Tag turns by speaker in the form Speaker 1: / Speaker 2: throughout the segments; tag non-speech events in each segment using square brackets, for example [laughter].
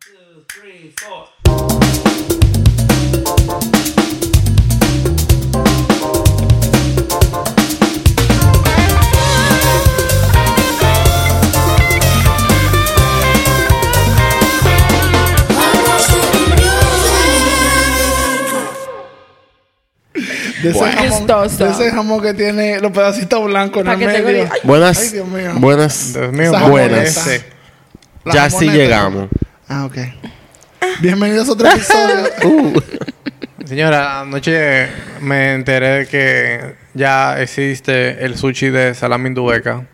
Speaker 1: two, three, four.
Speaker 2: De ese,
Speaker 3: Bueno.
Speaker 2: jamón,
Speaker 4: Chistoso.
Speaker 2: de ese jamón que tiene los pedacitos blancos en
Speaker 4: Pa'
Speaker 2: el
Speaker 4: que te
Speaker 2: medio.
Speaker 4: golee. Ay,
Speaker 3: Buenas.
Speaker 2: Ay, Dios mío.
Speaker 3: Buenas.
Speaker 5: Dios mío,
Speaker 2: Esa
Speaker 5: ¿cómo
Speaker 3: jamoneta.
Speaker 5: es ese?
Speaker 2: La
Speaker 3: Ya sí
Speaker 2: jamoneta.
Speaker 3: llegamos.
Speaker 2: Ah, ok. Bienvenidos a otro episodio.
Speaker 3: [laughs] Uh,
Speaker 5: Señora, anoche me enteré de que ya existe el sushi de salami dueca.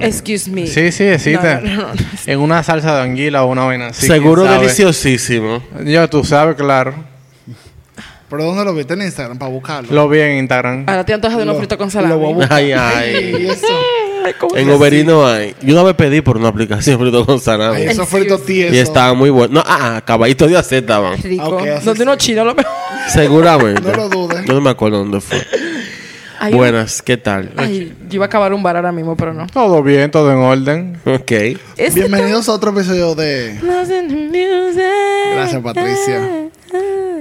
Speaker 4: Excuse me.
Speaker 5: Sí, sí, existe.
Speaker 4: No, no, no, no.
Speaker 5: En una salsa de anguila o una vaina así.
Speaker 3: seguro
Speaker 5: quién sabe.
Speaker 3: deliciosísimo.
Speaker 5: Ya tú sabes, claro.
Speaker 2: ¿Pero dónde lo viste en Instagram? Para buscarlo.
Speaker 5: Lo vi en Instagram.
Speaker 4: Ahora te antojas de unos fritos con
Speaker 2: Lo voy a
Speaker 4: salami.
Speaker 2: buscar.
Speaker 3: Ay,
Speaker 2: Y
Speaker 3: ay.
Speaker 2: eso.
Speaker 4: Ay, ¿cómo
Speaker 3: En
Speaker 4: es?
Speaker 3: Oberino hay. Yo una vez pedí por una aplicación [laughs] frito con
Speaker 2: Ay,
Speaker 3: salami.
Speaker 2: eso frito tieso.
Speaker 3: Y estaba muy bueno. No, ah, ah, caballitos de aceta estaban.
Speaker 4: Rico.
Speaker 2: Ah, ok, así
Speaker 4: Donde
Speaker 2: sí.
Speaker 4: unos chinos lo
Speaker 2: [laughs]
Speaker 3: Seguramente.
Speaker 2: No lo dudes.
Speaker 3: Yo no me acuerdo dónde fue.
Speaker 4: Ay,
Speaker 3: Buenas, ¿qué tal?
Speaker 4: Ay, yo iba a acabar un bar ahora mismo, pero no.
Speaker 5: Todo bien, todo en orden.
Speaker 3: Ok.
Speaker 4: Este
Speaker 2: Bienvenidos a otro episodio de...
Speaker 4: Gracias,
Speaker 2: Gracias, Patricia.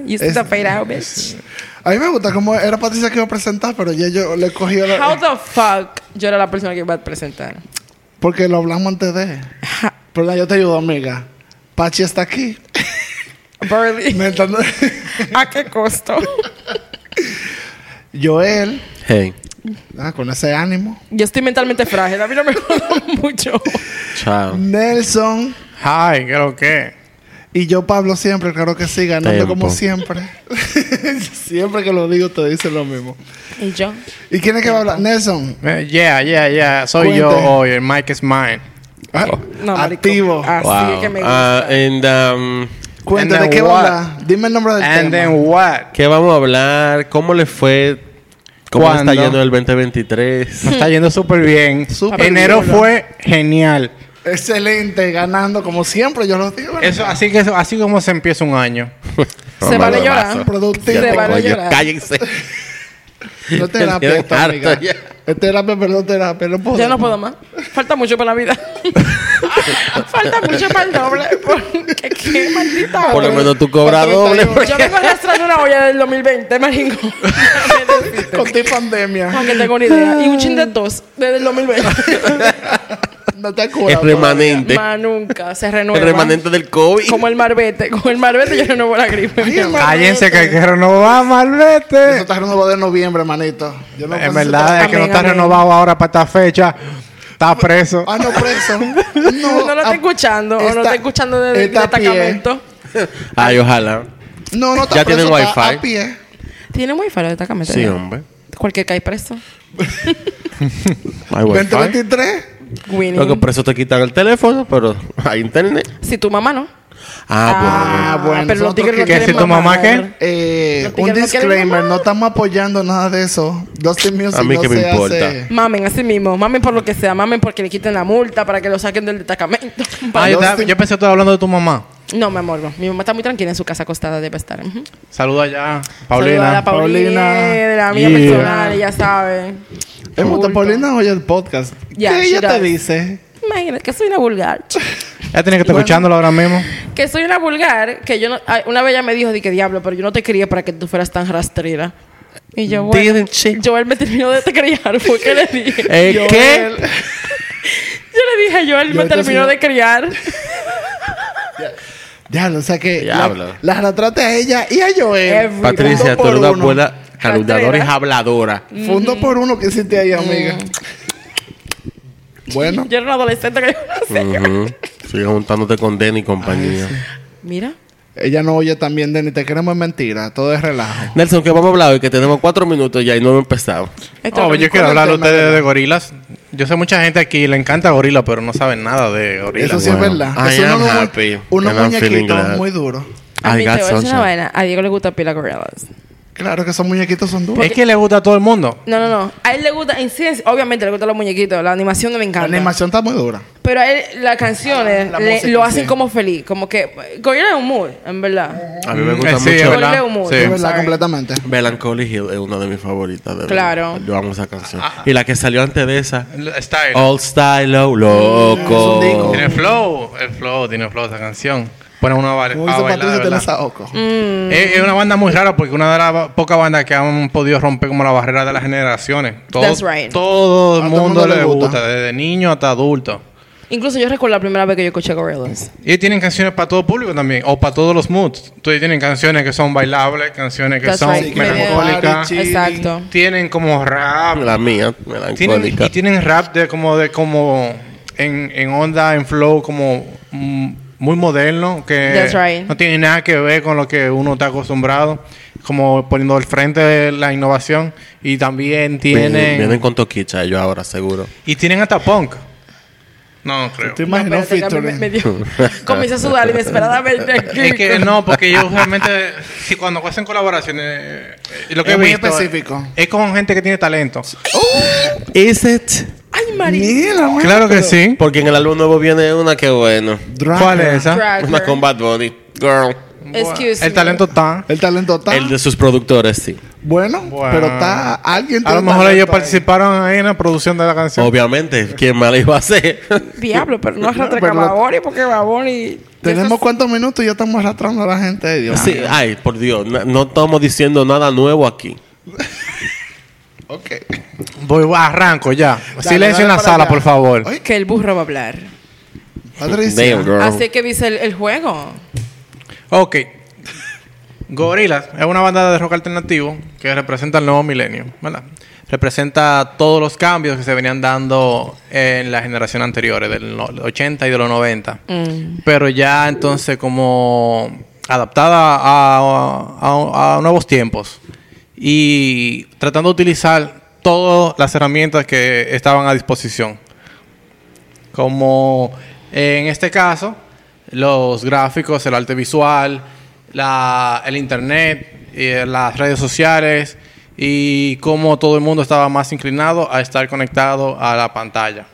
Speaker 4: You
Speaker 2: Es-
Speaker 4: sit up eight
Speaker 2: [laughs]
Speaker 4: out, bitch.
Speaker 2: A mí me gusta cómo era Patricia que iba a presentar, pero ya yo le cogí... la-
Speaker 4: How the fuck yo era la persona que iba a presentar.
Speaker 2: Porque lo hablamos antes de... Pero yo te ayudo, amiga. Pachi está aquí. [laughs]
Speaker 4: Burley.
Speaker 2: Me está-
Speaker 4: ¿A qué costo?
Speaker 2: [laughs] Joel,
Speaker 3: Hey.
Speaker 2: ah, con ese ánimo.
Speaker 4: Yo estoy mentalmente frágil. A mí no me [laughs] jodan mucho.
Speaker 3: Chao.
Speaker 2: Nelson
Speaker 5: Hi, ¿qué lo que?
Speaker 2: y yo, Pablo, siempre, claro que sí, ganando
Speaker 3: Tiempo.
Speaker 2: como siempre. [laughs] siempre que lo digo, te dicen lo mismo.
Speaker 4: ¿Y yo?
Speaker 2: ¿Y quién es que va a hablar? Nelson,
Speaker 5: Eh, Yeah, yeah, yeah. Soy yo
Speaker 2: Cuente.
Speaker 5: hoy. El mic is mine.
Speaker 2: ah,
Speaker 4: No, marico.
Speaker 2: activo.
Speaker 4: Así
Speaker 3: Wow.
Speaker 4: es que me
Speaker 3: Ah,
Speaker 4: gusta.
Speaker 3: and, um,
Speaker 2: Cuenta
Speaker 5: and
Speaker 2: de
Speaker 5: then
Speaker 2: qué va a
Speaker 5: what?
Speaker 2: hablar. Dime el nombre del tema.
Speaker 5: And then what?
Speaker 3: ¿Qué vamos a hablar? ¿Cómo le fue? ¿Cómo le está
Speaker 5: ¿Cuándo?
Speaker 3: yendo el 2023?
Speaker 5: Me está yendo súper bien.
Speaker 2: Súper
Speaker 5: Enero
Speaker 2: bien.
Speaker 5: fue genial.
Speaker 2: Excelente, ganando como siempre, yo lo digo.
Speaker 5: Eso, así que eso- así como se empieza un año.
Speaker 4: Se vale llorar.
Speaker 2: Productivo.
Speaker 4: Se vale
Speaker 3: Coño,
Speaker 4: llorar. [laughs]
Speaker 3: Cállense.
Speaker 2: No es terapia, esto,
Speaker 3: Harto
Speaker 2: amiga.
Speaker 3: ya.
Speaker 2: Es terapia, pero no terapia. No puedo.
Speaker 4: Ya no puedo más. Falta mucho para la vida. [laughs] Falta mucho para el doble. Porque qué maldita.
Speaker 3: Por lo
Speaker 4: hora.
Speaker 3: menos tú cobras
Speaker 2: Cuatro
Speaker 3: doble.
Speaker 2: treinta y uno.
Speaker 4: Yo vengo arrastrando una olla del 2020, maringo.
Speaker 2: Con ti pandemia.
Speaker 4: [laughs] Para que tenga una idea. Y un chin de tos desde el 2020.
Speaker 2: No te
Speaker 3: porque
Speaker 2: acuerdas.
Speaker 3: [laughs] Es remanente.
Speaker 4: Más nunca se renueva.
Speaker 3: El remanente del COVID.
Speaker 4: Como el marbete. Con el marbete yo renuevo la gripe. mi amor.
Speaker 5: Cállense que hay que renovar,
Speaker 2: eh, Eso
Speaker 5: malvete.
Speaker 2: está renovado de noviembre, manito. Yo no
Speaker 5: En
Speaker 2: pensé-
Speaker 5: verdad es que no está
Speaker 4: Amén, amén.
Speaker 5: renovado ahora para esta fecha. Está preso.
Speaker 2: Ah, no, preso.
Speaker 4: [laughs] No, lo
Speaker 2: ah,
Speaker 4: está escuchando. o no
Speaker 2: está-
Speaker 4: está escuchando desde el
Speaker 2: está a pie.
Speaker 4: destacamento.
Speaker 3: Ay, ojalá.
Speaker 2: No, no está
Speaker 3: Ya
Speaker 2: preso,
Speaker 3: tienen
Speaker 2: está
Speaker 3: wifi.
Speaker 2: a pie.
Speaker 4: Tiene muy faro de destacamento.
Speaker 3: Sí,
Speaker 4: ¿no?
Speaker 3: hombre.
Speaker 4: Cualquier cae preso.
Speaker 3: Hay wifi.
Speaker 2: 2023.
Speaker 4: Winning.
Speaker 3: Lo que por eso te quitan el teléfono, pero hay internet.
Speaker 4: Si tu mamá no.
Speaker 3: Ah,
Speaker 2: Ah, bueno,
Speaker 4: Pero los
Speaker 2: nosotros
Speaker 4: tigres no
Speaker 2: que- que
Speaker 4: quieren
Speaker 5: si tu mamá
Speaker 4: mamar.
Speaker 5: qué?
Speaker 2: Eh,
Speaker 4: Los
Speaker 2: un
Speaker 4: tigres no quieren
Speaker 2: disclaimer,
Speaker 4: mamar.
Speaker 2: no estamos apoyando nada de eso. Dustin Music
Speaker 3: A mí
Speaker 2: no
Speaker 3: que me
Speaker 2: se
Speaker 3: importa.
Speaker 2: hace.
Speaker 4: Mamen, así mismo. Mamen por lo que sea. Mamen porque le quiten la multa para que lo saquen del destacamento.
Speaker 5: Ah, yo,
Speaker 2: Dios
Speaker 5: estaba-
Speaker 2: te-
Speaker 5: yo pensé que estaba hablando de tu mamá.
Speaker 4: No, mi amor, no. Mi mamá está muy tranquila en su casa acostada, debe estar. Ujú.
Speaker 5: Saluda ya,
Speaker 4: Saluda a la Paulina,
Speaker 5: Paulina.
Speaker 2: Paulina.
Speaker 4: de la mía
Speaker 5: Yeah.
Speaker 4: personal, ella sabe.
Speaker 2: Hemos
Speaker 4: Culto.
Speaker 2: Paulina oye el podcast.
Speaker 4: Ya,
Speaker 2: ¿Qué
Speaker 4: she
Speaker 2: ella te
Speaker 4: does.
Speaker 2: dice?
Speaker 4: Imagínate que soy una vulgar.
Speaker 5: Ya tiene que estar escuchándolo ahora mismo.
Speaker 4: que soy una vulgar, que yo no, ay, una vez ella me dijo, di que diablo, pero yo no te crié para que tú fueras tan rastrera. Y yo, bueno,
Speaker 3: Didn't she?
Speaker 4: Joel me terminó de criar, fue que le dije.
Speaker 3: Eh,
Speaker 2: Joel,
Speaker 3: ¿Qué?
Speaker 4: Yo le dije, Joel me
Speaker 2: Joel te
Speaker 4: terminó
Speaker 2: enseñó-
Speaker 4: de criar.
Speaker 2: Ya, o sea que
Speaker 3: Diablo.
Speaker 2: la, la retrata a ella y a Joel.
Speaker 4: Every-
Speaker 3: Patricia,
Speaker 2: Punto
Speaker 3: tú
Speaker 2: por
Speaker 3: eres una
Speaker 2: uno.
Speaker 3: buena saludadora y
Speaker 4: Rastrera.
Speaker 3: habladora.
Speaker 2: Fundo por uno que hiciste
Speaker 4: Mm.
Speaker 2: ahí, amiga. Bueno,
Speaker 4: Yo era una adolescente que yo no sé.
Speaker 3: Ujú. Sigue juntándote con Denny y compañía.
Speaker 4: Mira,
Speaker 2: ella no oye también de ni te queremos es mentira, todo es relajo.
Speaker 3: Nelson, que vamos a hablar hoy, que tenemos cuatro minutos ya y no hemos empezado.
Speaker 4: esto
Speaker 5: Oh,
Speaker 4: es
Speaker 5: yo quiero
Speaker 2: el
Speaker 5: hablar a
Speaker 2: tema,
Speaker 5: ustedes
Speaker 2: ¿verdad?
Speaker 5: de gorilas. Yo sé mucha gente aquí le encanta gorila, pero no saben nada de gorila.
Speaker 2: Eso sí
Speaker 3: bueno.
Speaker 2: es verdad.
Speaker 3: I
Speaker 2: es
Speaker 3: am
Speaker 2: uno, mu-
Speaker 3: happy
Speaker 2: uno
Speaker 3: and I'm feeling
Speaker 2: muñequito
Speaker 3: glad.
Speaker 2: muy duro.
Speaker 4: A mí
Speaker 3: I
Speaker 4: te voy
Speaker 3: got
Speaker 4: a decir una
Speaker 3: sunshine.
Speaker 4: vaina. A Diego le gusta pila gorillas.
Speaker 2: Claro que esos muñequitos son
Speaker 4: Pues,
Speaker 2: duros.
Speaker 5: Es que le gusta a todo el mundo.
Speaker 4: No, no, no. A él le gusta, en sí, es- obviamente le gustan los muñequitos, la animación no me
Speaker 2: La
Speaker 4: encanta.
Speaker 2: animación está muy dura.
Speaker 4: Pero a él, las canciones
Speaker 2: La
Speaker 4: le-
Speaker 2: música,
Speaker 4: lo hacen
Speaker 2: sí.
Speaker 4: como feliz, como que. Gorilla es humor, en verdad.
Speaker 3: A mí me
Speaker 5: Mm,
Speaker 3: gusta
Speaker 5: eh, sí,
Speaker 3: mucho.
Speaker 5: es
Speaker 4: Gorilla es
Speaker 5: verdad.
Speaker 4: humor.
Speaker 5: Sí.
Speaker 2: Es
Speaker 4: I'm
Speaker 2: verdad,
Speaker 4: sorry.
Speaker 2: completamente.
Speaker 3: Melancholy Hill es una de mis favoritas. De verdad.
Speaker 4: Claro.
Speaker 3: Yo amo esa canción.
Speaker 2: Ah,
Speaker 3: Y la que salió antes de esa.
Speaker 5: El Style.
Speaker 3: All Style, oh, loco.
Speaker 2: Es un disco.
Speaker 5: Tiene flow. El flow, tiene flow esa canción. Ponen una ba- a
Speaker 2: Como dice
Speaker 5: bailar, de
Speaker 2: Patricio,
Speaker 5: Ah, verdad.
Speaker 2: tenés a Oco.
Speaker 4: Mm.
Speaker 5: Es, es una banda muy rara porque una de las ba- pocas bandas que han podido romper como la barrera de las generaciones. Todo,
Speaker 4: That's right.
Speaker 5: Ah, todo el
Speaker 2: A
Speaker 5: mundo, le gusta. desde niño hasta adulto.
Speaker 4: Incluso yo recuerdo la primera vez que yo escuché Gorillaz.
Speaker 5: Y tienen canciones para todo público también, o para todos los moods. Entonces tienen canciones que son bailables, canciones que
Speaker 4: That's
Speaker 5: son
Speaker 4: right.
Speaker 5: melancólicas.
Speaker 2: Medio-
Speaker 4: Exacto.
Speaker 5: Tienen como rap.
Speaker 3: La mía,
Speaker 5: Tienen, y
Speaker 3: melancólica.
Speaker 5: tienen rap de como de como en, en onda, en flow, como mm, muy moderno, que
Speaker 4: That's right.
Speaker 5: no tiene nada que ver con lo que uno está acostumbrado, como poniendo al frente de la innovación. Y también tienen...
Speaker 3: Vienen, vienen con Toquicha ellos ahora, seguro.
Speaker 5: Y tienen hasta punk. No, creo.
Speaker 2: ¿Te imaginas
Speaker 4: Espérate, que me,
Speaker 2: featuring?
Speaker 4: me dio- [laughs] Comencé a sudar
Speaker 2: [laughs]
Speaker 4: inesperadamente.
Speaker 5: Es que no, porque yo realmente, si cuando hacen colaboraciones, eh, eh, lo que
Speaker 2: Es
Speaker 5: he
Speaker 2: muy
Speaker 5: visto
Speaker 2: específico.
Speaker 5: Es, con gente que tiene talento.
Speaker 3: Is it?
Speaker 4: Ay, María.
Speaker 2: Mira, man.
Speaker 5: Claro que sí.
Speaker 3: Porque en el álbum nuevo viene una que bueno.
Speaker 2: Drag-
Speaker 5: ¿Cuál es esa?
Speaker 4: Dragger.
Speaker 3: Una con Bad Bunny. Girl.
Speaker 4: Excuse me.
Speaker 5: El talento está.
Speaker 2: El talento está
Speaker 3: El de sus productores, sí.
Speaker 2: bueno,
Speaker 5: Bueno.
Speaker 2: pero está alguien.
Speaker 5: A
Speaker 2: tiene
Speaker 5: lo mejor
Speaker 2: talento
Speaker 5: ellos
Speaker 2: ahí.
Speaker 5: participaron ahí en la producción de la canción.
Speaker 3: Obviamente, ¿quién más le iba a hacer?
Speaker 4: Diablo, pero no arrastra
Speaker 2: pero-
Speaker 4: a Baboni porque Baboni.
Speaker 2: Tenemos cuántos minutos y ya estamos arrastrando a la gente de Dios.
Speaker 3: Sí, ay, por Dios, na- no estamos diciendo nada nuevo aquí.
Speaker 2: Ok.
Speaker 5: Voy, arranco ya.
Speaker 2: Dale,
Speaker 5: Silencio en
Speaker 2: dale
Speaker 5: la
Speaker 2: para
Speaker 5: sala,
Speaker 2: allá.
Speaker 5: por favor.
Speaker 2: Oye,
Speaker 4: Que el burro va a hablar.
Speaker 2: Patricia.
Speaker 3: Damn, girl.
Speaker 4: Así que viste el, el juego.
Speaker 5: Ok. Gorillaz es una banda de rock alternativo que representa el nuevo milenio, ¿verdad? Representa todos los cambios que se venían dando en la generación anteriores, del no- 80 y de los 90. Pero ya entonces como adaptada a, a- a nuevos tiempos y tratando de utilizar todas las herramientas que estaban a disposición. Como eh, en este caso, los gráficos, el arte visual, la- el internet, eh, las redes sociales y cómo todo el mundo estaba más inclinado a estar conectado a la pantalla.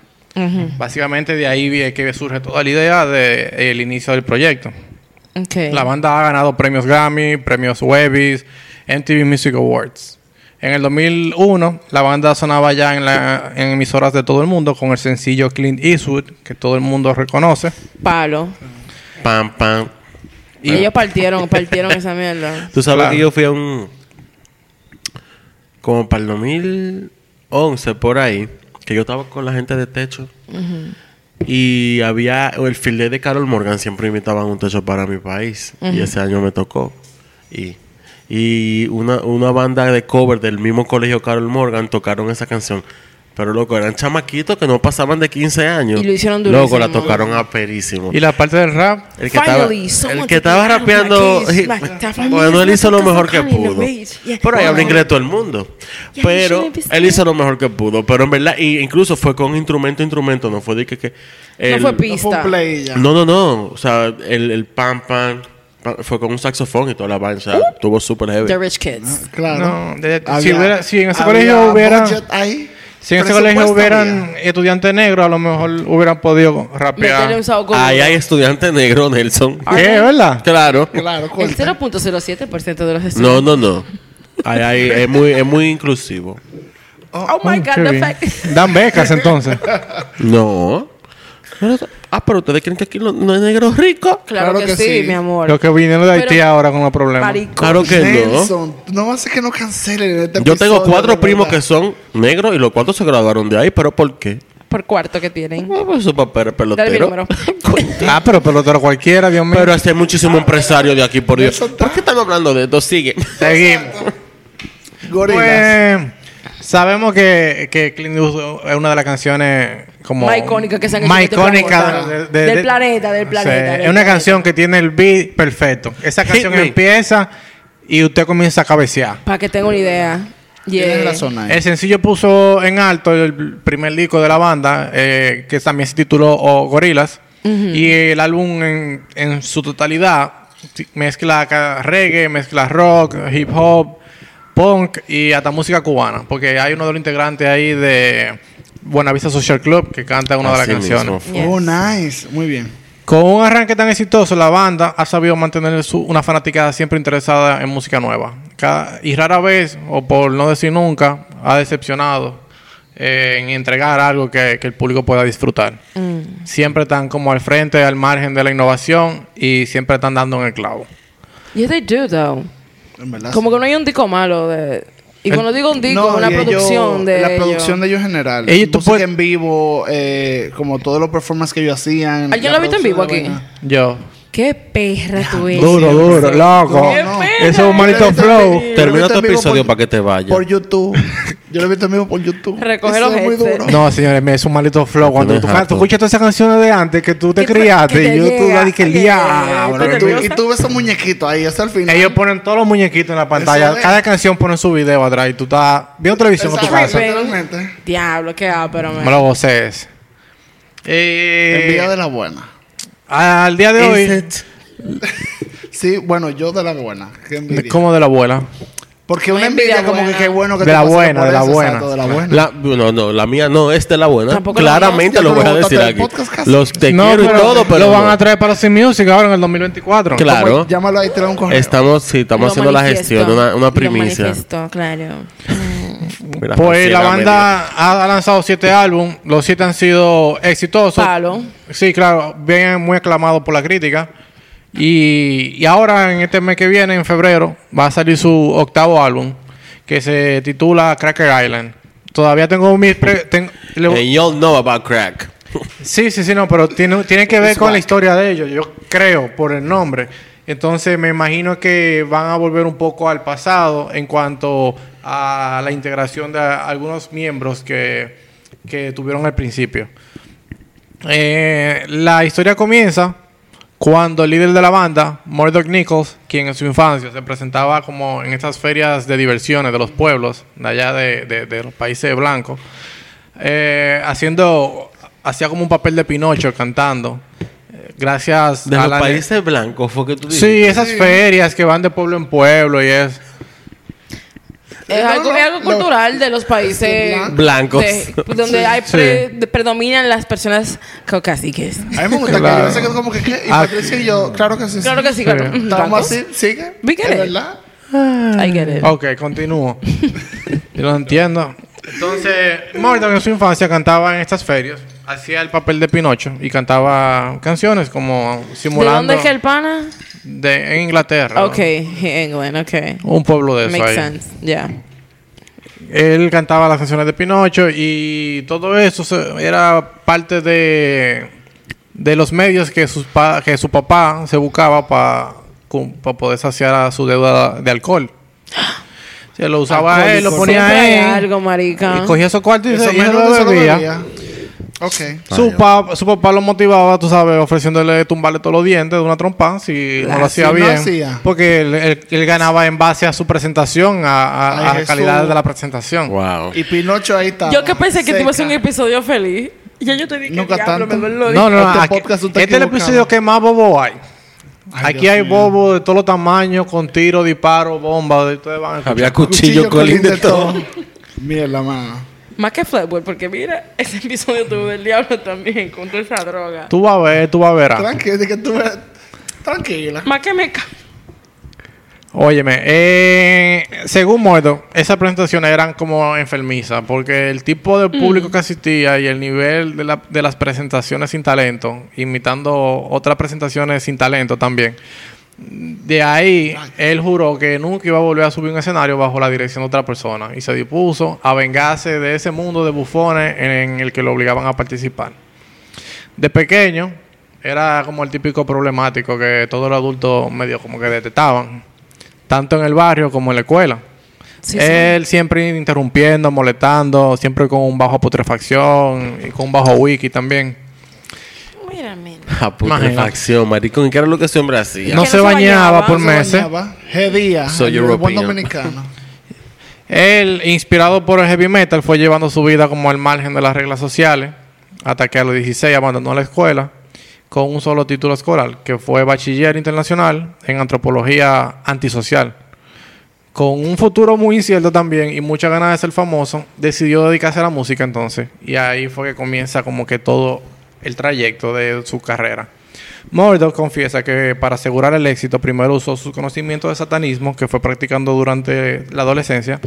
Speaker 5: Básicamente de ahí vi- que surge toda la idea del inicio del proyecto.
Speaker 4: Ok.
Speaker 5: La banda ha ganado premios Grammy, premios Webbies, MTV Music Awards. En el 2001, la banda sonaba ya en, la- en emisoras de todo el mundo con el sencillo Clint Eastwood, que todo el mundo reconoce.
Speaker 4: Palo.
Speaker 3: Pam, pam.
Speaker 4: Y ellos partieron, partieron
Speaker 2: [laughs]
Speaker 4: esa mierda.
Speaker 3: Tú sabes
Speaker 5: Claro.
Speaker 3: que yo fui a un. Como para el 2011, por ahí, que yo estaba con la gente de techo. Y había. El filé de Carol Morgan siempre invitaban un techo para mi país. Y ese año me tocó. Y. Y una, una banda de cover del mismo colegio Carol Morgan tocaron esa canción. Pero loco, eran chamaquitos que no pasaban de 15 años.
Speaker 4: Y lo hicieron
Speaker 3: Loco, la
Speaker 4: durísimo.
Speaker 3: tocaron a perísimo.
Speaker 5: Y la parte del rap,
Speaker 3: El que estaba,
Speaker 4: Finally, someone
Speaker 3: el
Speaker 4: to
Speaker 3: que estaba
Speaker 4: get out of my
Speaker 3: rapeando,
Speaker 4: case,
Speaker 3: he-
Speaker 4: like, definitely
Speaker 3: bueno, él
Speaker 4: not
Speaker 3: hizo lo
Speaker 4: because
Speaker 3: mejor
Speaker 4: I'm
Speaker 3: que
Speaker 4: kind of
Speaker 3: pudo.
Speaker 4: rage. Yeah,
Speaker 3: Por ahí
Speaker 4: come
Speaker 3: habla
Speaker 4: on.
Speaker 3: inglés todo el mundo.
Speaker 4: Yeah, you
Speaker 3: Pero
Speaker 4: shouldn't be
Speaker 3: él
Speaker 4: scared.
Speaker 3: hizo lo mejor que pudo. Pero en verdad, y incluso fue con instrumento, instrumento. No fue de que. que el-
Speaker 4: no fue
Speaker 2: No fue
Speaker 4: pista.
Speaker 2: un play ya.
Speaker 3: No, no, no. O sea, el, el pam, pam, pam, Fue con un saxofón y toda la vaina. O sea, estuvo súper heavy.
Speaker 4: The Rich Kids.
Speaker 2: Claro.
Speaker 5: No, de-
Speaker 2: Había-
Speaker 5: si hubiera- si en ese
Speaker 2: había
Speaker 5: colegio hubiera-
Speaker 2: budget ahí,
Speaker 5: si en ese
Speaker 2: presupuesto
Speaker 5: colegio hubieran
Speaker 2: había.
Speaker 5: estudiantes negros, a lo mejor hubieran podido
Speaker 4: Meterle un
Speaker 5: rapear. Ah,
Speaker 4: saoco.
Speaker 3: Ahí hay estudiante negro, Nelson.
Speaker 5: ¿Qué, verdad?
Speaker 3: Claro.
Speaker 2: Claro,
Speaker 4: El
Speaker 2: corta.
Speaker 4: 0.07% de los estudiantes.
Speaker 3: No, no, no. Ahí hay, es, muy, es muy inclusivo.
Speaker 4: Oh my
Speaker 5: Mm,
Speaker 4: God,
Speaker 5: qué
Speaker 4: the
Speaker 5: bien.
Speaker 4: fact. [laughs]
Speaker 5: Dan becas entonces.
Speaker 3: No. Pero- ah, pero ustedes creen que aquí no, no hay negros ricos.
Speaker 4: Claro,
Speaker 2: Claro
Speaker 4: que,
Speaker 2: que
Speaker 4: sí,
Speaker 2: sí.
Speaker 4: mi amor.
Speaker 5: Lo que vinieron de Haití
Speaker 4: Pero-
Speaker 5: ahora con los problemas.
Speaker 4: Marico.
Speaker 3: Claro que no.
Speaker 2: Nelson, no hace que no cancelen este
Speaker 3: Yo tengo
Speaker 2: episodio,
Speaker 3: cuatro
Speaker 2: de
Speaker 3: primos que
Speaker 2: verdad.
Speaker 3: son negros y los cuatro se graduaron de ahí, pero ¿por qué?
Speaker 4: Por cuarto que tienen.
Speaker 3: Ah, pues su papá era
Speaker 4: Dale mi
Speaker 3: pelotero.
Speaker 4: número. [laughs]
Speaker 5: Ah, pero pelotero cualquiera, Dios mío.
Speaker 3: Pero hace muchísimo empresario de aquí, por Dios. ¿Por qué estamos hablando de esto? Sigue.
Speaker 5: Seguimos.
Speaker 2: Gorilas.
Speaker 5: Pues, sabemos que, que Clint Eastwood es una de las canciones como...
Speaker 4: Más icónicas que se han hecho
Speaker 5: Más
Speaker 4: en este planeta.
Speaker 5: icónicas de- de-
Speaker 4: Del
Speaker 5: de-
Speaker 4: planeta, del
Speaker 5: Sí,
Speaker 4: planeta, del
Speaker 5: Es una
Speaker 4: planeta.
Speaker 5: canción que tiene el beat perfecto. Esa
Speaker 3: Hit
Speaker 5: canción
Speaker 3: me.
Speaker 5: empieza y usted comienza a cabecear.
Speaker 4: Para que tenga una idea.
Speaker 2: Tienes
Speaker 4: Yeah.
Speaker 2: razón ahí.
Speaker 5: El sencillo puso en alto el primer disco de la banda, eh, que también se tituló oh, Gorilas. Y el álbum en, en su totalidad ti- mezcla ca- reggae, mezcla rock, hip hop, punk y hasta música cubana. Porque hay uno de los integrantes ahí de Buenavista Social Club que canta una de las
Speaker 3: Así mismo
Speaker 5: canciones.
Speaker 3: fue.
Speaker 4: Yes.
Speaker 2: Oh, nice. Muy bien.
Speaker 5: Con un arranque tan exitoso, la banda ha sabido mantener su- una fanaticada siempre interesada en música nueva. Cada- y rara vez, o por no decir nunca, ha decepcionado eh, en entregar algo que, que el público pueda disfrutar.
Speaker 4: Mm.
Speaker 5: Siempre están como al frente, al margen de la innovación y siempre están dando en el clavo.
Speaker 4: Yes, they do, though.
Speaker 2: En verdad.
Speaker 4: Como que no hay un disco malo de... Y
Speaker 5: El-
Speaker 4: cuando digo un disco,
Speaker 2: No,
Speaker 4: una
Speaker 2: y ellos-
Speaker 4: producción de
Speaker 2: La
Speaker 4: ellos.
Speaker 2: producción de ellos en general.
Speaker 5: Ellos tú
Speaker 2: Música
Speaker 5: puedes-
Speaker 2: en vivo, eh, como todos los performances que ellos hacían.
Speaker 4: ¿Alguien lo ha visto en vivo
Speaker 2: producción de
Speaker 4: aquí?
Speaker 5: Yo.
Speaker 4: Qué perra tú eres.
Speaker 5: Duro, duro, loco.
Speaker 4: Qué
Speaker 2: No, no.
Speaker 4: perra.
Speaker 5: Eso es un manito
Speaker 2: Ustedes
Speaker 5: flow.
Speaker 2: están-
Speaker 3: Termina
Speaker 2: Yo lo he visto
Speaker 3: tu
Speaker 2: en vivo
Speaker 3: episodio
Speaker 2: por-
Speaker 3: para que te vayas.
Speaker 2: Por YouTube. Yo lo he visto en vivo por YouTube. Eso
Speaker 4: Recoge los
Speaker 2: es muy
Speaker 4: headset.
Speaker 2: duro.
Speaker 4: [laughs]
Speaker 5: No, señores, me es un maldito flow. Cuando
Speaker 3: me
Speaker 5: tú,
Speaker 3: jato.
Speaker 5: tú escuchas todas esas canciones de antes que tú te
Speaker 4: Que te-
Speaker 5: criaste
Speaker 4: que te
Speaker 5: y yo tú
Speaker 4: llega,
Speaker 5: dije, el
Speaker 4: que-
Speaker 5: diablo.
Speaker 4: Estoy
Speaker 5: que
Speaker 2: Y
Speaker 5: tú-
Speaker 2: tú-
Speaker 4: nerviosa.
Speaker 2: y tú ves esos muñequitos ahí hasta el final.
Speaker 5: Ellos ponen todos los muñequitos en la pantalla.
Speaker 2: Eso es.
Speaker 5: Cada canción ponen su video atrás y tú estás viendo televisión en tu
Speaker 2: Exacto,
Speaker 5: casa.
Speaker 4: Tripping.
Speaker 2: Literalmente.
Speaker 4: Diablo, qué ápero,
Speaker 5: Me
Speaker 4: man.
Speaker 5: lo voces.
Speaker 2: Envidia de la buena.
Speaker 5: al día de hoy,
Speaker 2: Sí, bueno, yo de la buena. Qué envidia.
Speaker 5: como de la abuela.
Speaker 2: Porque una
Speaker 4: Una
Speaker 2: envidia,
Speaker 4: envidia
Speaker 2: como que
Speaker 4: buena.
Speaker 2: qué bueno que tú
Speaker 5: De la
Speaker 2: pasaste
Speaker 5: buena,
Speaker 2: por
Speaker 5: de la
Speaker 2: eso,
Speaker 5: buena.
Speaker 2: exacto, de la buena.
Speaker 3: La- no, no, la mía no es de la buena.
Speaker 4: Tampoco la
Speaker 3: Claramente
Speaker 2: mía.
Speaker 3: lo voy
Speaker 2: Ya
Speaker 3: a
Speaker 2: te
Speaker 3: decir
Speaker 2: lo botaste
Speaker 3: aquí.
Speaker 2: del podcast,
Speaker 3: Los te quiero y todo, pero.
Speaker 5: lo van
Speaker 3: no.
Speaker 5: a traer para Sin Music ahora en el 2024.
Speaker 3: Claro.
Speaker 2: Como, Llámalo ahí, te da un correo.
Speaker 3: Estamos, sí, estamos
Speaker 4: Lo
Speaker 3: haciendo la
Speaker 4: manifiesto.
Speaker 3: gestión, una, una
Speaker 4: Lo
Speaker 3: primicia.
Speaker 4: manifiesto, claro.
Speaker 3: Mira,
Speaker 5: Pues
Speaker 3: sí, media.
Speaker 5: la banda ha lanzado siete álbumes. Los siete han sido exitosos.
Speaker 4: Palo.
Speaker 5: Sí, claro, bien muy aclamado por la crítica. Y, y ahora, en este mes que viene, en febrero, va a salir su octavo álbum, que se titula Cracker Island. Todavía tengo mis... pre- ten- le-
Speaker 3: And Eh, y'all know about crack.
Speaker 5: sí, sí, sí, no, pero tiene, tiene que ver
Speaker 2: It's
Speaker 5: con la
Speaker 2: whack.
Speaker 5: historia de ellos, yo creo, por el nombre. Entonces, me imagino que van a volver un poco al pasado en cuanto a la integración de algunos miembros que, que tuvieron al principio. Eh, la historia comienza cuando el líder de la banda, Murdoch Nichols, quien en su infancia se presentaba como en estas ferias de diversiones de los pueblos, de allá de, de- de los países blancos, eh, haciendo, hacía como un papel de Pinocho cantando. eh, Gracias
Speaker 3: De
Speaker 5: a
Speaker 3: los
Speaker 5: la...
Speaker 3: países blancos, fue que tú
Speaker 5: Sí, eh,
Speaker 3: dijiste.
Speaker 5: esas ferias que van de pueblo en pueblo y es...
Speaker 4: Es
Speaker 2: No,
Speaker 4: algo,
Speaker 2: no,
Speaker 4: es algo
Speaker 2: no.
Speaker 4: cultural de los
Speaker 2: Blan-
Speaker 4: países
Speaker 3: Blancos.
Speaker 4: de- pues donde hay pre- de- predominan las personas caucásicas.
Speaker 2: A mí me gusta
Speaker 5: Claro.
Speaker 2: que yo sé que es como que ¿qué? y
Speaker 5: Ah.
Speaker 2: Patricia y yo, claro que sí.
Speaker 4: Claro que sí, claro.
Speaker 5: Sí.
Speaker 2: Estamos
Speaker 4: Blancos.
Speaker 2: así, sigue.
Speaker 4: We get
Speaker 2: Es
Speaker 4: it.
Speaker 2: verdad.
Speaker 4: I get it.
Speaker 5: Ok,
Speaker 4: [laughs]
Speaker 5: continúo. Yo lo entiendo. Entonces, Morton en su infancia cantaba en estas ferias, hacía el papel de Pinocho y cantaba canciones como
Speaker 4: ¿De
Speaker 5: simulando
Speaker 4: dónde es que el pana?
Speaker 5: de- en Inglaterra.
Speaker 4: Ok, England, ok.
Speaker 5: Un pueblo de eso
Speaker 4: Makes
Speaker 5: ahí.
Speaker 4: sense, yeah.
Speaker 5: Él cantaba las canciones de Pinocho y todo eso se- era parte de, de los medios que, sus pa- que su papá se buscaba para poder saciar a su deuda de alcohol. Se lo usaba a él, lo
Speaker 2: Alcohólico.
Speaker 5: ponía
Speaker 4: Siempre hay
Speaker 5: a él.
Speaker 4: algo, marica.
Speaker 5: Y cogía esos cuartos y
Speaker 2: Eso
Speaker 5: se y se
Speaker 2: menos
Speaker 5: lo
Speaker 2: de eso lo
Speaker 5: bebía.
Speaker 2: bebía. Ok.
Speaker 5: Su, pa- su papá lo motivaba, tú sabes, ofreciéndole tumbarle todos los dientes de una trompa si no lo
Speaker 4: Claro,
Speaker 2: si
Speaker 5: hacía
Speaker 2: Ah, no
Speaker 5: bien.
Speaker 2: hacía.
Speaker 5: Porque él, él- él ganaba en base a su presentación, a, a-
Speaker 2: Ay,
Speaker 5: a la
Speaker 2: Jesús.
Speaker 5: calidad de la presentación.
Speaker 3: [laughs] Wow.
Speaker 2: Y Pinocho ahí está.
Speaker 4: Yo que pensé que
Speaker 2: Seca.
Speaker 4: tuvimos un episodio feliz. Ya yo te dije
Speaker 2: Nunca
Speaker 4: diablo,
Speaker 2: tanto.
Speaker 4: me lo
Speaker 5: No, no, no.
Speaker 2: Este
Speaker 5: aquí-
Speaker 2: podcast tú
Speaker 5: este
Speaker 2: te
Speaker 5: es el
Speaker 2: equivocado.
Speaker 5: episodio que más bobo hay.
Speaker 2: Ay,
Speaker 5: aquí
Speaker 2: Dios
Speaker 5: hay
Speaker 2: mío.
Speaker 5: bobo de todos los tamaños, con tiro, disparo, bomba, de ustedes van a escuchar.
Speaker 3: Había cuchillo, colín de todo.
Speaker 2: Mierda, mano.
Speaker 4: Más que Flatwood, porque mira, ese episodio tuvo del diablo también contra esa droga.
Speaker 5: Tú vas a ver, tú vas a ver. ah.
Speaker 2: Tranquila, que tú me- Tranquila.
Speaker 4: Más que me... ca-
Speaker 5: Óyeme, eh, según Mordo, esas presentaciones eran como enfermizas, porque el tipo de público que asistía y el nivel de, la- de las presentaciones sin talento, imitando otras presentaciones sin talento también. De ahí, él juró que nunca iba a volver a subir un escenario bajo la dirección de otra persona y se dispuso a vengarse de ese mundo de bufones en el que lo obligaban a participar. De pequeño, era como el típico problemático que todos los adultos medio como que detestaban tanto en el barrio como en la escuela.
Speaker 4: Sí, sí.
Speaker 5: Él siempre interrumpiendo, molestando, siempre con un bajo putrefacción y con un bajo wiki también.
Speaker 4: Mírame.
Speaker 3: A putrefacción, maricón. ¿Y qué era lo que ese hombre hacía?
Speaker 5: No
Speaker 4: Que
Speaker 5: se,
Speaker 4: no se
Speaker 5: bañaba,
Speaker 4: bañaba,
Speaker 5: por
Speaker 4: no
Speaker 2: Se
Speaker 5: meses.
Speaker 2: bañaba. G día.
Speaker 3: Soy
Speaker 2: el buen
Speaker 3: europeo.
Speaker 2: dominicano.
Speaker 5: Él, inspirado por el heavy metal, fue llevando su vida como al margen de las reglas sociales, hasta que a los 16 abandonó la escuela con un solo título escolar, que fue bachiller internacional en antropología antisocial, con un futuro muy incierto también y muchas ganas de ser famoso, decidió dedicarse a la música entonces. Y ahí fue que comienza como que todo el trayecto de su carrera. Murdoch confiesa que para asegurar el éxito primero usó sus conocimientos de satanismo que fue practicando durante la adolescencia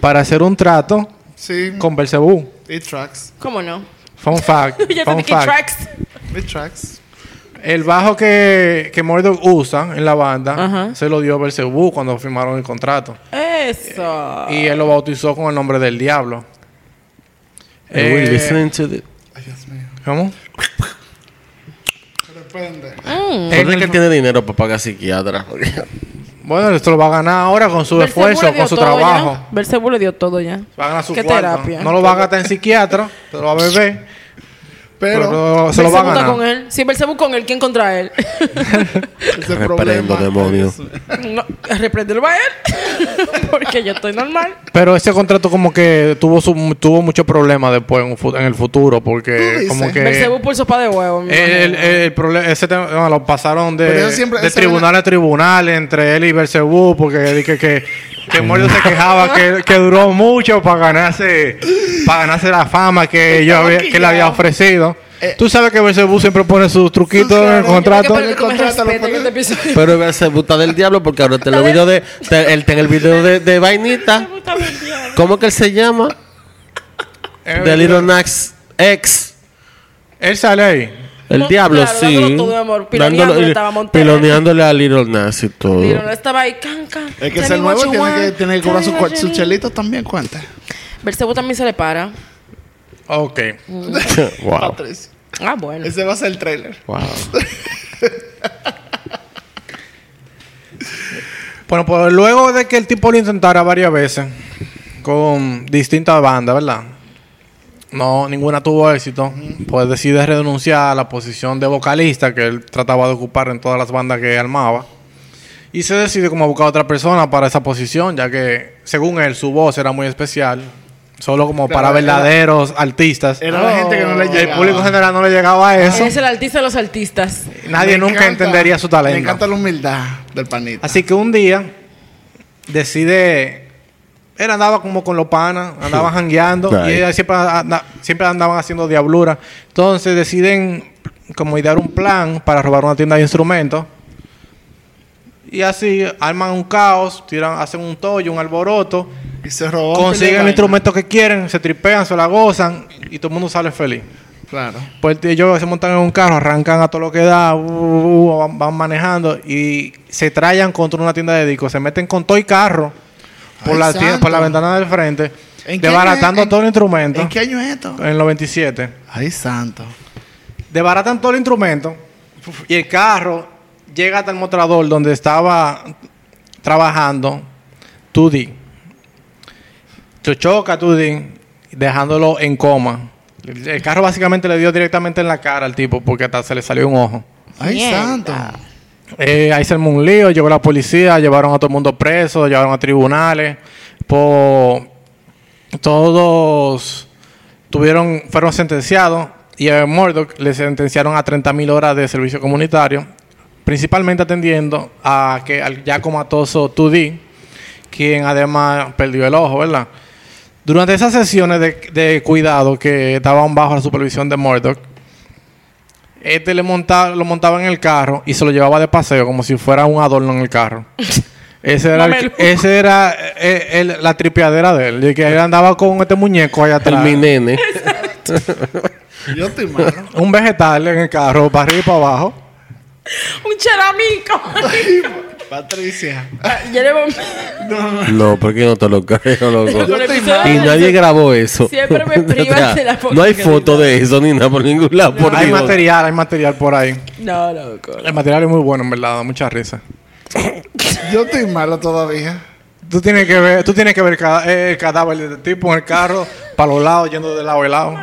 Speaker 5: para hacer un trato
Speaker 4: Mm.
Speaker 2: Sí.
Speaker 5: con Belcebú.
Speaker 2: It tracks.
Speaker 4: ¿Cómo [laughs] no?
Speaker 5: Fun fact.
Speaker 4: Yo
Speaker 5: fun
Speaker 4: tengo que
Speaker 5: fact.
Speaker 4: tracks.
Speaker 2: It tracks.
Speaker 5: El bajo que, que Murdoch usa en la banda
Speaker 4: Ajá.
Speaker 5: se lo dio Belcebú cuando firmaron el contrato.
Speaker 4: Eso.
Speaker 5: Y él lo bautizó con el nombre del diablo.
Speaker 3: And we're
Speaker 5: Eh,
Speaker 3: listening to the-
Speaker 2: Ay, Dios mío.
Speaker 5: ¿Cómo?
Speaker 2: Depende.
Speaker 4: Mm,
Speaker 5: En
Speaker 3: Ponle que
Speaker 5: el-
Speaker 3: él tiene dinero para pagar psiquiatra. [laughs]
Speaker 5: Bueno, esto lo va a ganar ahora con su
Speaker 4: Belcebú le
Speaker 5: esfuerzo,
Speaker 4: dio
Speaker 5: con su
Speaker 4: todo
Speaker 5: trabajo.
Speaker 4: ya. Belcebú le dio todo ya.
Speaker 5: Va a ganar su
Speaker 4: ¿Qué
Speaker 5: cuarto.
Speaker 4: terapia?
Speaker 5: No lo va a gastar en psiquiatra, [laughs] se lo va a beber, pero,
Speaker 2: Pero
Speaker 5: se lo va a
Speaker 4: Belcebú está con
Speaker 5: ganar.
Speaker 4: él. Si Belcebú con él, ¿quién contra él? [laughs]
Speaker 2: ese problema.
Speaker 3: Reprendo, demonio.
Speaker 4: no, repréndelo a él. [laughs] Porque yo estoy normal.
Speaker 5: Pero ese contrato como que tuvo su, tuvo muchos problemas después en, un fu- en el futuro
Speaker 2: ¿Tú
Speaker 5: porque
Speaker 2: dices?
Speaker 5: como que
Speaker 4: Belcebú por sopa de huevo. mi
Speaker 5: Eh, el, el,
Speaker 4: madre.
Speaker 5: el prole- ese tema no, lo pasaron
Speaker 2: Pero
Speaker 5: de,
Speaker 2: eso siempre-
Speaker 5: de
Speaker 2: eso
Speaker 5: tribunal a tribunal entre él y Belcebú porque di que que, que Mordo se quejaba que, que duró mucho para ganarse para ganarse la fama que yo había, que le había ofrecido.
Speaker 2: Eh,
Speaker 5: Tú sabes que Belcebú siempre pone sus truquitos en el
Speaker 2: claro, yo creo que
Speaker 4: Pero que
Speaker 5: contrato.
Speaker 4: tú me
Speaker 2: Contrato,
Speaker 4: respetes, este
Speaker 2: lo
Speaker 4: yo te pienso- [laughs]
Speaker 3: Pero él se puta del diablo porque ahora está en el video de. te- él está en el video de, de Vainita. ¿Cómo que él se llama?
Speaker 5: Eh,
Speaker 3: De Little Nax X.
Speaker 5: Él sale ahí.
Speaker 3: El
Speaker 4: No,
Speaker 3: diablo,
Speaker 4: claro,
Speaker 3: sí.
Speaker 4: dándolo todo, mi amor. Piloneándole estaba Montero.
Speaker 3: piloneándole a Little Nax y todo.
Speaker 4: Pero no estaba ahí, can, can.
Speaker 2: Es que
Speaker 4: Tell
Speaker 2: ese
Speaker 4: me
Speaker 2: nuevo
Speaker 4: what you
Speaker 2: tiene
Speaker 4: want.
Speaker 2: que, tiene que cobrar
Speaker 4: Tell
Speaker 2: su,
Speaker 4: me
Speaker 2: cua-
Speaker 4: what
Speaker 2: su
Speaker 4: you need.
Speaker 2: chelito también, cuenta.
Speaker 4: Belcebú también se le para.
Speaker 5: Ok.
Speaker 3: [laughs] wow.
Speaker 2: Patricio.
Speaker 4: Ah, bueno.
Speaker 2: Ese va a ser el trailer.
Speaker 4: [laughs]
Speaker 3: Wow.
Speaker 5: Bueno, pues luego de que el tipo lo intentara varias veces con distintas bandas, ¿verdad? No, ninguna tuvo éxito. Pues decide renunciar a la posición de vocalista que él trataba de ocupar en todas las bandas que armaba. Y se decide como a buscar otra persona para esa posición, ya que según él su voz era muy especial, solo como
Speaker 2: Claro,
Speaker 5: para
Speaker 2: era-
Speaker 5: verdaderos artistas.
Speaker 2: Era la gente que no le
Speaker 5: Y el
Speaker 2: llegaba.
Speaker 5: público en general no le llegaba a eso.
Speaker 4: Es el artista de los artistas.
Speaker 5: Nadie
Speaker 2: Me
Speaker 5: nunca
Speaker 2: encanta-
Speaker 5: entendería su talento.
Speaker 2: Me encanta la humildad del panita.
Speaker 5: Así que un día decide. Él andaba como con los panas, andaban jangueando y
Speaker 3: Right.
Speaker 5: ellos siempre, anda- siempre andaban haciendo diablura. Entonces deciden como idear un plan para robar una tienda de instrumentos. Y así arman un caos, tiran, hacen un tollo, un alboroto,
Speaker 2: Y se robó.
Speaker 5: consiguen el
Speaker 2: Vaina.
Speaker 5: instrumento que quieren, se tripean, se la gozan y todo el mundo sale feliz.
Speaker 2: Claro.
Speaker 5: Pues ellos se montan en un carro, arrancan a todo lo que da, uh, uh, uh, van, van manejando y se trayan contra una tienda de discos. Se meten con todo y carro por,
Speaker 2: Ay,
Speaker 5: la, tienda-
Speaker 2: santo.
Speaker 5: por la ventana del frente,
Speaker 2: ¿En qué año
Speaker 5: desbaratando
Speaker 2: es- en-
Speaker 5: todo el instrumento.
Speaker 2: ¿En
Speaker 5: En,
Speaker 2: qué año es esto?
Speaker 5: el 97.
Speaker 2: Ay, santo.
Speaker 5: Desbaratan todo el instrumento y el carro llega hasta el mostrador donde estaba trabajando Tudy. Lo choca Tudy, dejándolo en coma. El el carro básicamente le dio directamente en la cara al tipo porque hasta se le salió un ojo.
Speaker 2: Ay,
Speaker 4: Mierda.
Speaker 2: santo.
Speaker 5: Eh, ahí se armó un lío, llegó la policía, llevaron a todo el mundo preso, llevaron a tribunales. Por... Todos tuvieron, fueron sentenciados y a Murdoch le sentenciaron a 30.000 horas de servicio comunitario, principalmente atendiendo a que, al ya comatoso 2D, quien además perdió el ojo, ¿verdad? Durante esas sesiones de, de cuidado que estaban bajo la supervisión de Murdoch, este le monta- lo montaba en el carro y se lo llevaba de paseo como si fuera un adorno en el carro. Ese era, el-
Speaker 4: Mameluco.
Speaker 5: ese era eh, el- la tripiadera de él. Y que él andaba con este muñeco allá
Speaker 3: El
Speaker 5: atrás.
Speaker 3: mi nene.
Speaker 2: Yo estoy malo. [laughs]
Speaker 5: Un vegetal en el carro, para arriba y para abajo.
Speaker 4: Un cheramico.
Speaker 2: Patricia.
Speaker 4: ya le
Speaker 3: [laughs] No, porque no te lo creo, loco.
Speaker 2: Yo estoy mal.
Speaker 3: Y nadie grabó eso.
Speaker 4: Siempre
Speaker 3: [laughs]
Speaker 4: me privan de la
Speaker 3: No hay foto de eso ni nada por ningún lado. Por
Speaker 5: hay
Speaker 3: Dios.
Speaker 5: material, hay material por ahí.
Speaker 4: No, loco.
Speaker 5: El material es muy bueno, en verdad, da mucha risa.
Speaker 2: Yo estoy malo todavía.
Speaker 5: Tú tienes que ver, tú tienes que ver el, cada- eh, el cadáver de este tipo en el carro, para los lados, yendo de lado a lado.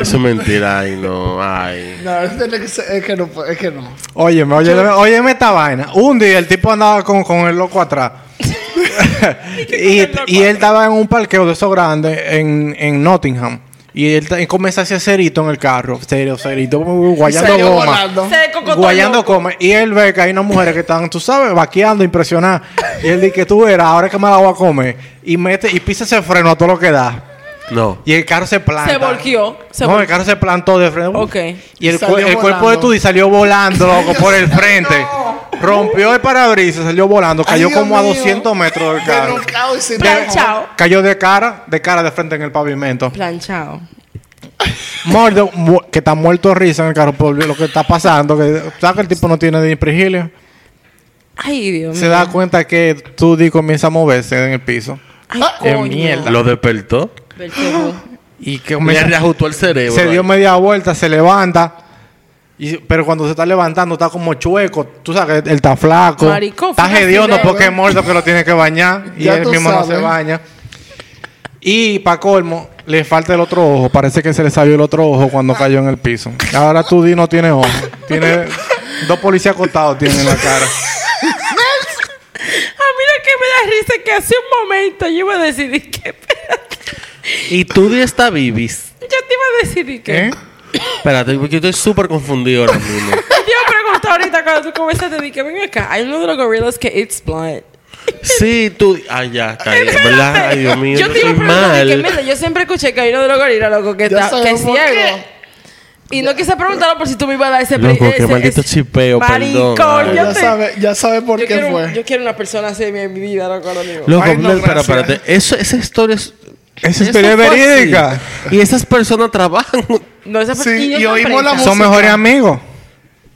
Speaker 3: Eso es mentira. Ay, no. Ay.
Speaker 2: No, es que- es que no. puedo- Es que no.
Speaker 5: Óyeme, óyeme, óyeme esta vaina. Un día el tipo andaba con, con el
Speaker 2: [laughs]
Speaker 5: loco atrás. y, y él estaba en un parqueo de esos grandes en, en Nottingham. Y Y él, ta- él comienza a hacer cerito en el carro. Cero, cerito, uh, guayando
Speaker 2: Serio,
Speaker 5: goma.
Speaker 2: volando.
Speaker 4: Se cocotó el
Speaker 5: Guayando
Speaker 4: loco.
Speaker 5: come. Y él ve que hay unas mujeres que están, tú sabes, vaqueando, impresionadas. Y él dice que tú eras, ahora es que me la voy a comer. Y mete, y pisa ese freno a todo lo que da.
Speaker 3: No.
Speaker 5: Y el carro se planta.
Speaker 4: Se volquió. Se
Speaker 5: no, el
Speaker 4: volquió.
Speaker 5: carro se plantó de frente.
Speaker 4: Ok.
Speaker 5: Y el, cu-
Speaker 2: Salió
Speaker 5: el cuerpo de
Speaker 2: volando.
Speaker 5: Tudy salió volando, loco, por el frente. Rompió el parabrisas, salió volando,
Speaker 2: Ay,
Speaker 5: cayó
Speaker 2: Dios
Speaker 5: como a
Speaker 2: mío.
Speaker 5: 200 metros del
Speaker 2: De
Speaker 5: carro.
Speaker 2: knockout y sin
Speaker 4: Planchao.
Speaker 2: ojo.
Speaker 5: Cayó de cara, de cara de frente en el pavimento.
Speaker 4: Planchado.
Speaker 5: Mordo, mu- que está muerto de risa en el carro por lo que está pasando. Que, ¿Sabes que el tipo no tiene ni prigilio?
Speaker 4: Ay, Dios mío.
Speaker 5: Se da cuenta que Tudy comienza a moverse en el piso.
Speaker 4: Ay,
Speaker 2: Ah,
Speaker 5: qué
Speaker 4: coño. Ah,
Speaker 5: mierda.
Speaker 3: Lo despertó.
Speaker 4: Vertebú.
Speaker 5: Y que
Speaker 3: Me
Speaker 5: comienza-
Speaker 3: reajustó el cerebro.
Speaker 5: se dio
Speaker 3: ahí.
Speaker 5: media vuelta, se levanta. y- pero cuando se está levantando, está como chueco. Tú sabes que él está flaco.
Speaker 4: Maricón, fue
Speaker 5: está
Speaker 4: un
Speaker 5: hediondo
Speaker 4: accidente.
Speaker 5: porque es muerto que lo tiene que
Speaker 2: [laughs]
Speaker 5: bañar. Y
Speaker 2: Ya
Speaker 5: él
Speaker 2: tú
Speaker 5: mismo no
Speaker 2: sabes.
Speaker 5: se baña. Y para colmo, le falta el otro ojo. Parece que se le salió el otro ojo cuando cayó en el piso. Ahora Tudy no tiene ojo.
Speaker 2: [laughs]
Speaker 5: Tiene dos policías acostados tiene en la cara.
Speaker 4: Ah, mira que me da risa que hace un momento yo iba a decidir que. [laughs] Espérate.
Speaker 3: Y tú de esta vivis.
Speaker 4: Yo te iba a decidir que.
Speaker 5: ¿Eh?
Speaker 3: Espérate, porque yo estoy súper confundido
Speaker 4: [laughs]
Speaker 3: ahora mismo.
Speaker 4: Yo pregunté ahorita cuando tú comenzaste, dije, ven acá, hay uno de los gorilas que it's blunt.
Speaker 3: Sí, tú. Ah, ya, está bien, ¿verdad? Ay, Dios mío, yo
Speaker 4: yo te iba a
Speaker 3: estoy
Speaker 4: preguntar, dije,
Speaker 3: mal.
Speaker 4: mira, yo siempre escuché que hay uno de los gorilas, loco, que,
Speaker 2: Ya
Speaker 4: está, que es
Speaker 2: sabemos por
Speaker 4: ciego.
Speaker 2: qué.
Speaker 4: Y no quise preguntarlo por si tú me ibas a dar ese...
Speaker 3: Loco,
Speaker 4: pre-
Speaker 3: qué
Speaker 4: ese-
Speaker 3: maldito
Speaker 4: ese-
Speaker 3: chipeo,
Speaker 4: Maricón,
Speaker 3: perdón.
Speaker 4: yo
Speaker 2: Ya
Speaker 4: te-
Speaker 2: sabe, ya sabe por
Speaker 4: yo
Speaker 2: qué
Speaker 4: quiero,
Speaker 2: fue.
Speaker 4: Yo quiero una persona así en mi- en mi vida, loco, ahora mismo.
Speaker 3: Loco,
Speaker 2: Ay, no,
Speaker 3: no, espera,
Speaker 2: gracias.
Speaker 3: espérate. Eso, esa historia es.
Speaker 5: Esa
Speaker 3: eso
Speaker 5: historia es
Speaker 3: fue así.
Speaker 5: verídica.
Speaker 3: Y esas personas trabajan.
Speaker 4: No, esa
Speaker 2: Sí,
Speaker 4: per- yo
Speaker 2: y
Speaker 4: esa
Speaker 2: oímos la
Speaker 4: preta.
Speaker 5: Son
Speaker 2: música.
Speaker 5: mejores amigos.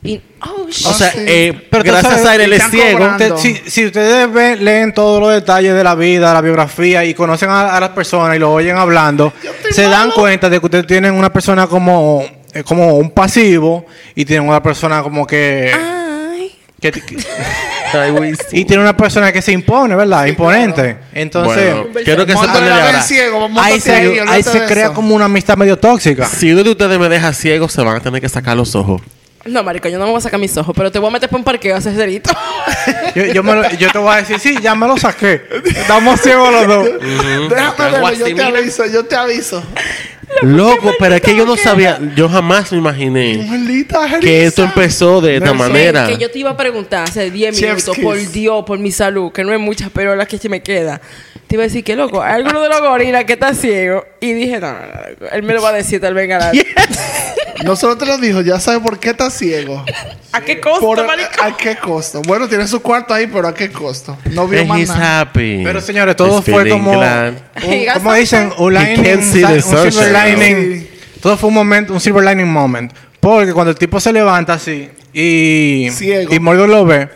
Speaker 4: Y, oh, shit.
Speaker 3: O sea,
Speaker 2: sí.
Speaker 3: eh,
Speaker 5: Pero tú
Speaker 3: gracias
Speaker 5: sabes
Speaker 3: a él,
Speaker 5: que
Speaker 3: él es
Speaker 2: están
Speaker 3: ciego.
Speaker 2: cobrando.
Speaker 5: Usted- si, si ustedes ven- leen todos los detalles de la vida, la biografía y conocen a, a las personas y lo oyen hablando, se dan cuenta de que ustedes tienen una persona como, eh, como un pasivo y tienen una persona como que...
Speaker 2: Ah,
Speaker 4: Ay.
Speaker 5: que- que-
Speaker 3: Ay, güey, sí.
Speaker 5: y tiene una persona que se impone, ¿verdad? Imponente. Entonces...
Speaker 3: Bueno, quiero que
Speaker 2: Móntate
Speaker 3: sepan desde
Speaker 2: la
Speaker 3: ahora.
Speaker 2: vez ciego, vamos
Speaker 5: Ahí se, ahí se crea como una amistad medio tóxica.
Speaker 3: Si uno de ustedes me deja ciego, se van a tener que sacar los ojos.
Speaker 4: No, marico, yo no me voy a sacar mis ojos, pero te voy a meter por un parqueo a hacer cerito.
Speaker 3: [laughs]
Speaker 5: Yo, yo me lo- yo te voy a decir, sí, ya me lo saqué. Estamos ciegos los dos.
Speaker 2: [laughs] Déjame
Speaker 3: Algo
Speaker 2: verlo,
Speaker 3: así,
Speaker 2: yo te
Speaker 3: mira.
Speaker 2: aviso, yo te aviso.
Speaker 3: Loco, pero es que yo no sabía, yo jamás me imaginé
Speaker 2: Maldita
Speaker 3: que
Speaker 2: risa.
Speaker 3: esto empezó de esta manera.
Speaker 4: Que yo te iba a preguntar hace 10
Speaker 2: Chef's
Speaker 4: minutos,
Speaker 2: kiss.
Speaker 4: por Dios, por mi salud, que no es muchas, pero las que se me queda. Te iba a decir que, loco, hay alguno de los gorilas que está ciego. Y dije, no, no, no, loco, él me lo va a decir, tal vez ganar.
Speaker 2: [laughs] No solo te lo dijo, ya sabe por qué está ciego.
Speaker 4: [laughs] ¿A qué costo,
Speaker 2: Por,
Speaker 4: marico?
Speaker 2: ¿A qué costo? Bueno, tiene su cuarto ahí, pero ¿a qué costo? No vio
Speaker 3: And
Speaker 2: más
Speaker 3: he's
Speaker 2: nada.
Speaker 3: happy. Este,
Speaker 5: Pero señores, todo
Speaker 3: He's
Speaker 5: fue
Speaker 3: feeling
Speaker 5: como,
Speaker 3: glad.
Speaker 5: un- como dicen, un
Speaker 3: He
Speaker 5: lightning,
Speaker 3: can't see the
Speaker 5: un silver
Speaker 3: sunshine,
Speaker 5: lining. Todo fue un momento, un silver lining moment. Porque cuando el tipo se levanta así y,
Speaker 2: Ciego.
Speaker 5: y Mordor lo ve,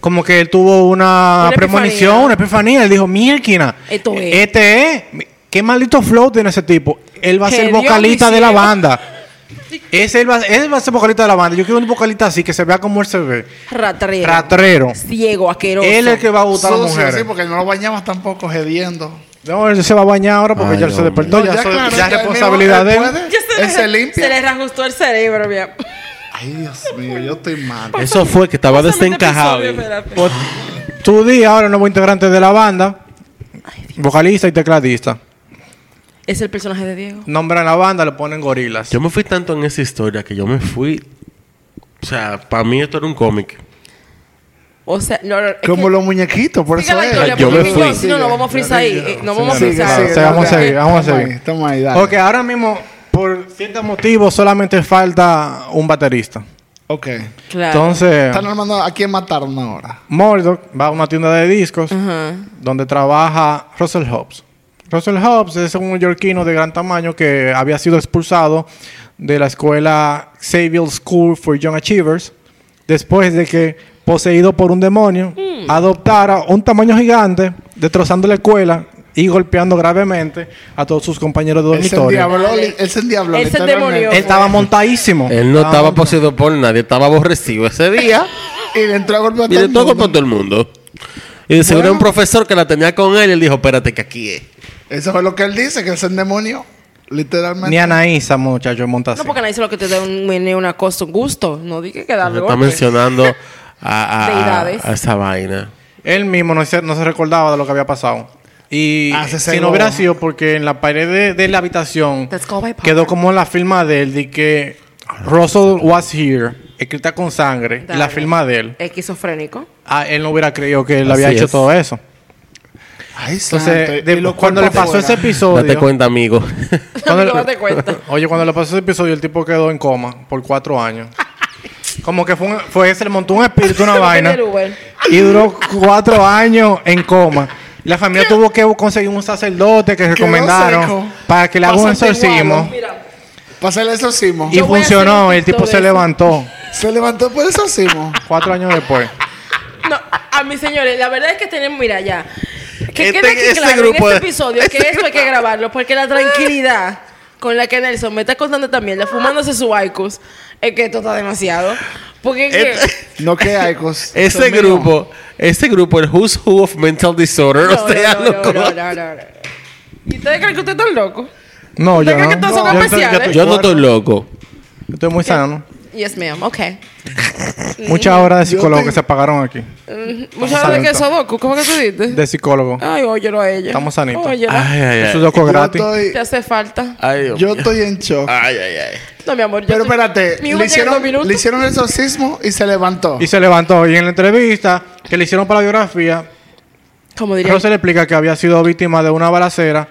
Speaker 5: como que él tuvo una,
Speaker 4: Una
Speaker 5: premonición,
Speaker 4: epifanía.
Speaker 5: una epifanía. Él dijo, mierquina,
Speaker 4: Esto es.
Speaker 5: este es, qué maldito flow tiene ese tipo. Él va a
Speaker 4: Que
Speaker 5: ser
Speaker 4: Dios me
Speaker 5: vocalista de la
Speaker 4: ciego.
Speaker 5: banda. Ese él va, él va a ser vocalista de la banda. Yo quiero un vocalista así que se vea como él se ve.
Speaker 4: Ratrero.
Speaker 5: Ratrero.
Speaker 4: Ciego, asqueroso.
Speaker 5: Él es el que va a gustar a las
Speaker 2: Sucio,
Speaker 5: mujeres.
Speaker 2: sí, porque no lo bañabas tampoco, gediendo.
Speaker 5: No, él se va a bañar ahora porque
Speaker 3: Ay,
Speaker 5: ya él se
Speaker 3: Dios
Speaker 5: despertó.
Speaker 2: No,
Speaker 5: ya,
Speaker 2: ya,
Speaker 5: soy-
Speaker 2: claro,
Speaker 5: ya es
Speaker 2: ya él mismo-
Speaker 5: responsabilidad de
Speaker 2: él
Speaker 5: él.
Speaker 2: puede.
Speaker 4: Yo se,
Speaker 2: Él se limpia.
Speaker 4: Se le reajustó el cerebro, mira.
Speaker 2: Ay, Dios mío, yo estoy mal.
Speaker 3: Eso fue que estaba
Speaker 4: Pásame este
Speaker 3: desencajado.
Speaker 4: episodio, espérate.
Speaker 5: Pues, Tudy ahora nuevo integrante de la banda. Vocalista y tecladista.
Speaker 4: Es el personaje de Diego.
Speaker 5: Nombran la banda, le ponen gorilas.
Speaker 3: Yo me fui tanto en esa historia que yo me fui. O sea, para mí esto era un cómic.
Speaker 4: O sea, no, no, es
Speaker 2: Como
Speaker 4: que-
Speaker 2: los muñequitos, por
Speaker 4: Siga
Speaker 2: eso
Speaker 4: la
Speaker 2: es.
Speaker 4: historia,
Speaker 3: Yo
Speaker 4: porque
Speaker 3: me
Speaker 4: mi-
Speaker 3: fui.
Speaker 4: no, Si no, no vamos a frisar ahí. eh, No vamos a
Speaker 5: Sigue,
Speaker 4: frisar.
Speaker 5: sigue, O sea, vamos a seguir, vamos a
Speaker 2: Toma ahí,
Speaker 5: seguir.
Speaker 2: Toma ahí, dale.
Speaker 5: Ok, ahora mismo, por ciertos motivos, solamente falta un baterista.
Speaker 2: Ok.
Speaker 4: Claro.
Speaker 5: Entonces,
Speaker 2: Están armando a quién mataron ahora.
Speaker 5: Murdoch va a una tienda de discos
Speaker 4: Ajá.
Speaker 5: donde trabaja Russell Hobbs. Russell Hobbs es un neoyorquino de gran tamaño que había sido expulsado de la escuela Xavier School for Young Achievers después de que, poseído por un demonio,
Speaker 4: Hmm.
Speaker 5: adoptara un tamaño gigante, destrozando la escuela y golpeando gravemente a todos sus compañeros de
Speaker 2: Él se
Speaker 5: dormitorio.
Speaker 2: endiabló,
Speaker 4: Vale.
Speaker 2: li- él se endiabló.
Speaker 4: Él se
Speaker 2: literalmente.
Speaker 4: endemonió.
Speaker 5: Él estaba montadísimo.
Speaker 3: Él no
Speaker 2: Ah,
Speaker 3: estaba
Speaker 5: montado.
Speaker 3: poseído por nadie, estaba aborrecido
Speaker 2: [laughs]
Speaker 3: ese día.
Speaker 2: Y le entró a golpe a
Speaker 3: Y
Speaker 2: todo
Speaker 3: de
Speaker 2: el
Speaker 3: todo
Speaker 2: mundo.
Speaker 3: con todo el mundo. Y de seguro
Speaker 2: Bueno.
Speaker 3: un profesor que la tenía con él y él dijo, espérate que aquí es.
Speaker 2: Eso fue lo que él dice, que él se endemonió. Literalmente.
Speaker 5: Ni Anaísa, muchacho, monta
Speaker 4: No,
Speaker 5: así.
Speaker 4: porque nadie dice lo que te dé un, viene una cosa, un gusto. No dije que darle
Speaker 3: Está
Speaker 4: golpe. [laughs]
Speaker 3: mencionando a- a, a-
Speaker 4: Deidades.
Speaker 3: a esa vaina.
Speaker 5: Él mismo no se, no se recordaba de lo que había pasado. Y
Speaker 2: Ah, se
Speaker 5: si
Speaker 2: cegó.
Speaker 5: no hubiera sido porque en la pared de, de la habitación
Speaker 4: Let's go by Papa.
Speaker 5: quedó como la firma de él de que Russell was here, escrita con sangre,
Speaker 4: Dale.
Speaker 5: la firma de él.
Speaker 4: Esquizofrénico.
Speaker 5: Ah, él no hubiera creído que él había
Speaker 3: Así
Speaker 5: hecho
Speaker 3: es.
Speaker 5: todo eso.
Speaker 2: Ay,
Speaker 5: Entonces,
Speaker 2: santo,
Speaker 5: de-
Speaker 2: y los
Speaker 5: cuando le
Speaker 2: cuerpos
Speaker 5: pasó ese
Speaker 2: afuera.
Speaker 3: Date
Speaker 5: episodio,
Speaker 3: cuenta, amigo.
Speaker 2: [laughs]
Speaker 5: [laughs]
Speaker 4: [laughs]
Speaker 5: Cuando-
Speaker 4: Amigo, date cuenta.
Speaker 5: [laughs] oye, cuando le pasó ese episodio, el tipo quedó en coma por cuatro años. Como que fue, un- fue se le montó un
Speaker 4: [laughs]
Speaker 5: espíritu, una
Speaker 4: Se lo
Speaker 5: vaina.
Speaker 4: prendió el Uber.
Speaker 5: Y duró cuatro años en coma. La familia tuvo que conseguir un sacerdote que
Speaker 2: seco.
Speaker 5: recomendaron para que le haga un
Speaker 2: Pásate
Speaker 5: exorcismo.
Speaker 2: guau.
Speaker 4: Mira,
Speaker 2: Pasa el exorcismo.
Speaker 5: Y
Speaker 4: Yo voy a hacer
Speaker 5: funcionó,
Speaker 4: un
Speaker 5: el tipo
Speaker 4: TikTok
Speaker 5: se
Speaker 4: de eso.
Speaker 5: levantó
Speaker 2: Se levantó por el exorcismo.
Speaker 5: cuatro años después.
Speaker 4: no, a, a mis señores, la verdad es que tenemos, mira ya. Que
Speaker 3: Este-
Speaker 4: quede aquí
Speaker 3: este
Speaker 4: claro
Speaker 3: grupo
Speaker 4: en
Speaker 3: de-
Speaker 4: este episodio que esto hay que grabarlo, porque la tranquilidad con la que Nelson me está contando también, la fumándose su Icos, es que esto está demasiado. Porque es que-
Speaker 3: Este-
Speaker 2: No que
Speaker 5: [laughs]
Speaker 2: Aicos.
Speaker 3: Ese
Speaker 2: Son míos.
Speaker 3: grupo, ese grupo, el Who's Who of Mental Disorder,
Speaker 4: No,
Speaker 3: o sea,
Speaker 4: no, no,
Speaker 3: loco.
Speaker 4: no, no, no, no. ¿Y ustedes creen que ustedes están locos?
Speaker 5: No, yo
Speaker 4: Venga,
Speaker 5: no.
Speaker 4: que todos son
Speaker 5: Yo estoy- yo
Speaker 4: especiales.
Speaker 5: estoy-
Speaker 3: Yo no estoy loco.
Speaker 5: yo estoy muy sano.
Speaker 4: Yes, ma'am. Ok.
Speaker 5: Muchas horas de
Speaker 2: Yo
Speaker 5: psicólogo
Speaker 2: te-
Speaker 5: que se pagaron aquí.
Speaker 4: Muchas
Speaker 5: a
Speaker 4: veces que
Speaker 5: ver,
Speaker 4: Sodoku, ¿cómo que tú dices?
Speaker 5: De psicólogo.
Speaker 4: Ay, óyelo a ella.
Speaker 5: Estamos sanitos.
Speaker 4: Óyela.
Speaker 3: Ay, ay,
Speaker 5: Eso
Speaker 3: ay.
Speaker 5: es loco
Speaker 2: Yo
Speaker 5: gratis. Ah.
Speaker 2: estoy,
Speaker 4: Te hace falta.
Speaker 3: Ay, Dios
Speaker 2: yo
Speaker 3: mío.
Speaker 2: estoy en shock.
Speaker 3: Ay, ay, ay.
Speaker 4: No, mi amor. yo
Speaker 2: Pero
Speaker 4: estoy-
Speaker 2: espérate,
Speaker 4: Mi
Speaker 2: le
Speaker 4: Uber llega en dos
Speaker 2: hicieron,
Speaker 4: minutos.
Speaker 2: le hicieron el exorcismo y se levantó.
Speaker 5: Y se levantó. Y en la entrevista que le hicieron para la biografía,
Speaker 4: Como diría. Mm.
Speaker 5: Russell le explica que había sido víctima de una balacera.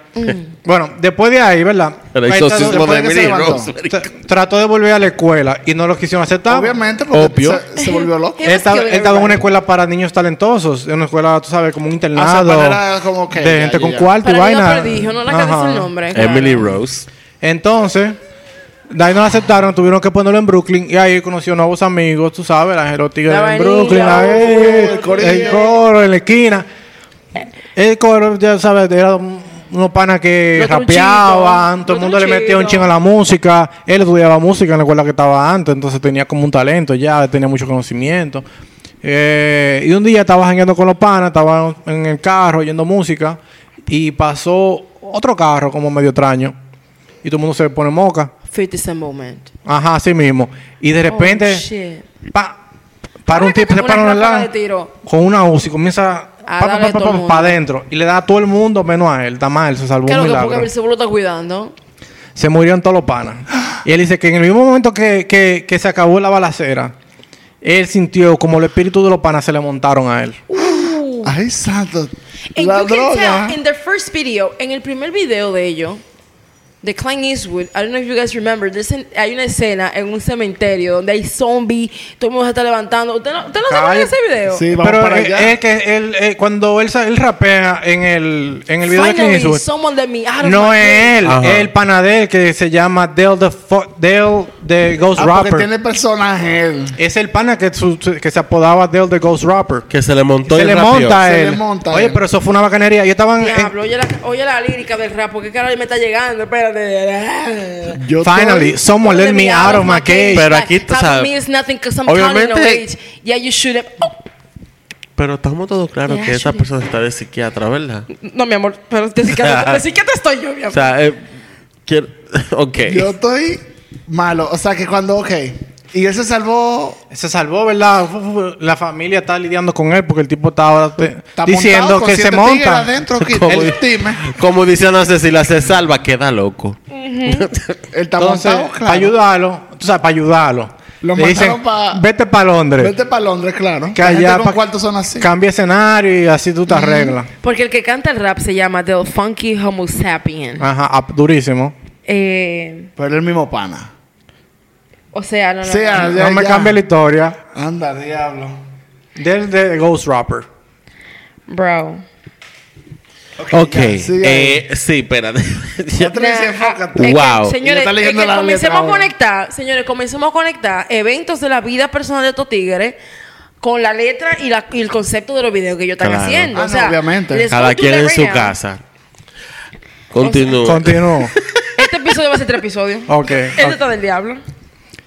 Speaker 5: Bueno, después de ahí, ¿verdad?
Speaker 3: El
Speaker 5: Ahí está-
Speaker 3: exorcismo
Speaker 2: después
Speaker 3: de
Speaker 2: de que se
Speaker 3: Emily
Speaker 2: levantó.
Speaker 3: Rosemary.
Speaker 5: tra- Trató de volver a la escuela y no lo quisieron aceptar.
Speaker 2: Obviamente, porque
Speaker 3: Obvio.
Speaker 2: Se, se volvió loco.
Speaker 4: [laughs] He
Speaker 5: Él estaba,
Speaker 4: was
Speaker 5: él
Speaker 4: killing
Speaker 5: estaba en
Speaker 4: everybody.
Speaker 5: una escuela para niños talentosos, en una escuela, tú sabes,
Speaker 2: Ah,
Speaker 5: como un internado.
Speaker 2: manera como que
Speaker 5: de
Speaker 2: ya,
Speaker 5: gente
Speaker 2: ya,
Speaker 5: con
Speaker 2: ya.
Speaker 5: cuarto
Speaker 4: Para
Speaker 5: y
Speaker 4: mí
Speaker 5: vaina.
Speaker 4: no prodigio, no la que dice
Speaker 5: Ajá.
Speaker 4: el nombre. claro.
Speaker 3: Emily Rose.
Speaker 5: Entonces, de ahí no lo aceptaron, tuvieron que ponerlo en Brooklyn y ahí conoció nuevos amigos, tú sabes, la los tigres
Speaker 4: La
Speaker 5: en
Speaker 4: vainilla,
Speaker 5: Brooklyn, la-
Speaker 4: uh,
Speaker 5: eh,
Speaker 2: el corillo.
Speaker 5: el coro en la esquina. El coro, ya sabes, era un- unos panas que
Speaker 4: Los trunchitos,
Speaker 5: rapeaban, todo
Speaker 4: los
Speaker 5: el mundo le metía un
Speaker 4: trunchitos.
Speaker 5: chingo a la música, él estudiaba música en la escuela que estaba antes, entonces tenía como un talento ya, tenía mucho conocimiento. Eh, y un día estaba jangueando con los panas, estaba en el carro oyendo música y pasó otro carro como medio extraño y todo el mundo se pone moca.
Speaker 4: Fit is a moment.
Speaker 5: Ajá, así mismo. Y de
Speaker 4: Oh,
Speaker 5: repente,
Speaker 4: shit.
Speaker 5: pa, para un
Speaker 4: Ahora que
Speaker 5: tipo, se
Speaker 4: tengo
Speaker 5: para
Speaker 4: una
Speaker 5: un
Speaker 4: ráfaga
Speaker 5: lado
Speaker 4: de tiro.
Speaker 5: con una UCI, comienza
Speaker 4: A
Speaker 5: pa, pa,
Speaker 4: darle a
Speaker 5: pa,
Speaker 4: todo el
Speaker 5: pa,
Speaker 4: mundo.
Speaker 5: pa, adentro. Y le da a todo el mundo menos a él. Está mal, se salvó
Speaker 4: Claro
Speaker 5: un
Speaker 4: que porque
Speaker 5: milagro.
Speaker 4: el seguro está cuidando.
Speaker 5: Se murieron todos los panas. Y él dice que en el mismo momento que, que, que se acabó la balacera, él sintió como el espíritu de los panas se le montaron a él.
Speaker 2: Ay, santo.
Speaker 4: And
Speaker 2: la
Speaker 4: you can
Speaker 2: droga.
Speaker 4: tell in the first video, en el primer video de ellos, de Clint Eastwood, I don't know if you guys remember, there's an- hay una escena en un cementerio donde hay zombies, todo el mundo se está levantando. ¿Usted no, usted no se acuerda de
Speaker 5: Calle.
Speaker 4: ese video?
Speaker 2: Sí, vamos
Speaker 5: Pero
Speaker 2: para
Speaker 5: es,
Speaker 2: allá.
Speaker 5: es que él, eh, cuando él, sa- él rapea en el, en el video de Clint
Speaker 4: Finally,
Speaker 5: Eastwood,
Speaker 4: someone let me out of
Speaker 5: No
Speaker 4: my
Speaker 5: es él,
Speaker 3: Ajá.
Speaker 5: es el panadero que se llama Dale the, Fu- Dale the Ghost
Speaker 2: Ah, porque
Speaker 5: Rapper.
Speaker 2: tiene personaje él.
Speaker 5: Es el pana que, su- su- que se apodaba Dale the Ghost Rapper.
Speaker 3: Que se le montó
Speaker 5: se
Speaker 3: y
Speaker 5: le
Speaker 3: rapeó.
Speaker 5: monta a
Speaker 2: Se
Speaker 5: él.
Speaker 2: le monta a
Speaker 5: Oye,
Speaker 2: él.
Speaker 5: pero eso fue una bacanería. Yo estaba en, en-
Speaker 4: Diablo, oye la, oye la lírica del rap, porque carajo me está llegando, espérate.
Speaker 2: Yo
Speaker 5: Finally,
Speaker 2: estoy-
Speaker 5: someone let me out of my cage.
Speaker 3: Pero aquí, tú sabes,
Speaker 4: means nothing 'cause I'm
Speaker 3: obviamente-
Speaker 4: counting on age. Yeah, you should have- Oh,
Speaker 3: Pero estamos todos claros
Speaker 4: Yeah,
Speaker 3: que esa
Speaker 4: sure.
Speaker 3: persona está de psiquiatra, ¿verdad?
Speaker 4: No, mi amor, pero de psiquiatra, de psiquiatra estoy yo, mi amor.
Speaker 3: [laughs] O sea, eh, quiero- [laughs] ok.
Speaker 2: Yo estoy malo. O sea, que cuando, ok. Y él se salvó.
Speaker 5: Se salvó, ¿verdad? Fu- fu- fu- La familia está lidiando con él porque el tipo estaba te-
Speaker 2: Está montado
Speaker 5: diciendo
Speaker 2: con
Speaker 5: que se
Speaker 2: siete tigres
Speaker 5: monta. [laughs]
Speaker 2: Adentro, que
Speaker 3: Como
Speaker 2: él,
Speaker 3: di-
Speaker 2: dime.
Speaker 3: Como dice Ana Cecilia, se salva, queda loco.
Speaker 2: Él está
Speaker 5: Entonces,
Speaker 2: montado,
Speaker 5: para
Speaker 2: claro.
Speaker 5: ayudarlo, tú sabes, para ayudarlo.
Speaker 2: Lo
Speaker 5: le dicen,
Speaker 2: mandaron pa-
Speaker 5: vete para Londres.
Speaker 2: Vete para Londres, claro.
Speaker 5: que
Speaker 2: La gente
Speaker 5: allá
Speaker 2: con
Speaker 5: pa-
Speaker 2: cuartos son así.
Speaker 5: Cambia escenario y así tú te arreglas.
Speaker 4: Porque el que canta el rap se llama The Funky Homo Sapien.
Speaker 2: Ah.
Speaker 5: Ajá, ap- durísimo.
Speaker 4: Eh,
Speaker 2: Pero el mismo pana.
Speaker 4: o sea, no, no,
Speaker 2: Sea,
Speaker 4: no.
Speaker 2: Ya,
Speaker 5: no me
Speaker 2: ya.
Speaker 5: cambia la historia.
Speaker 2: Anda, diablo.
Speaker 5: Del de Ghost Rapper.
Speaker 4: Bro.
Speaker 3: Ok. [laughs]
Speaker 2: ya, sigue
Speaker 3: eh, sí, espérate.
Speaker 5: Eh,
Speaker 3: Ya-
Speaker 2: Otra vez,
Speaker 4: Nah,
Speaker 2: enfócate.
Speaker 4: es que,
Speaker 3: Wow.
Speaker 2: Ella
Speaker 4: señores,
Speaker 2: está
Speaker 4: es que
Speaker 2: leyendo la letra
Speaker 4: comencemos a
Speaker 2: ahora.
Speaker 4: conectar, señores, comencemos a conectar eventos de la vida personal de estos tigres con la letra y, la- y el concepto de los videos que ellos están
Speaker 3: Claro.
Speaker 4: haciendo.
Speaker 2: Ah,
Speaker 4: o
Speaker 2: no,
Speaker 4: sea,
Speaker 2: obviamente.
Speaker 4: let's
Speaker 3: Cada
Speaker 4: go to
Speaker 3: quien
Speaker 4: the
Speaker 3: en su
Speaker 4: right now.
Speaker 3: casa. Continúa.
Speaker 5: [laughs] Continúo.
Speaker 4: Este episodio va a ser
Speaker 2: [laughs]
Speaker 4: tres episodios.
Speaker 5: Ok,
Speaker 4: Este
Speaker 5: ok.
Speaker 4: está del diablo.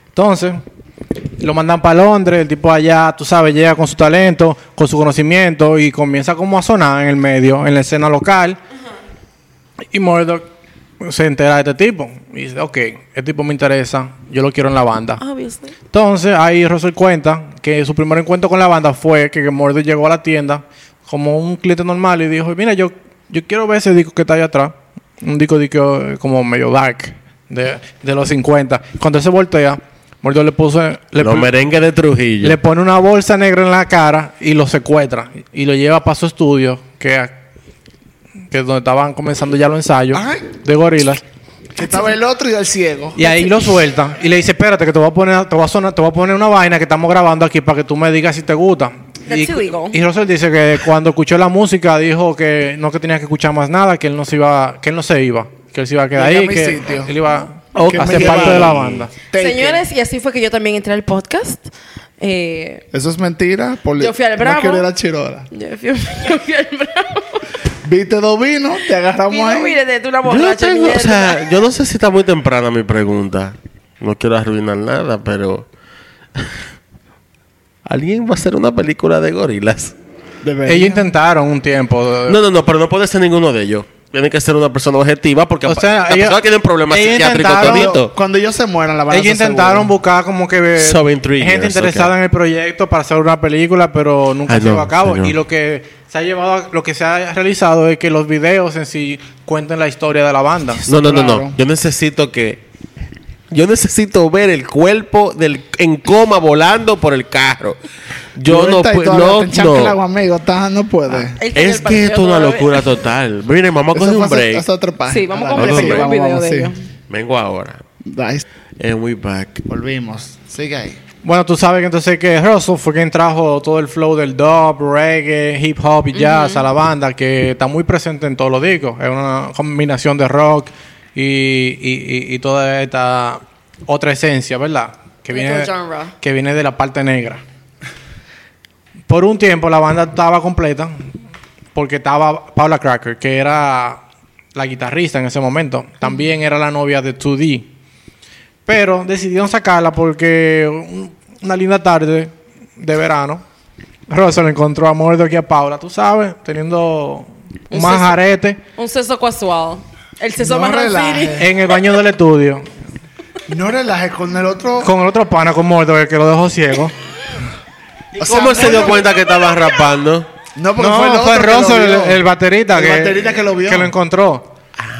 Speaker 5: Entonces, lo mandan para Londres. El tipo allá, tú sabes, llega con su talento, con su conocimiento y comienza como a sonar en el medio, en la escena local. Y Murdoch se entera de este tipo. Y dice, ok, este tipo me interesa, yo lo quiero en la banda.
Speaker 4: Obviously.
Speaker 5: Entonces, ahí Russell cuenta que su primer encuentro con la banda fue que Murdoch llegó a la tienda como un cliente normal y dijo, mira, yo Yo quiero ver ese disco que está allá atrás. Un disco, disco eh, como medio dark. De, de los 50. Cuando él se voltea, Mordor le puso. Le,
Speaker 3: Los
Speaker 5: pu-
Speaker 3: merengues de Trujillo.
Speaker 5: le pone una bolsa negra en la cara y lo secuestra. Y lo lleva para su estudio, que, que es donde estaban comenzando ya los ensayos
Speaker 2: Ay.
Speaker 5: de gorilas.
Speaker 2: Que estaba el otro y el ciego.
Speaker 5: Y ahí lo suelta y le dice, espérate que te voy a poner, te voy a sonar- te voy a poner una vaina que estamos grabando aquí para que tú me digas si te gusta. Y,
Speaker 4: That's illegal.
Speaker 5: y Russell dice que cuando escuchó la música dijo que no que tenía que escuchar más nada, que él no se iba, que él no se iba, que él se iba a quedar
Speaker 2: Venga
Speaker 5: ahí,
Speaker 2: a mi
Speaker 5: que
Speaker 2: sitio.
Speaker 5: él iba
Speaker 2: Que
Speaker 5: a
Speaker 2: me
Speaker 5: ser parte
Speaker 2: llevaron.
Speaker 5: de la banda.
Speaker 2: Taken.
Speaker 4: Señores, y así fue que yo también entré al podcast. Eh,
Speaker 2: Eso es mentira. Poli-
Speaker 4: Yo fui al
Speaker 2: No
Speaker 4: Bravo.
Speaker 2: quiero ir a Chirora.
Speaker 4: yo fui, yo fui al bravo.
Speaker 2: Viste dos vinos, te agarramos
Speaker 4: Mira,
Speaker 2: ahí.
Speaker 4: mírate, tú una
Speaker 3: Yo no
Speaker 4: borracha.
Speaker 3: tengo- o
Speaker 4: mierda.
Speaker 3: sea, yo no sé si está muy temprana mi pregunta. No quiero arruinar nada, pero. [laughs] ¿Alguien va a hacer una película de gorilas?
Speaker 2: Debería.
Speaker 5: Ellos intentaron un tiempo.
Speaker 4: Ah.
Speaker 5: de-
Speaker 3: No, no, no, pero no puede ser ninguno de ellos. Tiene que ser una persona objetiva porque
Speaker 5: O
Speaker 3: apa-
Speaker 5: sea,
Speaker 3: la
Speaker 5: ellos-
Speaker 3: persona tiene problemas
Speaker 5: ellos
Speaker 3: psiquiátricos
Speaker 5: intentaron-
Speaker 3: todito.
Speaker 2: Cuando, cuando ellos se mueran, la van a
Speaker 5: ellos
Speaker 2: hacer
Speaker 5: intentaron
Speaker 2: seguro.
Speaker 5: buscar como que eh,
Speaker 3: So in three
Speaker 5: gente
Speaker 3: years,
Speaker 5: interesada
Speaker 3: ok.
Speaker 5: en el proyecto para hacer una película, pero nunca
Speaker 3: Ay,
Speaker 5: se
Speaker 3: no,
Speaker 5: llevó a cabo.
Speaker 3: señor.
Speaker 5: Y lo que se ha llevado, a- lo que se ha realizado es que los videos en sí cuentan la historia de la banda.
Speaker 3: No, no, no,
Speaker 2: Claro.
Speaker 3: no. Yo necesito que. Yo necesito ver el cuerpo del en coma volando por el carro. Yo no
Speaker 2: Ahorita y
Speaker 3: puedo.
Speaker 2: todavía
Speaker 3: No,
Speaker 2: te enchan el agua,
Speaker 3: no.
Speaker 2: amigo. Estás- no
Speaker 5: Ah,
Speaker 2: puedes.
Speaker 4: Él tiene
Speaker 3: Es
Speaker 4: el
Speaker 3: que
Speaker 4: parqueo
Speaker 3: esto es una
Speaker 4: todavía.
Speaker 3: locura total. Miren, vamos a
Speaker 2: Eso
Speaker 3: coger
Speaker 2: fue
Speaker 3: un
Speaker 2: hasta-
Speaker 3: break.
Speaker 2: hasta otra página.
Speaker 4: Sí, vamos a
Speaker 2: Dale,
Speaker 4: comprar
Speaker 3: un
Speaker 2: sí,
Speaker 3: break.
Speaker 2: vamos,
Speaker 4: video de
Speaker 2: sí.
Speaker 4: ellos.
Speaker 3: Vengo ahora.
Speaker 2: Ahí está.
Speaker 3: And we back.
Speaker 2: Volvimos. Sigue ahí.
Speaker 5: Bueno, tú sabes que entonces que Russell fue quien trajo todo el flow del dub, reggae, hip hop y jazz a la banda, que está muy presente en todos los discos. Es una combinación de rock y, y- y- y toda esta otra esencia, ¿verdad? Que
Speaker 4: De
Speaker 5: viene,
Speaker 4: todo genre.
Speaker 5: que viene de la parte negra. Por un tiempo la banda estaba completa porque estaba Paula Cracker, que era la guitarrista en ese momento. También era la novia de 2D. Pero decidieron sacarla porque un- una linda tarde de verano, Russell encontró a Mordor aquí a Paula, tú sabes, teniendo
Speaker 4: Un
Speaker 5: un majarete
Speaker 4: Un seso casual. El seso
Speaker 2: No
Speaker 4: más
Speaker 2: relajes.
Speaker 5: en el baño
Speaker 2: [laughs]
Speaker 5: del estudio
Speaker 2: No relajes con el otro.
Speaker 5: con el otro pana, con Mordor, el que lo dejó ciego.
Speaker 2: O sea,
Speaker 3: ¿Cómo se dio
Speaker 2: no,
Speaker 3: cuenta que estaba rapando?
Speaker 2: [laughs] No, porque
Speaker 5: No,
Speaker 2: fue el otro.
Speaker 5: fue
Speaker 2: que lo
Speaker 5: Russell, el,
Speaker 2: vio.
Speaker 5: el baterista,
Speaker 2: El
Speaker 5: que,
Speaker 2: baterista que lo vio.
Speaker 5: encontró.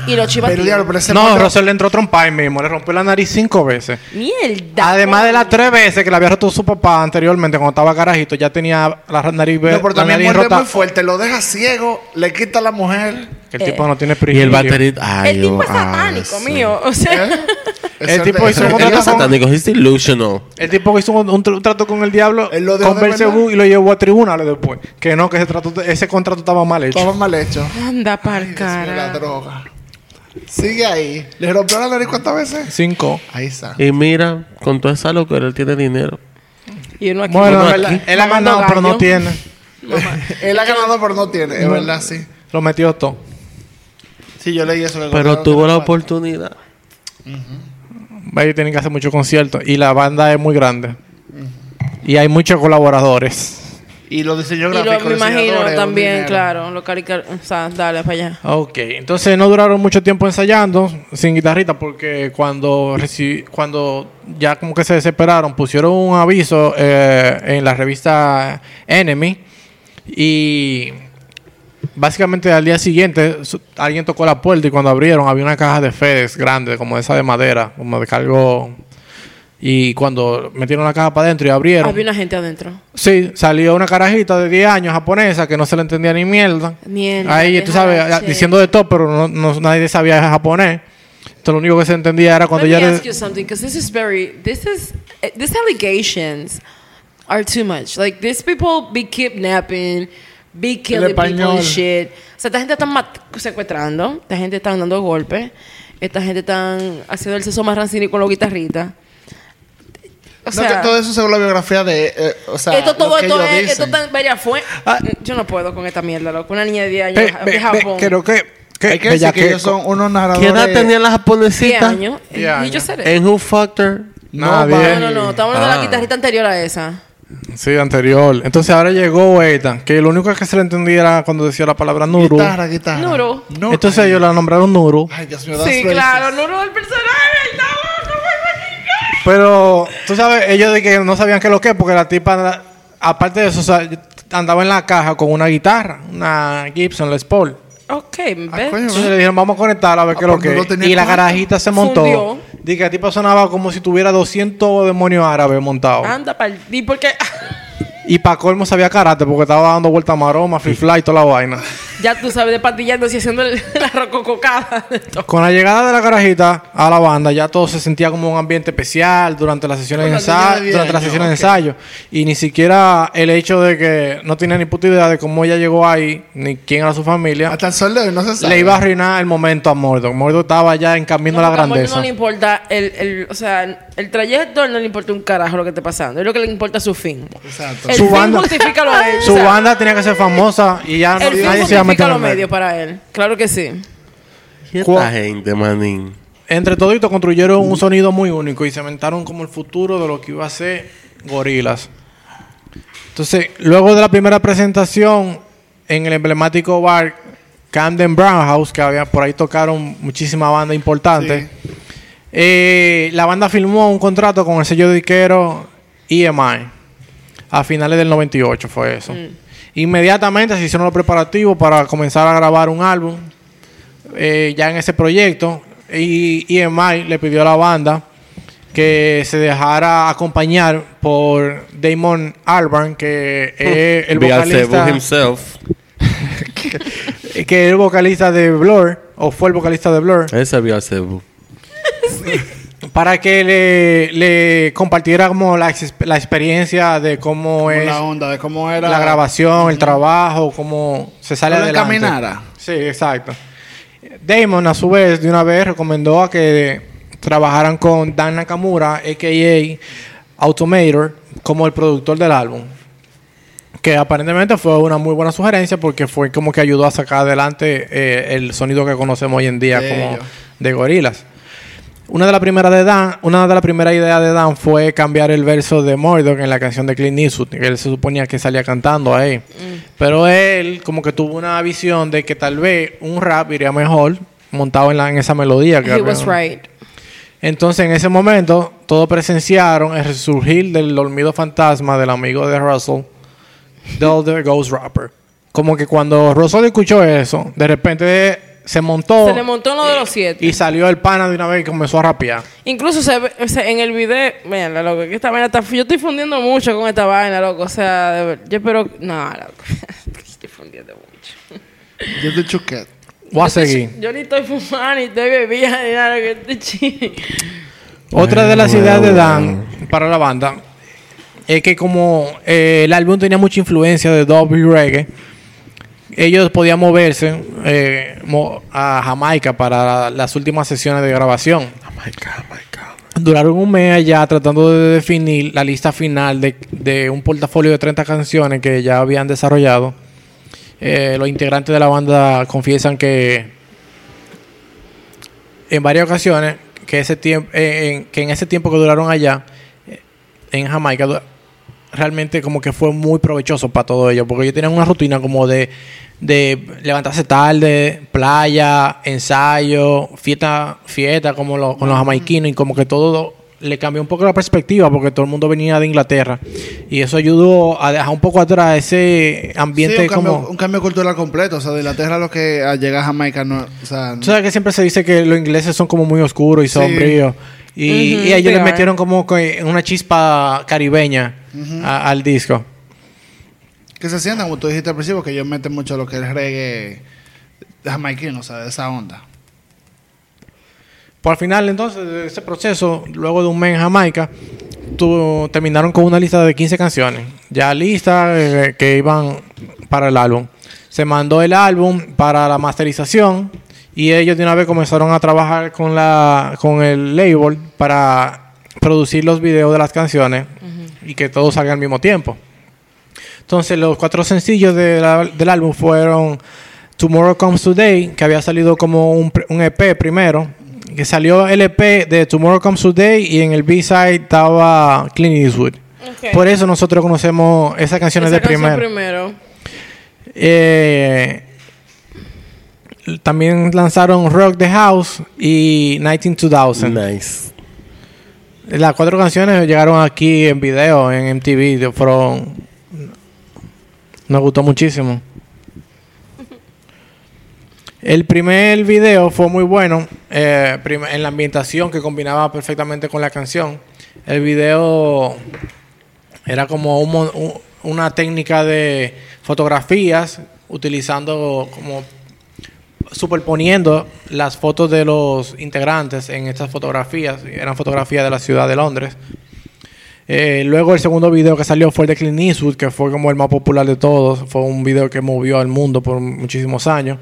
Speaker 4: Y los chivas.
Speaker 2: Pero diablo, pero ese
Speaker 5: No,
Speaker 2: otro-
Speaker 5: Russell le entró trompa ahí mismo, le rompió la nariz cinco veces.
Speaker 4: Mierda.
Speaker 5: Además de las tres veces que le había roto su papá anteriormente, cuando estaba carajito, ya tenía la nariz,
Speaker 2: No, pero
Speaker 5: la
Speaker 2: también
Speaker 5: nariz
Speaker 2: muerde
Speaker 5: rota.
Speaker 2: muy fuerte. Lo deja ciego, le quita a la mujer.
Speaker 5: Que el
Speaker 4: Eh,
Speaker 5: tipo no tiene
Speaker 3: Y el
Speaker 5: privilegio.
Speaker 3: baterista. Ay,
Speaker 4: El tipo es
Speaker 3: oh, ay,
Speaker 4: satánico,
Speaker 3: sí.
Speaker 4: mío. O sea.
Speaker 2: ¿Eh?
Speaker 5: El
Speaker 2: Eso es
Speaker 5: tipo
Speaker 2: de-
Speaker 5: hizo
Speaker 3: Él
Speaker 5: un
Speaker 3: no es
Speaker 5: contrato con-
Speaker 3: satánico, es delusional.
Speaker 5: El tipo que hizo un, un tr- un trato con el diablo
Speaker 2: Él lo dejó
Speaker 5: con
Speaker 2: de
Speaker 5: Belcebú
Speaker 2: verdad.
Speaker 5: y lo llevó a tribunales después. Que no, que ese, trato, ese contrato estaba mal hecho.
Speaker 2: Todo mal hecho.
Speaker 4: Anda pa'l
Speaker 2: Dios mío, La
Speaker 4: cara.
Speaker 2: droga. Sigue ahí. ¿Le rompió la nariz cuántas veces?
Speaker 5: Cinco.
Speaker 2: Ahí
Speaker 5: [laughs]
Speaker 2: está.
Speaker 3: Y mira, con toda esa locura, él tiene dinero.
Speaker 4: Y uno aquí.
Speaker 5: Bueno,
Speaker 3: Uno
Speaker 5: en verdad,
Speaker 3: aquí.
Speaker 5: él ha
Speaker 4: Mamando
Speaker 5: ganado, pero no
Speaker 4: gallo.
Speaker 5: tiene.
Speaker 2: Él ha ganado, pero no tiene. Es verdad, sí.
Speaker 5: Lo metió todo.
Speaker 2: Sí, yo leí eso. que
Speaker 3: Pero
Speaker 2: contaron que
Speaker 3: tuvo la
Speaker 2: no fue.
Speaker 3: oportunidad.
Speaker 5: Ahí tienen que hacer muchos conciertos. Y la banda es muy grande. Y hay muchos colaboradores.
Speaker 2: Y los diseños
Speaker 4: Y
Speaker 2: gráficos.
Speaker 4: lo, me imagino
Speaker 2: diseñadores,
Speaker 4: también,
Speaker 2: dinero.
Speaker 4: claro. Lo caricar. O sea, dale para allá.
Speaker 5: Ok, entonces no duraron mucho tiempo ensayando sin guitarrita porque cuando, reci- cuando ya como que se desesperaron pusieron un aviso eh, en la revista Enemy y básicamente al día siguiente su- alguien tocó la puerta y cuando abrieron había una caja de FedEx grande como esa de madera, como de cargo y cuando metieron la caja para adentro y abrieron...
Speaker 4: Había una gente adentro.
Speaker 5: Sí, salió una carajita de 10 años japonesa que no se le entendía ni mierda.
Speaker 4: Mierda,
Speaker 5: Ahí,
Speaker 4: qué
Speaker 5: tú sabes,
Speaker 4: jarache.
Speaker 5: a- diciendo de todo, pero no, no- nadie sabía japonés. Entonces lo único que se entendía era cuando
Speaker 4: Let
Speaker 5: ya...
Speaker 4: me
Speaker 5: le-
Speaker 4: ask you something, because this is very, this is, eh, these allegations are too much. Like, these people be kidnapping, be killing people and
Speaker 2: español.
Speaker 4: shit. O sea, esta gente está mat- secuestrando, esta gente está dando golpes, esta gente está haciendo el seso más rancini con los guitarristas. O
Speaker 2: no, que
Speaker 4: sea,
Speaker 2: todo eso según la biografía de. eh, o sea,
Speaker 4: esto todo,
Speaker 2: lo que
Speaker 4: esto
Speaker 2: ellos
Speaker 4: es,
Speaker 2: dicen.
Speaker 4: esto está en varias fuentes.
Speaker 5: Ah.
Speaker 4: Yo no puedo con esta mierda, loco. Una niña de 10 años
Speaker 5: Ve-
Speaker 4: de
Speaker 5: ve- ve-
Speaker 4: Japón.
Speaker 5: Pero que... que
Speaker 2: Hay que decir que
Speaker 5: bellaqueco.
Speaker 2: ellos son unos
Speaker 3: ¿Qué
Speaker 2: narradores.
Speaker 3: edad tenía la
Speaker 4: 10
Speaker 3: japonesita?
Speaker 4: años. eh, Y
Speaker 5: Diez
Speaker 4: yo
Speaker 5: años.
Speaker 4: sé.
Speaker 3: En Who Factor.
Speaker 2: No,
Speaker 5: Nadie.
Speaker 2: va-
Speaker 4: No, no, no. Estamos hablando de
Speaker 3: Ah.
Speaker 4: la guitarrita anterior a esa.
Speaker 5: Sí, anterior. Entonces ahora llegó esta, que lo único que se le entendía era cuando decía la palabra Nuru.
Speaker 2: Guitarra, guitarra.
Speaker 4: Nuro.
Speaker 2: Nuro.
Speaker 5: Entonces ellos la nombraron Nuru.
Speaker 2: Ay, Dios mío, that's
Speaker 4: Sí,
Speaker 2: racist.
Speaker 4: claro, no no el personaje, el tabaco, fue
Speaker 5: Pero, tú sabes, ellos de que no sabían qué lo que, porque la tipa, la- aparte de eso, o sea, andaba en la caja con una guitarra, una Gibson Les Paul.
Speaker 4: Ok,
Speaker 2: Ah,
Speaker 4: ¿ves?
Speaker 2: coño,
Speaker 5: Entonces le dijeron, vamos a conectar a ver
Speaker 2: Ah,
Speaker 5: qué es lo
Speaker 2: pero no
Speaker 5: que.
Speaker 2: tenía
Speaker 5: es. Y la
Speaker 2: cuarto.
Speaker 5: garajita se montó.
Speaker 4: Fundió.
Speaker 5: Dije, a ti sonaba como si tuviera 200 demonios árabes montados.
Speaker 4: Anda, pal... ¿Y por qué?
Speaker 5: Y para colmo sabía karate porque estaba dando vuelta a maroma, free fly y toda la vaina.
Speaker 4: [laughs] ya tú sabes, de patillando y haciendo el- [laughs] la rocococada. de todo.
Speaker 5: [laughs] Con la llegada de la garajita a la banda, ya todo se sentía como un ambiente especial durante las sesiones, de,
Speaker 2: Con la niña
Speaker 5: ensa-
Speaker 2: de diez
Speaker 5: durante las
Speaker 2: años,
Speaker 5: sesiones de
Speaker 2: ok.
Speaker 5: ensayo. Y ni siquiera el hecho de que no tenía ni puta idea de cómo ella llegó ahí, ni quién era su familia,
Speaker 2: Hasta el sol de hoy no se sabe.
Speaker 5: le iba a arruinar el momento a Mordo. Mordo estaba ya en camino
Speaker 4: No,
Speaker 5: a la
Speaker 4: porque a Mordo
Speaker 5: grandeza.
Speaker 4: No le importa el, el, o sea, el trayecto, a él no le importa un carajo lo que esté pasando. Es lo que le importa su fin.
Speaker 2: Exacto.
Speaker 4: El
Speaker 5: Su
Speaker 4: fin
Speaker 5: banda-
Speaker 4: justifica lo medio.
Speaker 5: [laughs] Su banda tenía que ser famosa y ya no-
Speaker 4: El fin
Speaker 5: nadie se iba a meter
Speaker 4: justifica
Speaker 5: en
Speaker 4: lo
Speaker 5: el medio.
Speaker 4: medio para él. Claro que sí.
Speaker 3: ¿Y esta
Speaker 5: ¿Cuál?
Speaker 3: gente, manín?
Speaker 5: Entre toditos construyeron un sonido muy único y cementaron como el futuro de lo que iba a ser Gorilas. Entonces, luego de la primera presentación en el emblemático bar Camden Brown House, que había por ahí tocaron muchísima banda importante, eh, la banda firmó un contrato con el sello disquero EMI. A finales del 98 fue eso. Inmediatamente se hicieron los preparativos para comenzar a grabar un álbum eh, ya en ese proyecto y EMI le pidió a la banda que se dejara acompañar por Damon Albarn que
Speaker 3: [laughs]
Speaker 5: es el vocalista
Speaker 3: Beelzebub himself.
Speaker 5: que es el vocalista de Blur o fue el vocalista de Blur
Speaker 3: Ese Beelzebub.
Speaker 5: para que le, le compartiera como la, ex- la experiencia de cómo
Speaker 2: Como
Speaker 5: es
Speaker 2: la onda de cómo era.
Speaker 5: la grabación, el trabajo, cómo se sale
Speaker 2: Solo
Speaker 5: adelante.
Speaker 2: encaminara.
Speaker 5: Sí, exacto. Damon, a su vez, de una vez recomendó a que trabajaran con Dan Nakamura, a.k.a. Automator, como el productor del álbum. Que aparentemente fue una muy buena sugerencia porque fue como que ayudó a sacar adelante eh, el sonido que conocemos hoy en día
Speaker 2: De
Speaker 5: como
Speaker 2: ellos.
Speaker 5: de gorilas. Una de las primeras de Dan, una de las primeras ideas de Dan fue cambiar el verso de Murdoch en la canción de Clint Eastwood, que él se suponía que salía cantando
Speaker 4: Mm.
Speaker 5: ahí. Pero él como que tuvo una visión de que tal vez un rap iría mejor montado en, la- en esa melodía. Que
Speaker 4: He
Speaker 5: había-
Speaker 4: was right.
Speaker 5: Entonces en ese momento todos presenciaron el resurgir del olvido fantasma del amigo de Russell, Del The Ghost Rapper. Como que cuando Russell escuchó eso, de repente se montó
Speaker 4: Se le montó uno de los siete.
Speaker 5: y salió el pana de una vez y comenzó a rapear.
Speaker 4: Incluso se ve- o sea, en el video, vean, la loco, que esta vaina está, yo estoy fundiendo mucho con esta vaina, loco, o sea, de ver- yo espero, no, loco, [laughs] estoy fundiendo mucho.
Speaker 2: Yo te chuqué.
Speaker 5: Voy
Speaker 4: Yo
Speaker 5: a
Speaker 4: estoy-
Speaker 5: seguir.
Speaker 4: Yo ni estoy fumando, ni estoy bebiendo, ni nada, que estoy chill.
Speaker 5: Otra de las
Speaker 3: Bueno,
Speaker 5: ideas de
Speaker 3: bueno.
Speaker 5: Dan para la banda es que como eh, el álbum tenía mucha influencia de W reggae, ellos podían moverse eh, mo- a Jamaica para las últimas sesiones de grabación.
Speaker 3: Oh my God, oh my God.
Speaker 5: Duraron un mes allá tratando de definir la lista final de, de un portafolio de 30 canciones que ya habían desarrollado. Eh, los integrantes de la banda confiesan que en varias ocasiones que ese tiempo que en ese tiempo que duraron allá eh, en Jamaica du- realmente como que fue muy provechoso para todo ello porque ellos tenían una rutina como de de levantarse tarde playa ensayo fiesta fiesta como lo- con los jamaiquinos y como que todo le cambió un poco la perspectiva porque todo el mundo venía de Inglaterra y eso ayudó a dejar un poco atrás ese ambiente
Speaker 2: Sí, un, cambio,
Speaker 5: como
Speaker 2: un cambio cultural completo. O sea, de Inglaterra a lo que ah, llega a Jamaica no. O sea, no-
Speaker 5: Tú sabes que siempre se dice que los ingleses son como muy oscuros y sombríos. Y,
Speaker 4: Ujú,
Speaker 5: y ellos le
Speaker 4: they are.
Speaker 5: metieron como que una chispa caribeña a- al disco.
Speaker 2: que se sientan, como tú dijiste al principio, que ellos meten mucho lo que es reggae jamaiquino, o sea, de esa onda.
Speaker 5: Por al final, entonces, de ese proceso, luego de un mes en Jamaica, tu- terminaron con una lista de 15 canciones. Ya lista, eh, que iban para el álbum. Se mandó el álbum para la masterización y ellos de una vez comenzaron a trabajar con, la, con el label para producir los videos de las canciones y que todo salga al mismo tiempo. Entonces, los cuatro sencillos de la- del álbum fueron Tomorrow Comes Today, que había salido como un, pr- un EP primero, que salió el EP de Tomorrow Comes Today y en el B-side estaba Clint Eastwood.
Speaker 4: Ok.
Speaker 5: Por eso nosotros conocemos esas canciones
Speaker 4: Esa
Speaker 5: de
Speaker 4: canción
Speaker 5: primero. Eh, también lanzaron Rock the House y 192000.
Speaker 3: Nice.
Speaker 5: Las cuatro canciones llegaron aquí en video, en MTV. de- Fueron. Nos gustó muchísimo. El primer video fue muy bueno eh, prim- en la ambientación que combinaba perfectamente con la canción. El video era como un mon- un- una técnica de fotografías utilizando como superponiendo las fotos de los integrantes en estas fotografías. Eran fotografías de la ciudad de Londres. Eh, luego el segundo video que salió fue el de Clint Eastwood, que fue como el más popular de todos. Fue un video que movió al mundo por muchísimos años.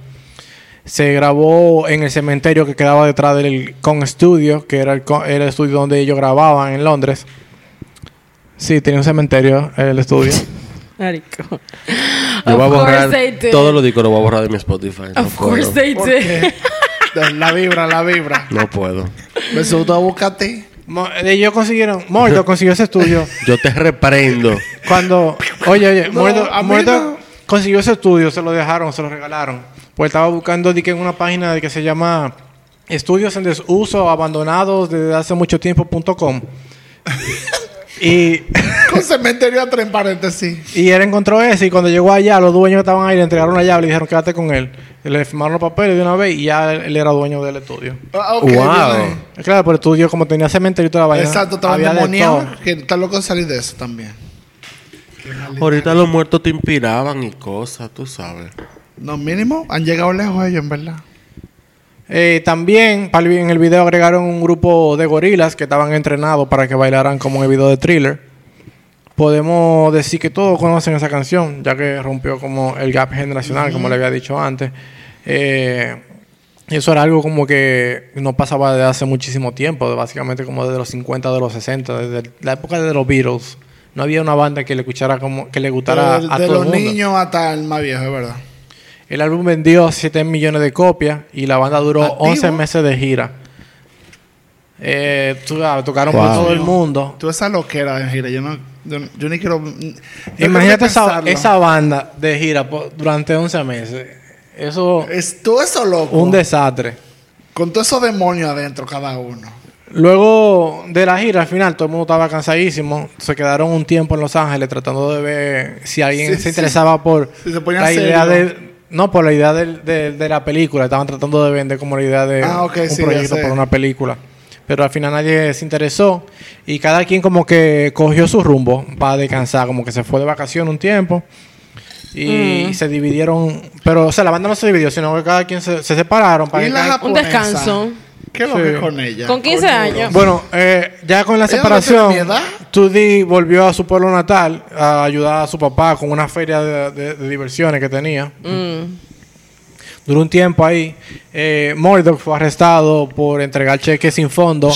Speaker 5: Se grabó en el cementerio que quedaba detrás del Con Studio, que era el, con- era el estudio donde ellos grababan en Londres. Sí, tenía un cementerio el estudio.
Speaker 4: Marico.
Speaker 3: Yo voy a
Speaker 4: Of
Speaker 3: borrar
Speaker 4: course they did.
Speaker 3: todos los discos, los voy a borrar de mi Spotify. No
Speaker 4: Of course
Speaker 3: puedo.
Speaker 4: they did.
Speaker 2: Porque la vibra, la vibra.
Speaker 3: No puedo.
Speaker 2: Me subo a buscarte.
Speaker 5: Mo- ellos consiguieron, Mordo consiguió ese estudio.
Speaker 3: Yo te [laughs] reprendo.
Speaker 5: Cuando, oye, oye,
Speaker 2: [laughs] No,
Speaker 5: Muerto,
Speaker 2: a mí no.
Speaker 5: consiguió ese estudio, se lo dejaron, se lo regalaron. Pues estaba buscando di que en una página de que se llama Estudios en Desuso Abandonados desde hace mucho tiempo.com. y,
Speaker 2: Con cementerio a tres paréntesis.
Speaker 5: y él encontró ese y cuando llegó allá, los dueños que estaban ahí le entregaron la llave y le dijeron quédate con él. Y le firmaron los papeles de una vez y ya él, él era dueño del estudio.
Speaker 2: Ah, ok,
Speaker 3: Wow.
Speaker 2: viene.
Speaker 5: Claro, pero el estudio como tenía cementerio y toda la vaina.
Speaker 2: Exacto, estaba
Speaker 5: había de
Speaker 2: endemoniado.
Speaker 5: todo.
Speaker 2: Que está loco de salir de eso también.
Speaker 3: Ahorita los muertos te inspiraban y cosas, tú sabes.
Speaker 2: No, mínimo, han llegado lejos ellos, en verdad.
Speaker 5: Eh, también pal- en el video agregaron un grupo de gorilas que estaban entrenados para que bailaran como en el video de thriller. Podemos decir que todos conocen esa canción, ya que rompió como el gap generacional, como le había dicho antes. Eh, y eso era algo como que no pasaba desde hace muchísimo tiempo, básicamente como desde los 50, de los 60, desde la época de los Beatles. No había una banda que le escuchara como que le gustara
Speaker 2: de
Speaker 5: a
Speaker 2: de
Speaker 5: todo
Speaker 2: los
Speaker 5: el mundo.
Speaker 2: niños hasta el más viejo, es verdad.
Speaker 5: El álbum vendió 7 millones de copias y la banda duró
Speaker 2: ¿Activo?
Speaker 5: 11 meses de gira. Eh, tú sabes, tocaron por
Speaker 3: Wow.
Speaker 5: todo el mundo.
Speaker 2: Tú esa loquera de gira, yo no. Yo, yo ni quiero.
Speaker 5: Imagínate esa, esa
Speaker 2: Eso
Speaker 5: banda de gira por- durante 11 meses. Eso
Speaker 2: Es todo eso loco.
Speaker 5: un desastre.
Speaker 2: con todos esos demonios adentro, cada uno.
Speaker 5: Luego de la gira, al final todo el mundo estaba cansadísimo. Se quedaron un tiempo en Los Ángeles tratando de ver si alguien
Speaker 2: Sí,
Speaker 5: se
Speaker 2: sí.
Speaker 5: interesaba por
Speaker 2: Si se ponían
Speaker 5: la
Speaker 2: serio.
Speaker 5: idea de. No, por la idea del- de, de la película. Estaban tratando de vender como la idea de
Speaker 2: Ah, ok,
Speaker 5: un
Speaker 2: sí, ya
Speaker 5: proyecto
Speaker 2: sé.
Speaker 5: para una película. Pero al final nadie se interesó y cada quien como que cogió su rumbo para descansar, como que se fue de vacación un tiempo y se dividieron, pero o sea, la banda no se dividió, sino que cada quien se, se separaron para
Speaker 2: Y
Speaker 5: que
Speaker 2: la
Speaker 5: cada-
Speaker 4: Un
Speaker 2: japonesa?
Speaker 4: descanso.
Speaker 2: ¿Qué lo
Speaker 5: Sí.
Speaker 2: que con ella?
Speaker 4: Con 15
Speaker 2: Coño, [laughs]
Speaker 4: años.
Speaker 2: bro.
Speaker 5: Bueno, eh, ya con la
Speaker 2: ¿Ella no
Speaker 5: separación,
Speaker 2: tiene mi edad?
Speaker 5: Tudy volvió a su pueblo natal a ayudar a su papá con una feria de, de- de diversiones que tenía.
Speaker 4: Mm.
Speaker 5: Duró un tiempo ahí. Eh, Murdoch fue arrestado por entregar cheques sin fondo.
Speaker 2: Ay,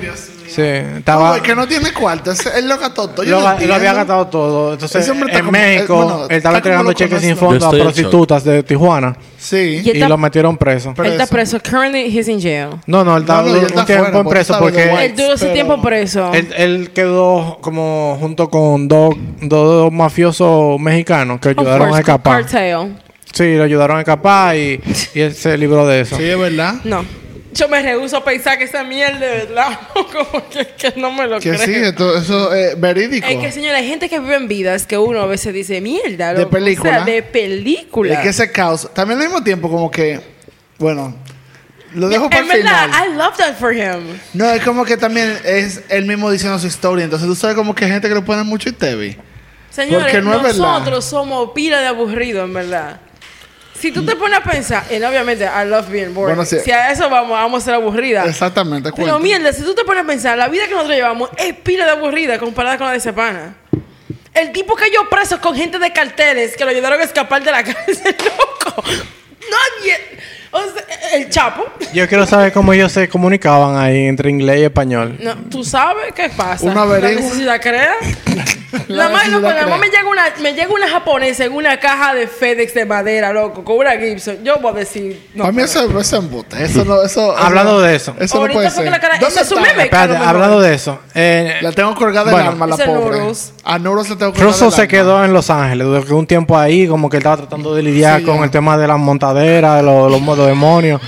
Speaker 2: Dios mío.
Speaker 5: Sí,
Speaker 2: No,
Speaker 5: estaba,
Speaker 2: es que no tiene cuarto. Es, es loca tonto. Yo
Speaker 5: lo,
Speaker 2: no
Speaker 5: ga- lo había
Speaker 2: entiendo.
Speaker 5: gastado todo. Entonces,
Speaker 2: Ese
Speaker 5: en
Speaker 2: hombre está como-
Speaker 5: México,
Speaker 2: eh, bueno,
Speaker 5: él estaba
Speaker 2: está como
Speaker 5: entregando
Speaker 2: loco,
Speaker 5: cheques
Speaker 2: no
Speaker 5: sin
Speaker 2: sé.
Speaker 5: fondo a
Speaker 3: Yo estoy en
Speaker 5: prostitutas de Tijuana.
Speaker 2: Sí.
Speaker 4: Y
Speaker 5: Y,
Speaker 4: él está-
Speaker 5: lo metieron preso.
Speaker 2: Pero
Speaker 4: Él está
Speaker 2: eso-
Speaker 4: preso. Currently, he's in jail.
Speaker 5: No, no, él estaba
Speaker 2: no, ya
Speaker 5: un
Speaker 2: está
Speaker 5: tiempo
Speaker 2: fuera,
Speaker 5: en
Speaker 2: porque
Speaker 5: preso
Speaker 2: estaba de
Speaker 5: porque
Speaker 2: guay.
Speaker 4: Él duró ese
Speaker 2: Pues, pero-
Speaker 4: tiempo preso.
Speaker 5: Él, él quedó como junto con dos, dos mafiosos mexicanos que
Speaker 4: Of
Speaker 5: ayudaron a
Speaker 4: course,
Speaker 5: escapar.
Speaker 4: Cartel.
Speaker 5: Sí, lo ayudaron a escapar y, y él se libró de eso.
Speaker 2: Sí, es verdad.
Speaker 4: No. Yo me rehuso a pensar que esa mierda, de ¿verdad? [laughs] Como que, que no me lo
Speaker 2: Que
Speaker 4: creo.
Speaker 2: sí, esto- eso es verídico.
Speaker 4: Es que, señora, hay gente que vive en vidas que uno a veces dice mierda.
Speaker 2: De
Speaker 4: loco".
Speaker 2: película.
Speaker 4: O sea, de película.
Speaker 2: Es que ese caos. También al mismo tiempo, como que. Bueno, lo dejo para
Speaker 4: en
Speaker 2: el final.
Speaker 4: verdad, I love that for him.
Speaker 2: No, es como que también es él mismo diciendo su historia. Entonces tú sabes como que hay gente que lo pone mucho y te vi. Porque
Speaker 4: Señores,
Speaker 2: no es verdad.
Speaker 4: nosotros somos pila de aburridos, en verdad. Si tú te pones a pensar, y obviamente, I love being bored.
Speaker 2: Bueno, sí.
Speaker 4: si a eso vamos, vamos a ser aburridas.
Speaker 2: Exactamente,
Speaker 4: Pero
Speaker 2: cuento. [laughs]
Speaker 4: mierda, si tú te pones a pensar, la vida que nosotros llevamos es pila de aburrida comparada con la de ese pana. El tipo que yo preso con gente de carteles que lo ayudaron a escapar de la [laughs] cárcel, loco. Nadie. O sea, el chapo.
Speaker 5: Yo quiero saber cómo ellos se comunicaban ahí entre inglés y español.
Speaker 4: No, tú sabes qué pasa.
Speaker 2: Uno
Speaker 4: la
Speaker 2: averigua.
Speaker 4: necesidad crea.
Speaker 2: [laughs] La
Speaker 4: La más,
Speaker 2: necesidad
Speaker 4: loco, la más
Speaker 2: crea.
Speaker 4: me llega una, me llega una japonesa en una caja de FedEx de madera, loco, con una Gibson. Yo voy a decir, no.
Speaker 2: Para mí
Speaker 4: pero-
Speaker 2: eso, eso es embute. Eso no, eso,
Speaker 5: Hablando de eso.
Speaker 2: Eso no
Speaker 4: Ahorita
Speaker 2: puede
Speaker 4: fue que
Speaker 2: ser.
Speaker 4: la cara-
Speaker 2: ¿Dónde
Speaker 4: eso es un
Speaker 2: está?
Speaker 4: meme.
Speaker 5: Espérate,
Speaker 4: a lo mejor.
Speaker 5: hablando de eso. eh,
Speaker 2: La tengo colgada
Speaker 5: Bueno.
Speaker 2: del alma, la
Speaker 4: Ese
Speaker 2: pobre.
Speaker 4: Noodles.
Speaker 2: A Noodles la tengo colgada
Speaker 5: Russell
Speaker 2: del
Speaker 5: se
Speaker 2: alma.
Speaker 5: quedó en Los Ángeles durante un tiempo ahí, como que él estaba tratando de lidiar
Speaker 2: Sí,
Speaker 5: con
Speaker 2: ya.
Speaker 5: el tema de las montaderas, de los, los modos demonios.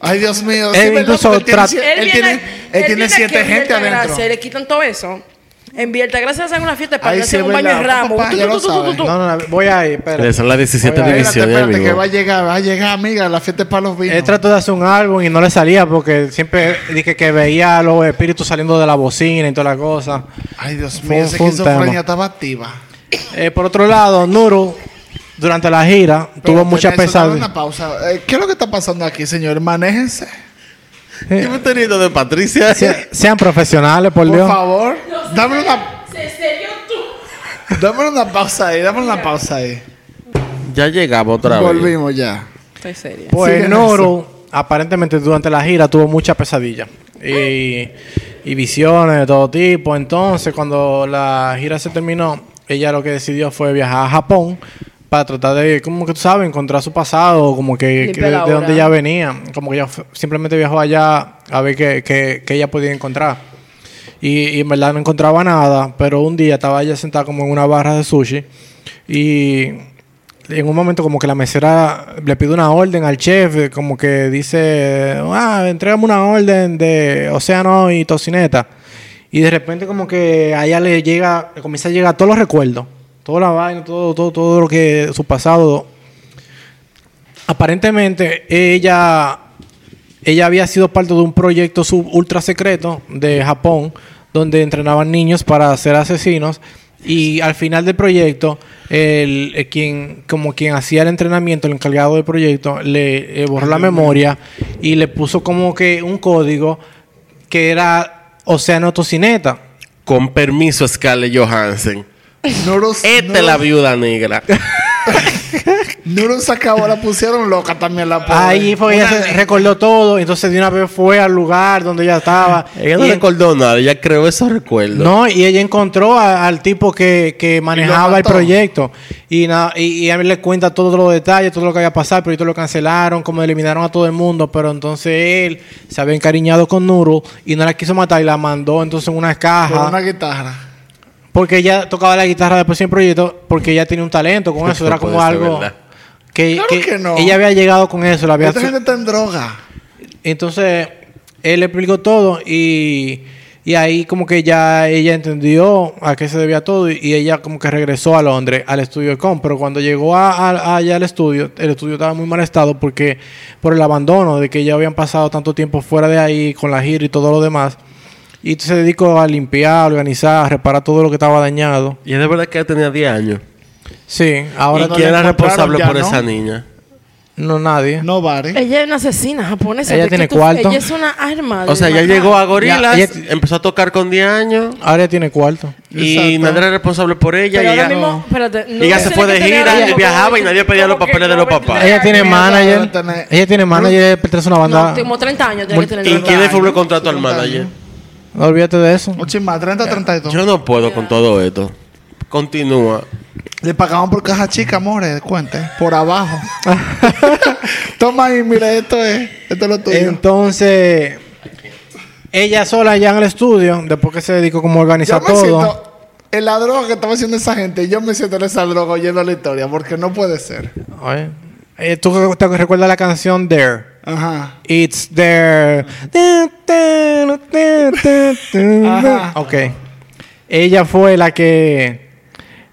Speaker 2: Ay, Dios mío.
Speaker 5: Él
Speaker 2: ¿verdad?
Speaker 5: incluso
Speaker 2: Porque él tiene,
Speaker 5: trat-
Speaker 2: sie- él
Speaker 4: viene-
Speaker 2: tiene, él tiene
Speaker 4: viene aquí
Speaker 2: siete
Speaker 4: a
Speaker 2: gente
Speaker 4: Altagracia
Speaker 2: adentro.
Speaker 4: y le quitan todo eso. En Gracias hacen una fiesta de pan,
Speaker 2: Ahí sí
Speaker 4: hacen
Speaker 2: es
Speaker 4: un baño en
Speaker 2: verdad.
Speaker 4: ramo.
Speaker 2: Papá,
Speaker 4: Tu,
Speaker 2: ya
Speaker 4: tu,
Speaker 2: lo
Speaker 4: tu, tu, tu,
Speaker 2: sabes.
Speaker 4: tu.
Speaker 5: No, no, no, voy ahí, espérate.
Speaker 3: Esa es la 17
Speaker 5: Oye,
Speaker 2: Espérate,
Speaker 3: división,
Speaker 2: espérate, que
Speaker 3: amigo.
Speaker 2: va a llegar, va a llegar, amiga, la fiesta es para los vinos.
Speaker 5: Él trató de hacer un álbum y no le salía porque siempre dije que veía a los espíritus saliendo de la bocina y toda la cosa.
Speaker 2: Ay, Dios
Speaker 5: Fue
Speaker 2: mío,
Speaker 5: un-
Speaker 2: esa
Speaker 5: fue un tema.
Speaker 2: esquizofrenia estaba activa.
Speaker 5: Eh, por otro lado, Nuru, durante la gira, tuvo
Speaker 2: Pero, Nelson,
Speaker 5: muchas
Speaker 2: dame
Speaker 5: pesadillas.
Speaker 2: una pausa. Eh, ¿Qué es lo que está pasando aquí, señor? Manéjense.
Speaker 3: ¿Qué me está riendo de Patricia?
Speaker 5: Se- Eh, sean profesionales, por,
Speaker 2: Por
Speaker 5: Dios.
Speaker 2: favor. Dame una,
Speaker 4: Se selló tú.
Speaker 2: dame una pausa ahí, dame una pausa ahí.
Speaker 3: Ya llegamos otra vez.
Speaker 2: Volvimos ya.
Speaker 4: Estoy seria.
Speaker 5: Pues
Speaker 2: Sigue,
Speaker 5: Nuru, aparentemente durante la gira, tuvo muchas pesadillas. Y, y visiones de todo tipo. Entonces, cuando la gira se terminó, ella lo que decidió fue viajar a Japón para tratar de, como que tú sabes, encontrar su pasado, como que, que
Speaker 4: Limpiar
Speaker 5: de,
Speaker 4: la
Speaker 5: de dónde
Speaker 4: hora.
Speaker 5: ella venía. Como que ella fue- simplemente viajó allá a ver qué, qué- qué ella podía encontrar. Y, y en verdad no encontraba nada, pero un día estaba ella sentada como en una barra de sushi y en un momento como que la mesera le pide una orden al chef, eh, como que dice, ah, entrégame una orden de océano y tocineta. Y de repente como que a ella le llega, le comienza a llegar todos los recuerdos, toda la vaina, todo, todo, todo lo que su pasado. Aparentemente ella ella había sido parte de un proyecto sub ultra secreto de Japón donde entrenaban niños para ser asesinos y al final del proyecto el, eh, quien como quien hacía el entrenamiento el encargado del proyecto le eh, borró la memoria y le puso como que un código que era océano tocineta
Speaker 3: Con permiso, Scarlett Johansson.
Speaker 2: Nuru,
Speaker 5: Este
Speaker 3: Esta es la viuda negra.
Speaker 2: Nuru se acabó, la pusieron loca también la pobre.
Speaker 5: ahí fue que ella
Speaker 2: Una
Speaker 5: se
Speaker 2: niña.
Speaker 5: recordó todo entonces de una vez fue al lugar donde ella estaba
Speaker 3: Ella no
Speaker 5: Y-
Speaker 3: recordó nada, ella creó esos recuerdos.
Speaker 5: No, y ella encontró a- al tipo que, que manejaba el
Speaker 2: mató.
Speaker 5: proyecto. Y, na- y, y a mí le cuenta todos los detalles, todo lo que había pasado. Pero ellos lo cancelaron, como eliminaron a todo el mundo. Pero entonces él se había encariñado con Nuru y no la quiso matar y la mandó entonces en una
Speaker 2: Con
Speaker 5: caja.
Speaker 2: una guitarra.
Speaker 5: Porque ella tocaba la guitarra después del proyecto, porque ella tenía un talento
Speaker 2: [laughs]
Speaker 5: con eso.
Speaker 3: No
Speaker 5: Era
Speaker 3: puede
Speaker 5: como
Speaker 3: ser
Speaker 5: algo.
Speaker 3: verdad.
Speaker 5: Que,
Speaker 2: Claro que no.
Speaker 5: Ella había llegado con eso, la había
Speaker 2: Esta gente está en droga.
Speaker 5: entonces, él le explicó todo y, y ahí como que ya ella entendió a qué se debía todo y, y ella como que regresó a Londres, al estudio de Com. Pero cuando llegó a, a- allá al estudio, el estudio estaba en muy mal estado porque por el abandono de que ya habían pasado tanto tiempo fuera de ahí con la gira y todo lo demás. Y se dedicó a limpiar, a organizar, a reparar todo lo que estaba dañado.
Speaker 3: Y es de verdad que ella tenía 10 años.
Speaker 5: Sí, ahora
Speaker 3: ¿Y
Speaker 2: no
Speaker 3: quién
Speaker 2: la
Speaker 3: era
Speaker 2: encontraron
Speaker 3: responsable
Speaker 2: ya,
Speaker 3: por
Speaker 2: ¿no?
Speaker 3: esa niña?
Speaker 5: no nadie.
Speaker 2: No
Speaker 5: Eh.
Speaker 2: vale.
Speaker 4: Ella es una asesina japonesa.
Speaker 5: Ella
Speaker 4: ¿De qué
Speaker 5: tiene
Speaker 4: tú-
Speaker 5: cuarto.
Speaker 4: Ella es una arma.
Speaker 3: O sea,
Speaker 4: ya
Speaker 3: ella llegó a Gorilas,
Speaker 5: Ya, ella-
Speaker 3: empezó a tocar con 10 años
Speaker 5: Ahora ya tiene cuarto.
Speaker 3: y
Speaker 2: Exacto.
Speaker 3: nadie era responsable por ella.
Speaker 4: Pero
Speaker 3: y
Speaker 4: ahora
Speaker 3: ella-
Speaker 4: mismo, espérate. no
Speaker 3: Ella
Speaker 4: sé
Speaker 3: se fue de
Speaker 4: qué tenía
Speaker 3: gira,
Speaker 4: ahora,
Speaker 3: y
Speaker 4: como-
Speaker 3: viajaba y nadie pedía los
Speaker 4: como que
Speaker 3: papeles de los
Speaker 4: como
Speaker 3: papás.
Speaker 4: que-
Speaker 5: Ella tiene
Speaker 2: mierda,
Speaker 5: manager.
Speaker 2: debe tener-
Speaker 5: Ella tiene manager, pertenece a una
Speaker 4: No,
Speaker 5: banda.
Speaker 4: como 30 años tiene que tener.
Speaker 3: ¿Y quién le firmó
Speaker 2: 30
Speaker 3: el contrato al
Speaker 2: años.
Speaker 3: manager?
Speaker 5: No olvídate de eso.
Speaker 2: Un chisma,
Speaker 5: Eh.
Speaker 2: 30, 32.
Speaker 3: Yo no puedo con todo esto. Continúa.
Speaker 2: Le pagaban por caja chica, amores, cuente. Por
Speaker 5: [laughs]
Speaker 2: abajo. [laughs] Toma ahí, mira, esto es. Esto es lo tuyo.
Speaker 5: Entonces, ella sola ya en el estudio, después que se dedicó como a
Speaker 2: yo
Speaker 5: organizar
Speaker 2: me
Speaker 5: todo.
Speaker 2: siento. En la droga que estaba haciendo esa gente, yo me siento en esa droga oyendo la historia, porque no puede ser.
Speaker 5: Oye, eh, ¿Tú te recuerdas la canción There?
Speaker 2: Ajá.
Speaker 5: It's There.
Speaker 2: Ajá.
Speaker 5: ok. Ella fue la que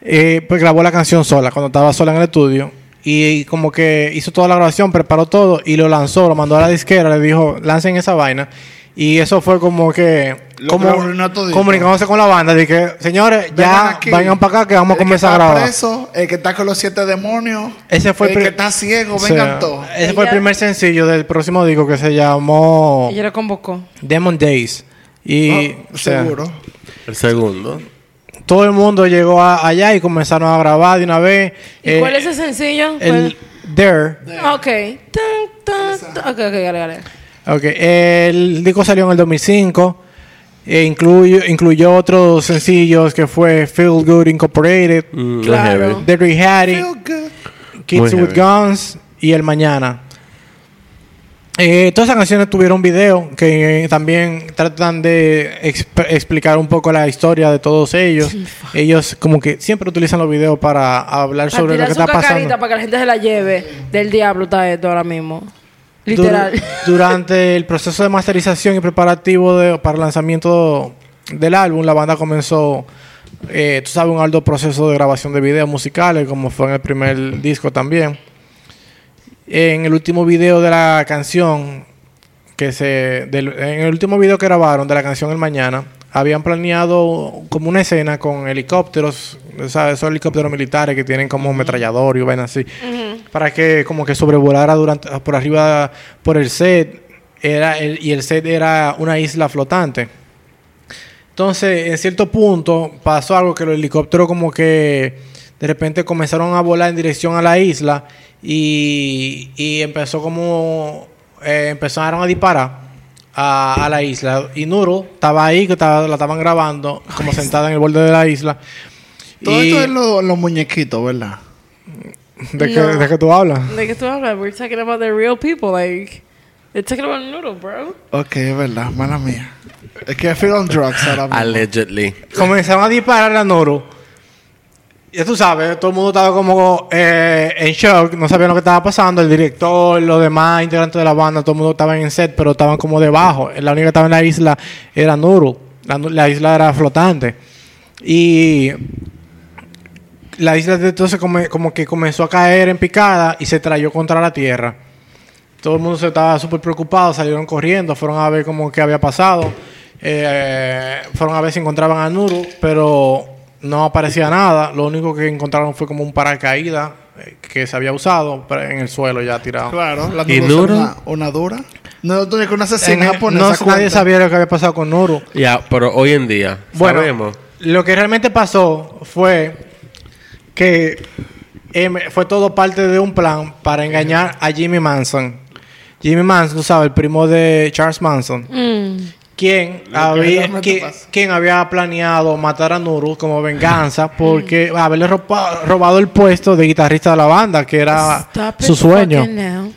Speaker 5: eh, pues grabó la canción sola, cuando estaba sola en el estudio. Y como que hizo toda la grabación, preparó todo y lo lanzó, lo mandó a la disquera, le dijo, lancen esa vaina. Y eso fue como que...
Speaker 2: Lo
Speaker 5: Como,
Speaker 2: arruinó todito.
Speaker 5: comunicándose con la banda, de que, señores,
Speaker 2: Vengan
Speaker 5: ya
Speaker 2: aquí.
Speaker 5: vengan para acá que vamos a
Speaker 2: El que
Speaker 5: comenzar a
Speaker 2: está
Speaker 5: grabar.
Speaker 2: preso, el que está con los siete demonios.
Speaker 5: Ese fue
Speaker 2: el
Speaker 5: pri-
Speaker 2: que está ciego,
Speaker 5: O sea,
Speaker 2: vengan todos.
Speaker 5: Ese fue el
Speaker 4: Ella-
Speaker 5: primer sencillo del próximo disco que se llamó...
Speaker 4: Ella lo convocó.
Speaker 5: Demon Days. Y
Speaker 2: Ah,
Speaker 5: o sea,
Speaker 2: seguro.
Speaker 3: El segundo.
Speaker 5: todo el mundo llegó a- allá y comenzaron a grabar de una vez.
Speaker 4: ¿Y
Speaker 5: Eh,
Speaker 4: cuál es el sencillo?
Speaker 5: el There.
Speaker 4: ¿Cuál? Ok. Tan, tan, tan. Ok, ok, dale, dale.
Speaker 5: Ok, El disco salió en el 2005. E incluyó, incluyó otros sencillos que fue Feel Good Incorporated,
Speaker 3: Mm,
Speaker 4: Claro.
Speaker 3: no es heavy.
Speaker 5: Dirty Hattie,
Speaker 2: Feel good.
Speaker 5: Kids
Speaker 3: Muy
Speaker 5: with
Speaker 3: heavy.
Speaker 5: Guns y El Mañana. Eh, todas esas canciones tuvieron video que eh, también tratan de exp- explicar un poco la historia de todos ellos. Ellos como que siempre utilizan los videos para hablar
Speaker 4: Para
Speaker 5: sobre lo
Speaker 4: tirar
Speaker 5: que
Speaker 4: su
Speaker 5: está
Speaker 4: cacarita
Speaker 5: pasando.
Speaker 4: para que la gente se la lleve. Del diablo está esto ahora mismo. Literal.
Speaker 5: [laughs] Dur- durante el proceso de masterización y preparativo de- para el lanzamiento del álbum, la banda comenzó, eh, tú sabes, un alto proceso de grabación de videos musicales, como fue en el primer disco también. En el último video de la canción, que se, del- en el último video que grabaron de la canción El Mañana, habían planeado como una escena con helicópteros, ¿sabes? Esos helicópteros militares que tienen como metrallador y vainas así, para que como que sobrevolara durante, por arriba, por el set, era el- y el set era una isla flotante. Entonces, en cierto punto pasó algo que los helicópteros como que de repente comenzaron a volar en dirección a la isla y, y empezó como eh, empezaron a disparar a, a la isla. Y Nuro estaba ahí, que estaba- la estaban grabando, como sentada en el borde de la isla.
Speaker 2: Todo
Speaker 5: Y-
Speaker 2: esto es lo- los muñequitos, ¿verdad?
Speaker 5: ¿De, qué,
Speaker 4: No.
Speaker 5: de qué tú hablas?
Speaker 4: Like, it's not like we're talking about the real people. Like, they're talking about noodle, bro.
Speaker 2: Ok, es verdad, mala mía. Es que I feel on drugs ahora mismo.
Speaker 3: Allegedly.
Speaker 5: comenzaron a disparar a Noro. Ya tú sabes, todo el mundo estaba como eh, en shock, no sabían lo que estaba pasando. El director, los demás integrantes de la banda, todo el mundo estaba en set, pero estaban como debajo. La única que estaba en la isla era Noro. La, nu- la isla era flotante. Y la isla de- entonces come- como, que comenzó a caer en picada y se trayó contra la tierra. Todo el mundo se estaba súper preocupado, salieron corriendo, fueron a ver como que había pasado, eh, fueron a ver si encontraban a Nuru, pero no aparecía nada. Lo único que encontraron fue como un paracaídas eh, que se había usado pero en el suelo ya tirado.
Speaker 2: Claro, la
Speaker 3: ¿Y
Speaker 2: dura
Speaker 3: duro?
Speaker 2: Una, una dura. No, tú eres una asesina
Speaker 5: En-
Speaker 2: japonesa.
Speaker 5: no, nadie
Speaker 2: cuenta.
Speaker 5: sabía lo que había pasado con Nuru.
Speaker 3: Ya, pero hoy en día,
Speaker 5: Bueno,
Speaker 3: sabemos.
Speaker 5: lo que realmente pasó fue que em, fue todo parte de un plan para engañar a Jimmy Manson. Jimmy Manson, tú sabes, el primo de Charles Manson,
Speaker 4: Mm.
Speaker 5: quien,
Speaker 2: que
Speaker 5: había,
Speaker 2: realmente
Speaker 5: qui-
Speaker 2: pasa.
Speaker 5: quien había planeado matar a Nuru como venganza
Speaker 4: Mm.
Speaker 5: porque haberle ropa- robado el puesto de guitarrista de la banda, que era
Speaker 4: Stop
Speaker 5: Ah, su
Speaker 4: it
Speaker 5: sueño.
Speaker 4: fucking now.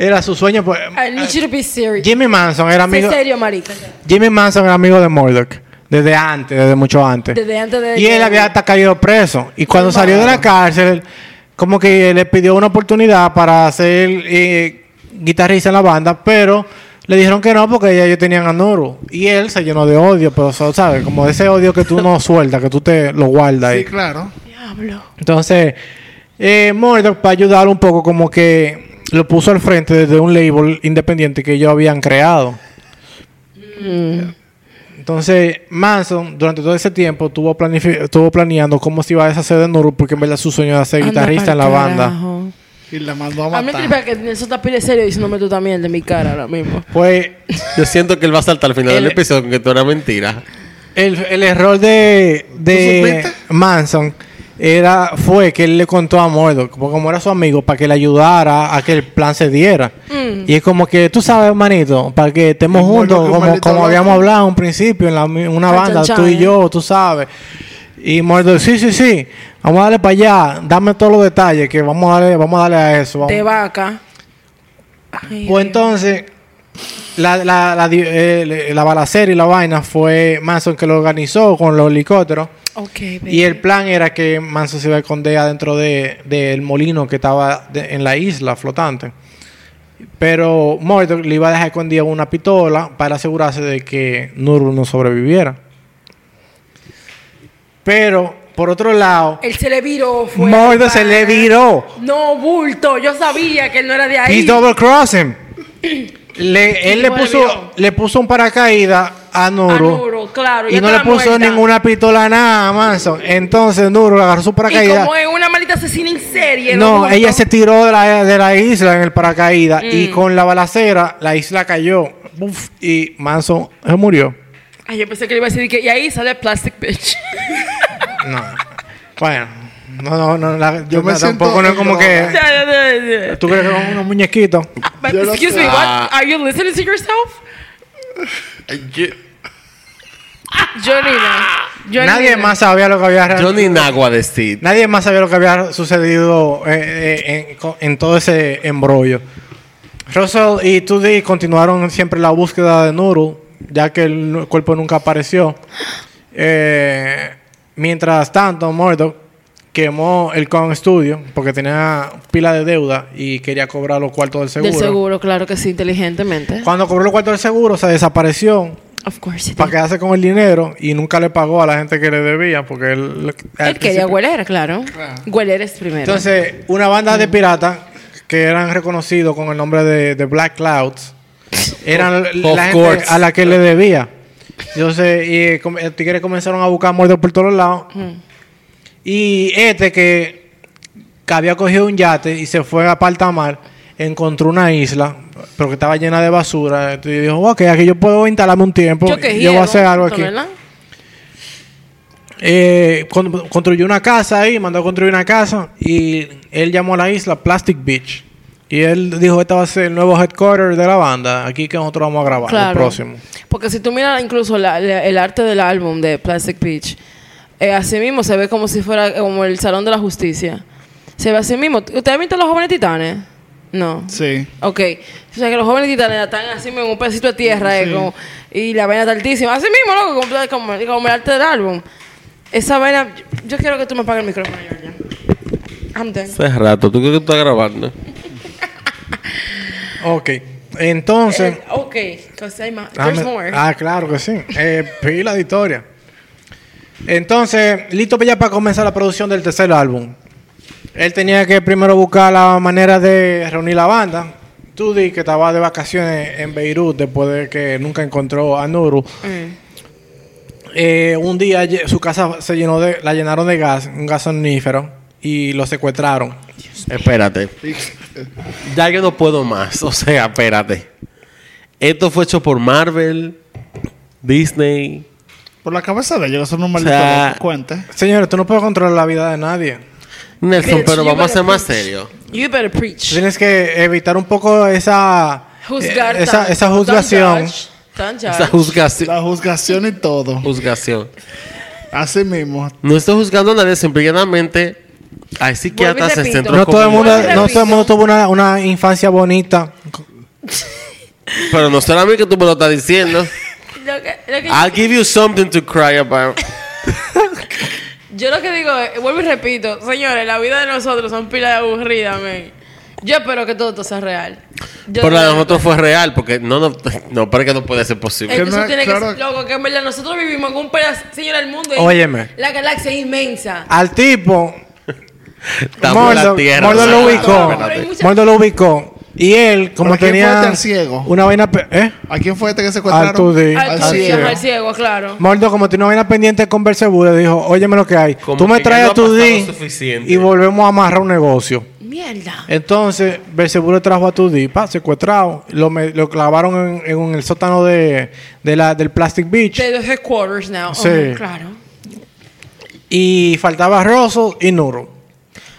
Speaker 5: Era su sueño. pues,
Speaker 4: I need you to be serious.
Speaker 5: Jimmy Manson era
Speaker 4: Sé
Speaker 5: amigo,
Speaker 4: serio, marica.
Speaker 5: Jimmy Manson era amigo de Murdoch desde antes, desde mucho antes.
Speaker 4: Desde antes de...
Speaker 5: Y él había hasta caído preso. Y cuando salió de la cárcel, como que le pidió una oportunidad para ser eh, guitarrista en la banda, pero le dijeron que no porque ya ellos tenían a Nuru. Y él se llenó de odio, pero eso, ¿sabes? Como de ese odio que tú no sueltas, que tú te lo guardas ahí.
Speaker 2: Sí, claro.
Speaker 4: Diablo.
Speaker 5: Entonces, eh, Murdoch, para ayudarlo un poco, como que lo puso al frente desde un label independiente que ellos habían creado.
Speaker 4: Mm.
Speaker 5: Entonces, Manson, durante todo ese tiempo, estuvo, planifi- estuvo planeando cómo se iba a deshacer de Nuru, porque en verdad su sueño era ser
Speaker 4: Anda
Speaker 5: guitarrista en la
Speaker 4: pa'l
Speaker 5: banda.
Speaker 4: carajo.
Speaker 2: Y la mandó a
Speaker 4: A mí me
Speaker 2: matar.
Speaker 4: tripa que Nelson está pile serio diciéndome tú también de mi cara ahora mismo.
Speaker 5: Pues,
Speaker 3: Yo siento que él va a saltar al final del
Speaker 5: Él-
Speaker 3: episodio con que todo era mentira.
Speaker 5: el, el error de, de
Speaker 2: ¿Tú supiste?
Speaker 5: Manson era, fue que él le contó a Murdoch, como, como era su amigo, para que le ayudara a que el plan se diera. Y es como que, tú sabes, manito, para que estemos
Speaker 2: Y Murdoch
Speaker 5: juntos,
Speaker 2: es un
Speaker 5: como,
Speaker 2: maldito
Speaker 5: como
Speaker 2: loco.
Speaker 5: habíamos hablado en un principio, en, la mi- en una
Speaker 4: Chan,
Speaker 5: banda,
Speaker 4: chan,
Speaker 5: tú y
Speaker 4: chan,
Speaker 5: yo, tú sabes. Y Murdoch, sí, sí, sí, vamos a darle para allá, dame todos los detalles, que vamos a darle, vamos a, darle a eso. vamos".
Speaker 4: De vaca. Ay,
Speaker 5: Pues entonces, la, la, la, di- eh, la balacera y la vaina fue Manson que lo organizó con los helicópteros.
Speaker 4: Ok,
Speaker 5: Y
Speaker 4: baby.
Speaker 5: el plan era que Manson se iba a esconder adentro de- del molino que estaba de- en la isla flotante. Pero Murdoch le iba a dejar escondida una pistola para asegurarse de que Nuru no sobreviviera. Pero, por otro lado,
Speaker 4: Él se le viró. fue
Speaker 5: Murdoch
Speaker 4: al
Speaker 5: se le
Speaker 4: pana.
Speaker 5: viró.
Speaker 4: No, bulto. Yo sabía que él no era de ahí.
Speaker 5: He's double crossing. Le, él le
Speaker 4: Bueno,
Speaker 5: puso,
Speaker 4: yo.
Speaker 5: le puso un paracaídas a Nuro.
Speaker 4: A Nuro, claro,
Speaker 5: Y
Speaker 4: ya
Speaker 5: no le
Speaker 4: estaba
Speaker 5: puso
Speaker 4: muerta.
Speaker 5: ninguna pistola a nada a Manson. Entonces Nuro agarró su
Speaker 4: Y
Speaker 5: paracaídas.
Speaker 4: como es una maldita asesina en serie.
Speaker 5: No,
Speaker 4: bulto.
Speaker 5: ella se tiró de la, de la isla en el paracaídas.
Speaker 4: Mm.
Speaker 5: Y con la balacera, la isla cayó. Uf, y Manson se murió.
Speaker 4: Ay, yo pensé que le iba a decir que... Y ahí sale Plastic
Speaker 5: [laughs]
Speaker 4: Bitch. [laughs]
Speaker 5: No. bueno, no, no, no. la-
Speaker 2: Yo me
Speaker 5: no,
Speaker 2: siento
Speaker 5: tampoco no es como
Speaker 4: Ya, [laughs]
Speaker 5: que.
Speaker 4: ya, ya, ya.
Speaker 5: Tú crees que son unos muñequitos.
Speaker 4: But
Speaker 2: Yo lo
Speaker 4: excuse
Speaker 2: sé.
Speaker 4: me,
Speaker 3: Ah.
Speaker 4: what? Are you listening to yourself? Johnny, no. Johnny
Speaker 5: Nadie
Speaker 4: no.
Speaker 5: más sabía lo que había
Speaker 3: Yo ni nagua de Steve.
Speaker 5: Nadie más sabía lo que había sucedido eh, eh, en, co- en todo ese embrollo. Russell y Tudy continuaron siempre la búsqueda de Nuru, ya que el nu- cuerpo nunca apareció. Eh, mientras tanto, Murdoch quemó el Con Studio porque tenía pila de deuda y quería cobrar los cuartos del seguro.
Speaker 4: Del seguro, claro que sí, inteligentemente.
Speaker 5: Cuando cobró los cuartos del seguro, se desapareció
Speaker 4: Of course.
Speaker 5: para quedarse con el dinero y nunca le pagó a la gente que le debía porque él... al
Speaker 4: Él quería
Speaker 5: principio-
Speaker 4: hueler, claro. Hueler es primero.
Speaker 5: Entonces, una banda de piratas que eran reconocidos con el nombre de, de Black Clouds eran
Speaker 3: Of
Speaker 5: la gente
Speaker 3: course.
Speaker 5: a la que le debía. Entonces, y, eh, com- eh, tigres comenzaron a buscar muertos por todos lados.
Speaker 4: Mm.
Speaker 5: Y este que, que había cogido un yate y se fue a Paltamar, encontró una isla, pero que estaba llena de basura. Entonces, y dijo, ok, aquí yo puedo instalarme un tiempo.
Speaker 4: yo que
Speaker 5: yo voy a
Speaker 4: hiero,
Speaker 5: hacer algo aquí.
Speaker 4: ¿verdad?
Speaker 5: Eh, con- construyó una casa ahí, mandó a construir una casa y él llamó a la isla Plastic Beach. Y él dijo, este va a ser el nuevo headquarter de la banda, aquí que nosotros vamos a grabar, el
Speaker 4: Claro.
Speaker 5: próximo.
Speaker 4: Porque si tú miras incluso la- la- el arte del álbum de Plastic Beach, eh, así mismo se ve como si fuera como el Salón de la Justicia. Se ve así mismo. ¿Ustedes han visto los jóvenes titanes? No.
Speaker 2: Sí.
Speaker 4: Ok. O sea que los jóvenes titanes están así mismo en un pedacito de tierra eh,
Speaker 2: Sí.
Speaker 4: como- y la vaina está altísima. Así mismo, loco, como, como- como el arte del álbum. Esa vaina, yo- yo quiero que tú me apagues el micrófono. Georgia. I'm done.
Speaker 3: Hace rato, ¿tú crees que tú estás grabando?
Speaker 5: Ok, entonces...
Speaker 4: Eh, ok, because I'm a-
Speaker 5: Ah,
Speaker 4: there's
Speaker 5: me-
Speaker 4: more.
Speaker 5: Ah, claro que sí. Eh, pila de historia. Entonces, listo ya para comenzar la producción del tercer álbum. Él tenía que primero buscar la manera de reunir la banda. Tudi, que estaba de vacaciones en Beirut después de que nunca encontró a Nuru.
Speaker 4: Mm.
Speaker 5: Eh, un día lle- su casa se llenó de, la llenaron de gas, un gas sonífero, y lo secuestraron.
Speaker 3: Espérate. Ya yo no puedo más. O sea, espérate. Esto fue hecho por Marvel, Disney.
Speaker 2: Por la cabeza de ellos, que son un maldito
Speaker 3: O sea,
Speaker 2: loco, cuenta.
Speaker 5: Señores, tú no puedes controlar la vida de nadie.
Speaker 3: Nelson,
Speaker 4: Bitch,
Speaker 3: pero
Speaker 4: you
Speaker 3: vamos a
Speaker 4: better
Speaker 3: ser más
Speaker 4: preach.
Speaker 3: serios.
Speaker 4: You better preach.
Speaker 5: Tú Tienes que evitar un poco esa,
Speaker 4: Juzgar.
Speaker 5: eh, esa,
Speaker 4: tan-
Speaker 5: esa
Speaker 4: tan
Speaker 5: juzgación.
Speaker 4: judge, tan judge.
Speaker 3: Esa juzgación.
Speaker 2: La juzgación y todo.
Speaker 3: juzgación.
Speaker 2: Así mismo.
Speaker 3: No estoy juzgando a nadie, simple y llanamente hay psiquiatras
Speaker 4: Vuelvo y
Speaker 3: en
Speaker 4: repito.
Speaker 3: centros
Speaker 5: No todo el mundo,
Speaker 3: comunitarios.
Speaker 5: no
Speaker 4: Repito.
Speaker 5: todo el mundo tuvo una, una infancia bonita.
Speaker 3: Pero no será a mí que tú me lo
Speaker 4: [laughs]
Speaker 3: estás diciendo.
Speaker 4: Lo que- lo que-
Speaker 3: I'll give you something to cry about.
Speaker 4: yo lo que digo es, vuelvo y repito, señores, la vida de nosotros son pilas de aburrida, men. Yo espero que todo esto sea real. Yo
Speaker 3: Pero la de
Speaker 4: espero-
Speaker 3: nosotros fue real, porque no, no, no, pero es que no puede ser
Speaker 4: Es
Speaker 3: posible.
Speaker 4: que
Speaker 2: Que
Speaker 4: eso
Speaker 2: no-
Speaker 4: tiene que
Speaker 2: claro.
Speaker 4: ser loco, que en verdad nosotros vivimos en un pedazo, señora, el mundo es-
Speaker 5: Óyeme.
Speaker 4: la galaxia es inmensa.
Speaker 5: Al tipo,
Speaker 3: Estamos en la
Speaker 5: Mordo-
Speaker 3: tierra.
Speaker 5: Mordo lo
Speaker 4: Ah,
Speaker 5: ubicó.
Speaker 4: pero hay
Speaker 3: Espérate.
Speaker 4: mucha-
Speaker 5: Mordo lo ubicó. Y él, como
Speaker 2: ¿Pero quién fue
Speaker 5: tenía
Speaker 2: tan ciego?
Speaker 5: una vaina... pe- ¿Eh?
Speaker 2: ¿A quién fue este que secuestraron?
Speaker 5: Al Tudi.
Speaker 4: Al
Speaker 2: Al
Speaker 4: ciego,
Speaker 2: ciego.
Speaker 4: al ciego, claro.
Speaker 5: Mordo, como tenía una vaina pendiente con Bersebú, le dijo, óyeme lo que hay.
Speaker 3: Como
Speaker 5: Tú me
Speaker 3: que ya
Speaker 5: traes
Speaker 3: no
Speaker 5: a
Speaker 3: ha
Speaker 5: tu
Speaker 3: pasado
Speaker 5: D
Speaker 3: suficiente.
Speaker 5: y volvemos a amarrar un negocio.
Speaker 4: Mierda.
Speaker 5: Eh. Entonces, Bersebú le trajo a Tudi, pa, secuestrado. Lo, me- lo clavaron en, en el sótano de, de la, del Plastic Beach.
Speaker 4: De los headquarters now.
Speaker 5: Sí.
Speaker 4: Ajá, claro.
Speaker 5: Y faltaba Russell y Nuro.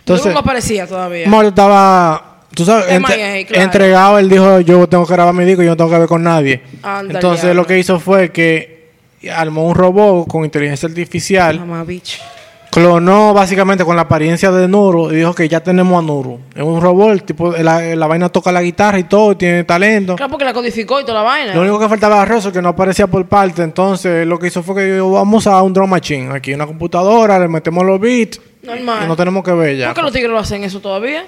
Speaker 4: Entonces,
Speaker 5: Entonces,
Speaker 4: no aparecía todavía.
Speaker 5: Mordo estaba, tú sabes,
Speaker 4: En
Speaker 5: entre-
Speaker 4: Miami, claro.
Speaker 5: entregado. Él dijo, yo tengo que grabar mi disco, yo no tengo que ver con nadie.
Speaker 4: Ándale,
Speaker 5: Entonces,
Speaker 4: diablo.
Speaker 5: lo que hizo fue que armó un robot con inteligencia artificial.
Speaker 4: Mamá, bicho.
Speaker 5: clonó básicamente con la apariencia de Nuru y dijo que ya tenemos a Nuru. Es un robot, el tipo, la, la vaina toca la guitarra y todo, tiene talento.
Speaker 4: Claro, porque la codificó y toda la vaina.
Speaker 5: Lo único que faltaba era Rosso, que no aparecía por parte. Entonces, lo que hizo fue que yo, vamos a un drum machine. Aquí una computadora, le metemos los beats.
Speaker 4: Normal.
Speaker 5: Y no tenemos que ver ya.
Speaker 4: ¿Por qué los tigres lo hacen eso todavía?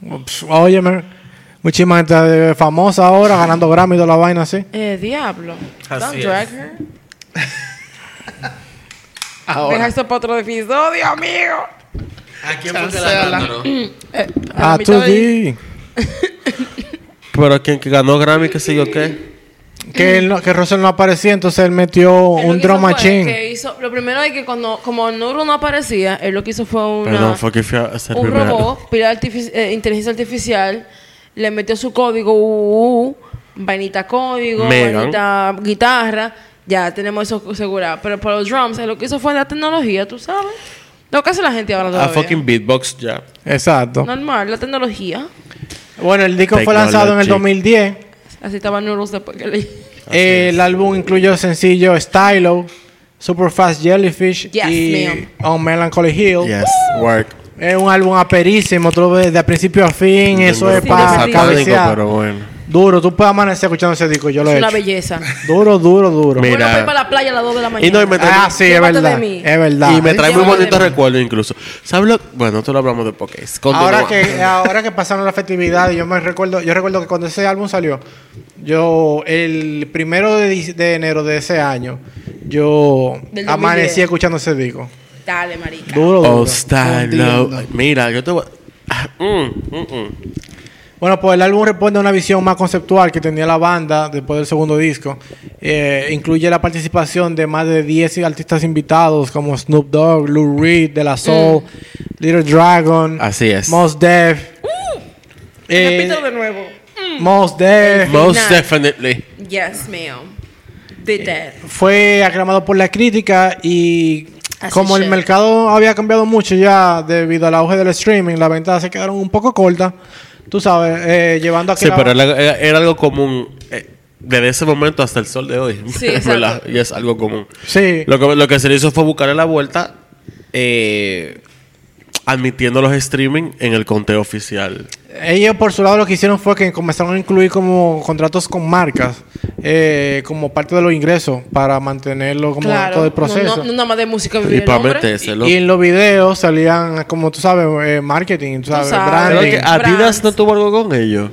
Speaker 5: Ups, Óyeme, muchísima gente eh, famosa ahora, ganando Grammy y toda la vaina así.
Speaker 4: Eh, diablo. Don't
Speaker 3: Así
Speaker 4: drag
Speaker 3: es.
Speaker 5: [laughs]
Speaker 4: her. Deja esto para otro episodio, amigo.
Speaker 3: ¿A quién
Speaker 2: fue que la ganó?
Speaker 4: Eh, la
Speaker 5: A
Speaker 4: mitad
Speaker 5: tu
Speaker 4: del-
Speaker 5: Ah, di.
Speaker 3: Pero quien que ganó Grammy, qué sé yo qué.
Speaker 5: Que, él no- que Russell no aparecía, entonces él metió
Speaker 4: Él lo
Speaker 5: un
Speaker 4: que hizo
Speaker 5: drum
Speaker 4: fue
Speaker 5: machine.
Speaker 4: que hizo- lo primero es que cuando, como Nuru no aparecía, él lo que hizo fue una,
Speaker 3: Perdón, fue que fui a hacer
Speaker 4: un
Speaker 3: primero.
Speaker 4: robot, pila artifici- eh, inteligencia artificial, le metió su código, uh, uh, uh, vainita código,
Speaker 3: Megan.
Speaker 4: vainita guitarra, ya tenemos eso asegurado. Pero para los drums, eh, lo que hizo fue la tecnología, tú sabes. Lo que hace la gente ahora
Speaker 3: A
Speaker 4: todavía.
Speaker 3: fucking beatbox ya. Oh.
Speaker 5: Exacto.
Speaker 4: Normal, la tecnología.
Speaker 5: Bueno, el disco fue
Speaker 3: Technology.
Speaker 5: lanzado en el 2010.
Speaker 4: Así estaba Noodles después que leí.
Speaker 5: Eh, el álbum incluyó el sencillo Stylo, Superfast Jellyfish
Speaker 4: Yes,
Speaker 5: y
Speaker 4: ma'am.
Speaker 5: On Melancholy Hill.
Speaker 3: Yes, work.
Speaker 5: Es un álbum aperísimo, tú lo ves de principio a fin, eso es
Speaker 4: pa-
Speaker 5: para
Speaker 3: satánico,
Speaker 5: cabecear.
Speaker 3: pero bueno.
Speaker 5: Duro, tú puedes amanecer escuchando ese disco, yo lo
Speaker 4: Es
Speaker 5: he
Speaker 4: una
Speaker 5: hecho.
Speaker 4: belleza.
Speaker 5: Duro, duro, duro.
Speaker 3: Mira.
Speaker 4: Bueno, voy para la playa a las 2 de la mañana.
Speaker 3: Y no, y me trae,
Speaker 5: Ah, sí, es
Speaker 4: Llévate
Speaker 5: verdad.
Speaker 4: de mí.
Speaker 5: Es verdad.
Speaker 3: y me trae muy
Speaker 4: Llévate de
Speaker 3: bonitos
Speaker 4: mí.
Speaker 3: recuerdos incluso. ¿Sabes lo? Bueno, esto lo hablamos de porque es.
Speaker 5: Ahora que, ahora que pasaron las festividades, yo me recuerdo, yo recuerdo que cuando ese álbum salió, yo el primero de, dic- de enero de ese año, yo
Speaker 4: Del 2010.
Speaker 5: amanecí escuchando ese disco.
Speaker 4: Dale, marica.
Speaker 5: Duro, duro.
Speaker 3: Oh, style,
Speaker 2: Entiendo.
Speaker 3: love. Mira, yo te voy. Ah, mm, mm, mm.
Speaker 5: Bueno, pues el álbum responde a una visión más conceptual que tenía la banda después del segundo disco. Eh, incluye la participación de más de 10 artistas invitados como Snoop Dogg, Lou Reed, De La
Speaker 4: Mm.
Speaker 5: Soul, Little Dragon,
Speaker 3: Así es.
Speaker 5: Mos Def,
Speaker 4: Mm.
Speaker 5: eh,
Speaker 4: Repito de nuevo. Mm.
Speaker 5: Mos Def.
Speaker 3: Most
Speaker 4: Nah.
Speaker 3: definitely.
Speaker 4: Yes, ma'am.
Speaker 3: eh,
Speaker 4: Did that.
Speaker 5: Fue aclamado por la crítica y
Speaker 4: Así
Speaker 5: como el
Speaker 4: es.
Speaker 5: mercado había cambiado mucho ya debido al auge del streaming, las ventas se quedaron un poco cortas. Tú sabes, eh, llevando a que
Speaker 3: Sí,
Speaker 5: la-
Speaker 3: pero era, era- era algo común eh, desde ese momento hasta el sol de hoy. [laughs]
Speaker 4: Sí,
Speaker 3: ¿verdad?
Speaker 4: exacto.
Speaker 3: Y es algo común.
Speaker 5: Sí.
Speaker 3: Lo que, lo que se le hizo fue buscarle la vuelta eh, admitiendo los streaming en el conteo oficial.
Speaker 5: Ellos por su lado lo que hicieron fue que comenzaron a incluir como contratos con marcas eh, como parte de los ingresos para mantenerlo como todo el proceso.
Speaker 4: No, no, no nada más de música vivir
Speaker 3: Y
Speaker 4: el
Speaker 3: para
Speaker 4: hombre.
Speaker 3: metérselo.
Speaker 5: Y en los videos salían como tú sabes eh, marketing, tú sabes,
Speaker 4: sabes.
Speaker 3: Creo
Speaker 5: branding,
Speaker 3: que Adidas
Speaker 4: Brands.
Speaker 3: no tuvo algo con ellos.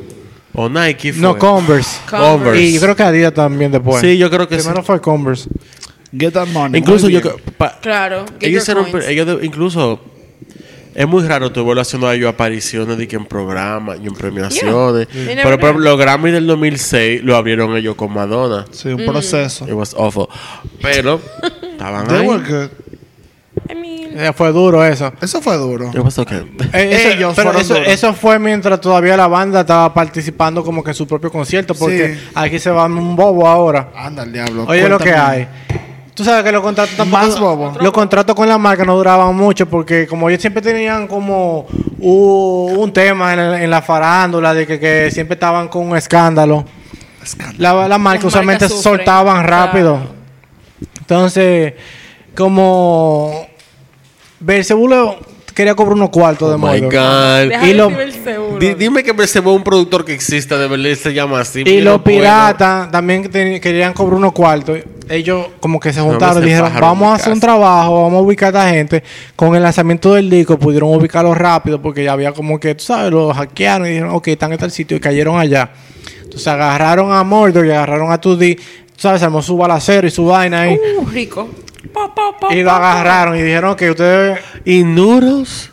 Speaker 3: O Nike fue.
Speaker 5: no Converse.
Speaker 4: Converse.
Speaker 5: Y yo creo que Adidas también después.
Speaker 3: Sí, yo creo que
Speaker 5: Primero
Speaker 3: sí.
Speaker 5: fue Converse.
Speaker 2: Get that money.
Speaker 3: Incluso
Speaker 2: Muy
Speaker 3: yo
Speaker 2: bien.
Speaker 3: creo- pa-
Speaker 4: Claro. get your
Speaker 3: ellos hicieron-
Speaker 4: coins.
Speaker 3: ellos de- incluso es muy raro tu verlo haciendo a ellos apariciones de que en programas y en premiaciones.
Speaker 4: Yeah. Mm.
Speaker 3: Pero por ejemplo, los Grammy del 2006 lo abrieron ellos con Madonna.
Speaker 2: Sí, un proceso.
Speaker 3: It was awful.
Speaker 4: [laughs]
Speaker 3: Pero estaban
Speaker 2: They
Speaker 3: ahí.
Speaker 2: were good.
Speaker 4: I mean,
Speaker 5: Eh, fue duro eso.
Speaker 2: Eso fue duro.
Speaker 3: It was
Speaker 5: [laughs]
Speaker 3: okay. Oh
Speaker 5: Eh, eso-
Speaker 2: Ellos
Speaker 5: pero
Speaker 2: fueron
Speaker 5: eso,
Speaker 2: duros.
Speaker 5: eso fue mientras todavía la banda estaba participando como que en su propio concierto porque
Speaker 2: Sí.
Speaker 5: aquí se va un bobo ahora.
Speaker 2: Anda el diablo.
Speaker 5: Oye lo que
Speaker 2: cuéntame.
Speaker 5: hay. Tú sabes que los contratos tampoco-
Speaker 2: Más bobo.
Speaker 5: Los contratos con la marca no duraban mucho porque como ellos siempre tenían como u- un tema en, el- en la farándula de que, que siempre estaban con un escándalo.
Speaker 2: Escándalo.
Speaker 5: La, la marca
Speaker 4: marcas
Speaker 5: usualmente
Speaker 4: sufren,
Speaker 5: soltaban
Speaker 4: claro.
Speaker 5: rápido. Entonces, como Belcebulo quería cobrar unos cuartos de
Speaker 3: Oh my
Speaker 5: Mordor.
Speaker 3: God.
Speaker 4: deja
Speaker 5: y
Speaker 4: de
Speaker 5: lo-
Speaker 4: decir el seguro.
Speaker 3: Di- dime que me se ve un productor que exista de verdad y se llama así.
Speaker 5: Y
Speaker 3: porque
Speaker 5: los
Speaker 3: no puedo.
Speaker 5: piratas también que ten- querían cobrar unos cuartos. Ellos como que se juntaron
Speaker 3: ese
Speaker 5: y dijeron,
Speaker 3: pájaro
Speaker 5: vamos
Speaker 3: en mi
Speaker 5: a hacer un
Speaker 3: casa".
Speaker 5: trabajo, vamos a ubicar a esta gente. Con el lanzamiento del disco pudieron ubicarlo rápido porque ya había como que, tú sabes, lo hackearon y dijeron, ok, están en tal sitio y cayeron allá. Entonces agarraron a Mordor y agarraron a Tudi. Tú sabes, se armó su balacero y su vaina ahí.
Speaker 4: Uh, rico. Pa, pa, pa,
Speaker 5: y lo
Speaker 4: pa, pa.
Speaker 5: agarraron y dijeron que ustedes...
Speaker 3: Y Nuros.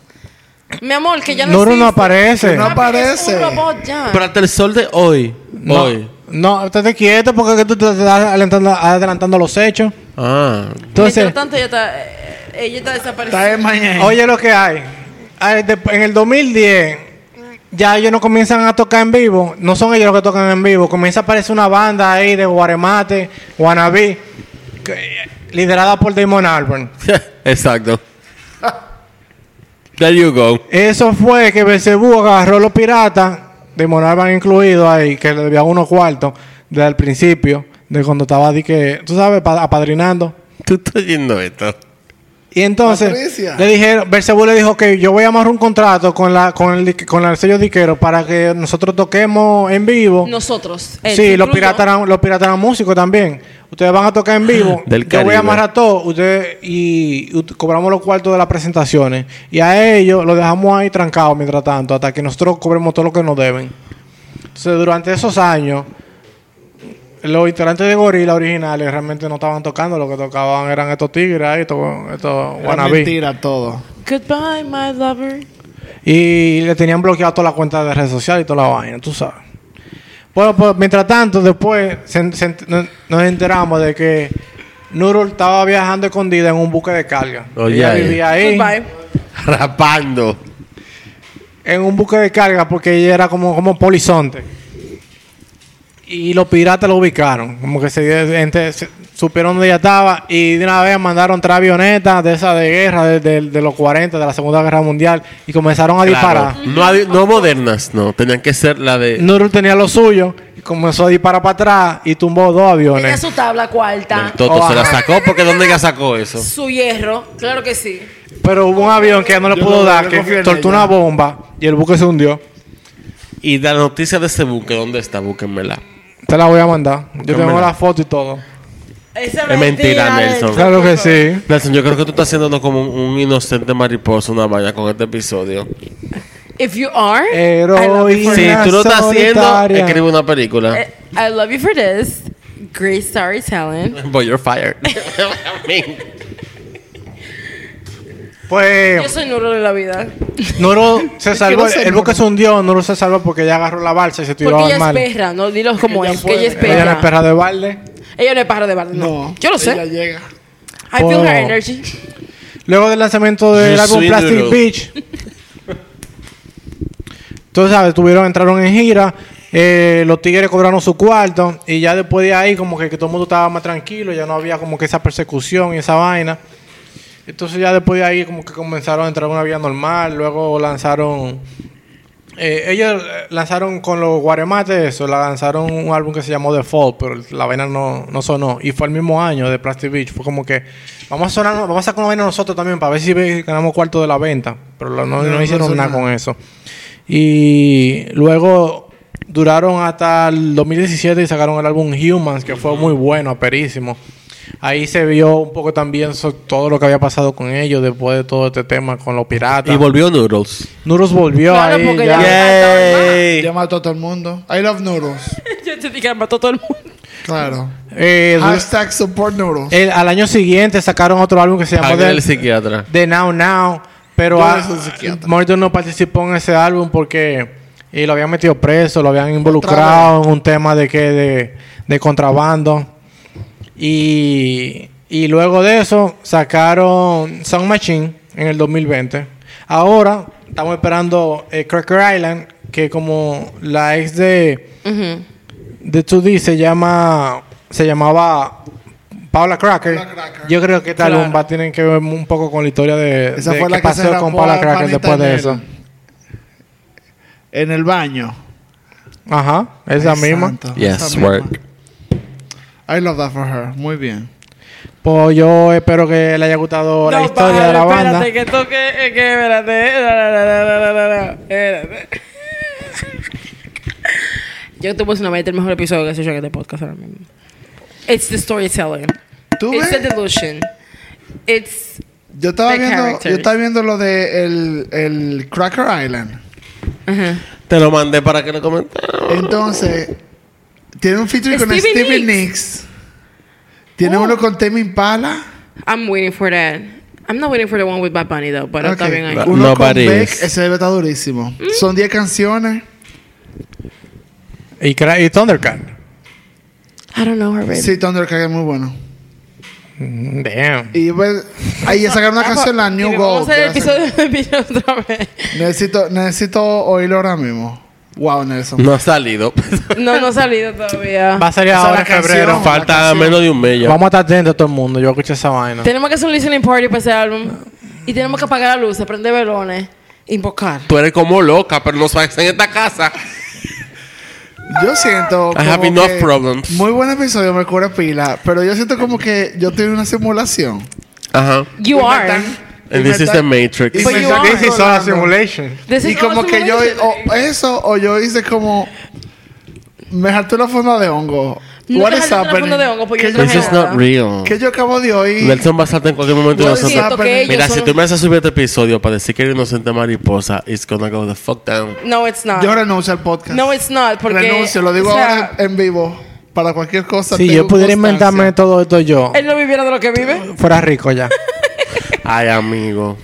Speaker 4: Mi amor, que ya no
Speaker 5: Noro no
Speaker 4: existe.
Speaker 5: aparece.
Speaker 2: No
Speaker 4: Ah, porque es
Speaker 2: aparece.
Speaker 4: un robot ya.
Speaker 3: Pero hasta el sol de hoy.
Speaker 5: No,
Speaker 3: Hoy.
Speaker 5: no, estate quieto porque es que tú te estás adelantando, adelantando los hechos.
Speaker 3: Ah.
Speaker 5: Entonces...
Speaker 4: Mientras tanto, ella está, eh, ella está desaparecida.
Speaker 2: Está en [laughs] mañana.
Speaker 5: Oye lo que hay. Ay, de- En el 2010 ya ellos no comienzan a tocar en vivo. No son ellos los que tocan en vivo. Comienza a aparecer una banda ahí de Guaremate, Guanabí, que- liderada por Damon Albarn.
Speaker 3: [laughs] Exacto. There you go.
Speaker 5: Eso fue que Belcebú agarró a los piratas, Damon Albarn incluido ahí, que le debía unos cuartos desde el principio, de cuando estaba di que, tú sabes, pa- apadrinando.
Speaker 3: Tú estás yendo esto.
Speaker 5: Y entonces
Speaker 2: Patricia.
Speaker 5: le dijeron, Bersebú le dijo que yo voy a amarrar un contrato con la con el di- con el sello diquero para que nosotros toquemos en vivo.
Speaker 4: Nosotros. él,
Speaker 5: sí, los
Speaker 4: incluyo.
Speaker 5: piratas eran, los piratas eran músicos también. Ustedes van a tocar en vivo.
Speaker 3: [laughs] Del
Speaker 5: yo voy
Speaker 3: Caribe.
Speaker 5: a amarrar todo, ustedes y, y ut- cobramos los cuartos de las presentaciones y a ellos los dejamos ahí trancados mientras tanto hasta que nosotros cobremos todo lo que nos deben. Entonces, durante esos años los integrantes de Gorila originales realmente no estaban tocando, lo que tocaban eran estos tigres ahí, estos, estos
Speaker 2: Era
Speaker 5: wannabes.
Speaker 2: mentira todo.
Speaker 4: Goodbye, my lover.
Speaker 5: Y le tenían bloqueado toda la cuenta de redes sociales y toda la vaina, tú sabes. Bueno, pues mientras tanto, después se- se- no- nos enteramos de que Nurul estaba viajando escondida en un buque de carga.
Speaker 3: Oye,
Speaker 5: Ella
Speaker 3: ahí.
Speaker 5: vivía ahí
Speaker 4: Goodbye.
Speaker 3: Rapando.
Speaker 5: en un buque de carga porque ella era como, como polizonte. Y los piratas lo ubicaron, como que se, dio- ente- se- supieron dónde ella estaba y de una vez mandaron tres avionetas de esas de guerra, de, de- de los 40, de la Segunda Guerra Mundial, Ah, y comenzaron a disparar.
Speaker 3: Claro. No, había- no modernas, no. Tenían que ser la de.
Speaker 5: Nurul tenía lo suyo, y comenzó a disparar para atrás y tumbó dos
Speaker 4: Ella
Speaker 5: aviones.
Speaker 4: su tabla
Speaker 3: del
Speaker 4: cuarta.
Speaker 3: Toto
Speaker 5: Oh,
Speaker 3: se la
Speaker 5: ajá.
Speaker 3: sacó porque ¿dónde ella sacó eso?
Speaker 4: Su hierro. Claro que sí.
Speaker 5: Pero hubo un avión que no le
Speaker 2: Yo
Speaker 5: pudo
Speaker 2: no-
Speaker 5: dar,
Speaker 2: yo
Speaker 5: que
Speaker 2: confío en
Speaker 5: soltó
Speaker 2: ella.
Speaker 5: una bomba y el buque se hundió.
Speaker 3: Y la noticia de ese buque, ¿dónde está? Búsquenmela.
Speaker 5: Te la voy a mandar. Yo tengo
Speaker 3: Tómela.
Speaker 5: la foto y todo.
Speaker 4: Esa
Speaker 3: Es mentira, Nelson.
Speaker 5: Claro que sí.
Speaker 3: Nelson, yo creo que tú estás haciendo como un, un inocente mariposa, una valla con este episodio.
Speaker 4: If you are, I love you
Speaker 5: Heroína
Speaker 4: for
Speaker 3: Si
Speaker 4: this.
Speaker 3: tú lo estás haciendo,
Speaker 5: solitaria.
Speaker 3: escribe una película.
Speaker 4: Eh, I love you for this. Great storytelling.
Speaker 3: But you're
Speaker 5: [laughs]
Speaker 3: fired. I mean,
Speaker 4: Yo
Speaker 5: Pues
Speaker 4: soy Nuro de la vida.
Speaker 5: Noro se salvó.
Speaker 2: no sé,
Speaker 5: el buque
Speaker 2: Noro.
Speaker 5: se hundió. Noro se salvó porque ella agarró la balsa y se tiró
Speaker 4: Porque
Speaker 5: al
Speaker 4: ella
Speaker 5: mar.
Speaker 4: es perra, no dilo como
Speaker 2: Ella
Speaker 4: es, que ella es
Speaker 2: puede.
Speaker 5: Ella era
Speaker 4: perra.
Speaker 5: perra de balde.
Speaker 4: Ella no es pájaro de barrio. No.
Speaker 2: No.
Speaker 4: Yo lo sé.
Speaker 2: Ella llega.
Speaker 4: I feel
Speaker 5: Oh.
Speaker 4: her energy.
Speaker 5: Luego del lanzamiento del
Speaker 3: Yo
Speaker 5: álbum
Speaker 3: soy
Speaker 5: Plastic
Speaker 3: Nero.
Speaker 5: Beach. Tú sabes, tuvieron, entraron en gira. eh, los tigres cobraron su cuarto. Y ya después de ahí, como que, que todo el mundo estaba más tranquilo. Ya no había como que esa persecución y esa vaina. Entonces, ya después de ahí, como que comenzaron a entrar en una vida normal. Luego lanzaron. eh, ellos eh, lanzaron con los guaremates eso, la lanzaron un álbum que se llamó The Fall, pero la vaina no, no sonó. Y fue el mismo año de Plastic Beach. Fue como que vamos a sonar, vamos a sacar una vaina nosotros también para ver si ve- ganamos cuarto de la venta. Pero lo- no, no
Speaker 2: No, no
Speaker 5: hicieron
Speaker 2: sonó
Speaker 5: nada
Speaker 2: nada.
Speaker 5: con eso. Y luego duraron hasta el 2017 y sacaron el álbum Humans, que fue muy bueno, aperísimo. Ahí se vio un poco también so- todo lo que había pasado con ellos después de todo este tema con los piratas.
Speaker 3: y volvió Noodles.
Speaker 5: Nuros volvió
Speaker 4: Claro,
Speaker 5: ahí.
Speaker 4: porque
Speaker 5: ya.
Speaker 4: ya-
Speaker 2: Ella mató a todo el mundo. I love noodles.
Speaker 4: [laughs] Yo te dije que mató a todo el mundo.
Speaker 2: Claro.
Speaker 5: Eh,
Speaker 4: Ah.
Speaker 5: du-
Speaker 2: Hashtag support noodles.
Speaker 5: el- al año siguiente sacaron otro álbum que se llamó
Speaker 3: Hágale el
Speaker 5: The,
Speaker 3: psiquiatra.
Speaker 5: The Now Now, pero
Speaker 2: Yo
Speaker 5: a-
Speaker 2: no soy psiquiatra.
Speaker 5: Morton no participó en ese álbum porque y lo habían metido preso, lo habían involucrado en un tema de que de, de contrabando. Y, y luego de eso sacaron Sound Machine en el 2020. Ahora estamos esperando eh, Cracker Island, que como la ex de, de 2D se llama se llamaba Paula Cracker.
Speaker 2: Paula Cracker.
Speaker 5: Yo creo que esta
Speaker 4: Claro.
Speaker 5: lumba tienen que ver un poco con la historia de,
Speaker 2: Esa
Speaker 5: de
Speaker 2: fue
Speaker 5: qué
Speaker 2: la que se
Speaker 5: pasó con
Speaker 2: rapó
Speaker 5: Paula
Speaker 2: a
Speaker 5: Cracker
Speaker 2: Juanita
Speaker 5: después de
Speaker 2: Nero.
Speaker 5: eso.
Speaker 2: En el baño.
Speaker 5: Ajá, esa
Speaker 2: Ay,
Speaker 5: misma.
Speaker 2: santo, esa
Speaker 3: Yes,
Speaker 2: misma.
Speaker 3: work.
Speaker 2: I love that for her. Muy bien.
Speaker 5: Pues yo espero que le haya gustado la historia de la banda.
Speaker 4: Espérate, que toque. eh, que espérate. La, la, la, la, la, la, la, la, Espérate. [laughs] Yo te puse una vez el mejor episodio que se hecho en este podcast ahora mismo. It's the storytelling.
Speaker 2: ¿Tú
Speaker 4: It's the
Speaker 2: ves?
Speaker 4: delusion. It's.
Speaker 2: Yo estaba
Speaker 4: the
Speaker 2: viendo, yo
Speaker 4: characters.
Speaker 2: estaba viendo lo de el, el Cracker Island.
Speaker 4: Ajá.
Speaker 3: Te lo mandé para que lo comentaras.
Speaker 2: Entonces, tiene un featuring con
Speaker 4: Stevie
Speaker 2: Stevie
Speaker 4: Nicks.
Speaker 2: Nicks. Tiene
Speaker 4: Oh.
Speaker 2: uno con Tame Impala.
Speaker 4: I'm waiting for that. I'm not waiting for the one with Bad Bunny, though, pero está
Speaker 2: Ok.
Speaker 4: bien ahí. Mm.
Speaker 3: Claro.
Speaker 2: Uno con
Speaker 3: Nobody
Speaker 2: Beck.
Speaker 3: is.
Speaker 2: Ese debe estar durísimo. Son 10 canciones.
Speaker 5: Y, cra- y Thundercat.
Speaker 4: I don't know her, baby.
Speaker 2: Sí, Thundercat es muy bueno.
Speaker 5: Mm, Damn.
Speaker 2: Y pues, ahí sacaron una canción, la New
Speaker 4: Mira, Vamos
Speaker 2: Gold.
Speaker 4: a hacer el
Speaker 2: que la
Speaker 4: episodio de Pillo
Speaker 2: [laughs]
Speaker 4: otra vez.
Speaker 2: sacaron. Necesito, necesito oírlo ahora mismo. Wow, Nelson.
Speaker 3: No ha salido.
Speaker 4: No, no ha salido todavía.
Speaker 5: Va a salir
Speaker 2: Esa es
Speaker 5: ahora
Speaker 2: la
Speaker 5: en febrero.
Speaker 2: canción.
Speaker 3: [laughs] Falta menos de un mes ya.
Speaker 5: Vamos a estar atentos a todo el mundo. Yo escuché esa vaina.
Speaker 4: Tenemos que hacer un listening party para ese álbum. Y tenemos que apagar la luz, aprender velones, invocar.
Speaker 3: Tú eres como loca, pero no sabes en esta casa.
Speaker 2: Yo siento.
Speaker 3: I have
Speaker 2: como
Speaker 3: enough
Speaker 2: que-
Speaker 3: problems.
Speaker 2: Muy buen episodio, me cura pila. Pero yo siento como que yo tengo una simulación.
Speaker 3: Ajá.
Speaker 4: You
Speaker 2: Y me
Speaker 4: are.
Speaker 2: están- y me
Speaker 3: And this is the
Speaker 2: están-
Speaker 3: Matrix.
Speaker 2: y
Speaker 4: But
Speaker 2: me
Speaker 4: you
Speaker 2: están
Speaker 4: are.
Speaker 5: This is all a
Speaker 2: controlando.
Speaker 5: simulation.
Speaker 4: This
Speaker 2: Y
Speaker 4: is
Speaker 2: como
Speaker 4: awesome
Speaker 2: que yo,
Speaker 4: relationship.
Speaker 2: o eso, o yo hice como. Me jaltó la fonda de hongo.
Speaker 4: Nunca
Speaker 2: What
Speaker 4: me
Speaker 2: is
Speaker 4: jalté la
Speaker 2: happening?
Speaker 4: funda de hongo, porque yo
Speaker 2: ¿Qué
Speaker 4: no
Speaker 3: This
Speaker 4: traje
Speaker 3: is not real.
Speaker 2: Que yo acabo de oír.
Speaker 3: Nelson va a saltar en cualquier momento de
Speaker 4: Yo
Speaker 2: What is
Speaker 3: nosotros.
Speaker 4: siento que
Speaker 2: happening?
Speaker 4: ellos
Speaker 3: Mira, si
Speaker 4: solo-
Speaker 3: tú me haces subir este episodio para decir que eres inocente mariposa, it's gonna go the fuck down.
Speaker 4: No, it's not.
Speaker 2: Yo renuncio al podcast.
Speaker 4: No, it's not. Porque,
Speaker 2: renuncio, lo digo
Speaker 4: o sea,
Speaker 2: ahora en vivo. Para cualquier cosa.
Speaker 5: Si
Speaker 2: tengo
Speaker 5: yo pudiera
Speaker 2: constancia.
Speaker 5: inventarme todo esto yo,
Speaker 4: Él no viviera de lo que vive.
Speaker 5: fuera rico ya.
Speaker 3: Ay, amigo.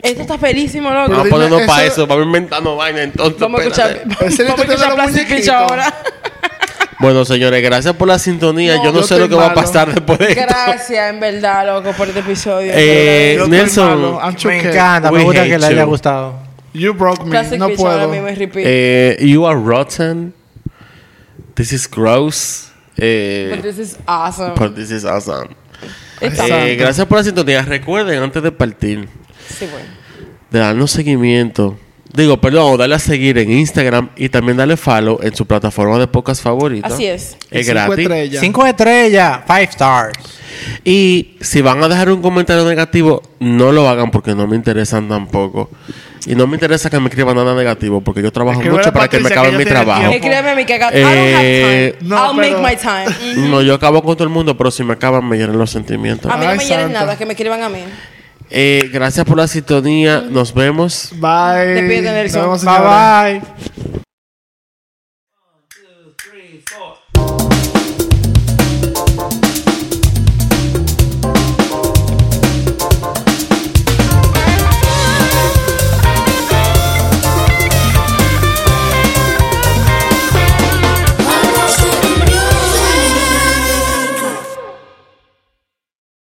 Speaker 4: Esto está ferísimo, loco.
Speaker 3: Vamos
Speaker 2: dime,
Speaker 3: poniendo para
Speaker 2: eso-
Speaker 3: eso, vamos inventando vaina entonces.
Speaker 4: Vamos a escuchar.
Speaker 3: pues, espérate.
Speaker 2: Ese
Speaker 4: Vamos a
Speaker 2: es el de
Speaker 4: escuchar
Speaker 2: los
Speaker 4: Plastic Beach
Speaker 2: muñequitos.
Speaker 4: ahora. [laughs]
Speaker 3: Bueno, señores, gracias por la sintonía.
Speaker 2: No,
Speaker 3: yo no
Speaker 2: yo
Speaker 3: sé lo
Speaker 2: estoy
Speaker 3: que va a
Speaker 2: malo.
Speaker 3: pasar después de esto.
Speaker 4: Gracias, en verdad, loco, por este episodio.
Speaker 3: Eh,
Speaker 2: Yo estoy
Speaker 3: Nelson,
Speaker 2: malo, I'm
Speaker 5: Me
Speaker 2: choqueado.
Speaker 5: encanta, me
Speaker 3: We
Speaker 5: gusta
Speaker 3: hate
Speaker 5: que le haya
Speaker 3: you.
Speaker 5: gustado.
Speaker 2: You broke me.
Speaker 4: Plastic
Speaker 2: no
Speaker 4: Beach ahora
Speaker 2: puedo.
Speaker 4: mismo es repeat.
Speaker 3: Eh, you are rotten. This is gross.
Speaker 4: But
Speaker 3: Eh,
Speaker 4: this is awesome.
Speaker 3: but this is awesome.
Speaker 4: It's
Speaker 3: Eh,
Speaker 4: awesome.
Speaker 3: gracias por la sintonía. Recuerden, antes de partir,
Speaker 4: Sí, bueno.
Speaker 3: de darnos seguimiento. Digo, perdón, darle a seguir en Instagram y también darle follow en su plataforma de podcast favorita.
Speaker 4: Así es.
Speaker 2: Cinco
Speaker 3: Es gratis.
Speaker 2: estrellas.
Speaker 5: Cinco estrellas, five stars.
Speaker 3: Y si van a dejar un comentario negativo, no lo hagan porque no me interesan tampoco. Y no me interesa que me escriban nada negativo porque yo trabajo
Speaker 2: Escribe
Speaker 3: mucho
Speaker 2: a
Speaker 3: para que me
Speaker 2: Patricia,
Speaker 3: acaben
Speaker 2: que
Speaker 3: mi
Speaker 2: ella tiene
Speaker 3: trabajo.
Speaker 2: tiempo.
Speaker 4: Escríbeme a mí que I don't
Speaker 3: Eh,
Speaker 4: have time.
Speaker 2: no,
Speaker 4: I'll make
Speaker 2: pero-
Speaker 4: my time. Mm.
Speaker 3: No, yo acabo con todo el mundo, pero si me acaban me llenan los sentimientos.
Speaker 4: A mí no
Speaker 2: Ay,
Speaker 4: me llenen
Speaker 2: santo.
Speaker 4: nada, que me escriban a mí.
Speaker 3: Eh, gracias por la sintonía. Nos vemos.
Speaker 2: Bye.
Speaker 4: Despídete,
Speaker 2: Nos
Speaker 4: Nelson.
Speaker 2: vemos,
Speaker 1: Bye
Speaker 2: señores.
Speaker 1: bye.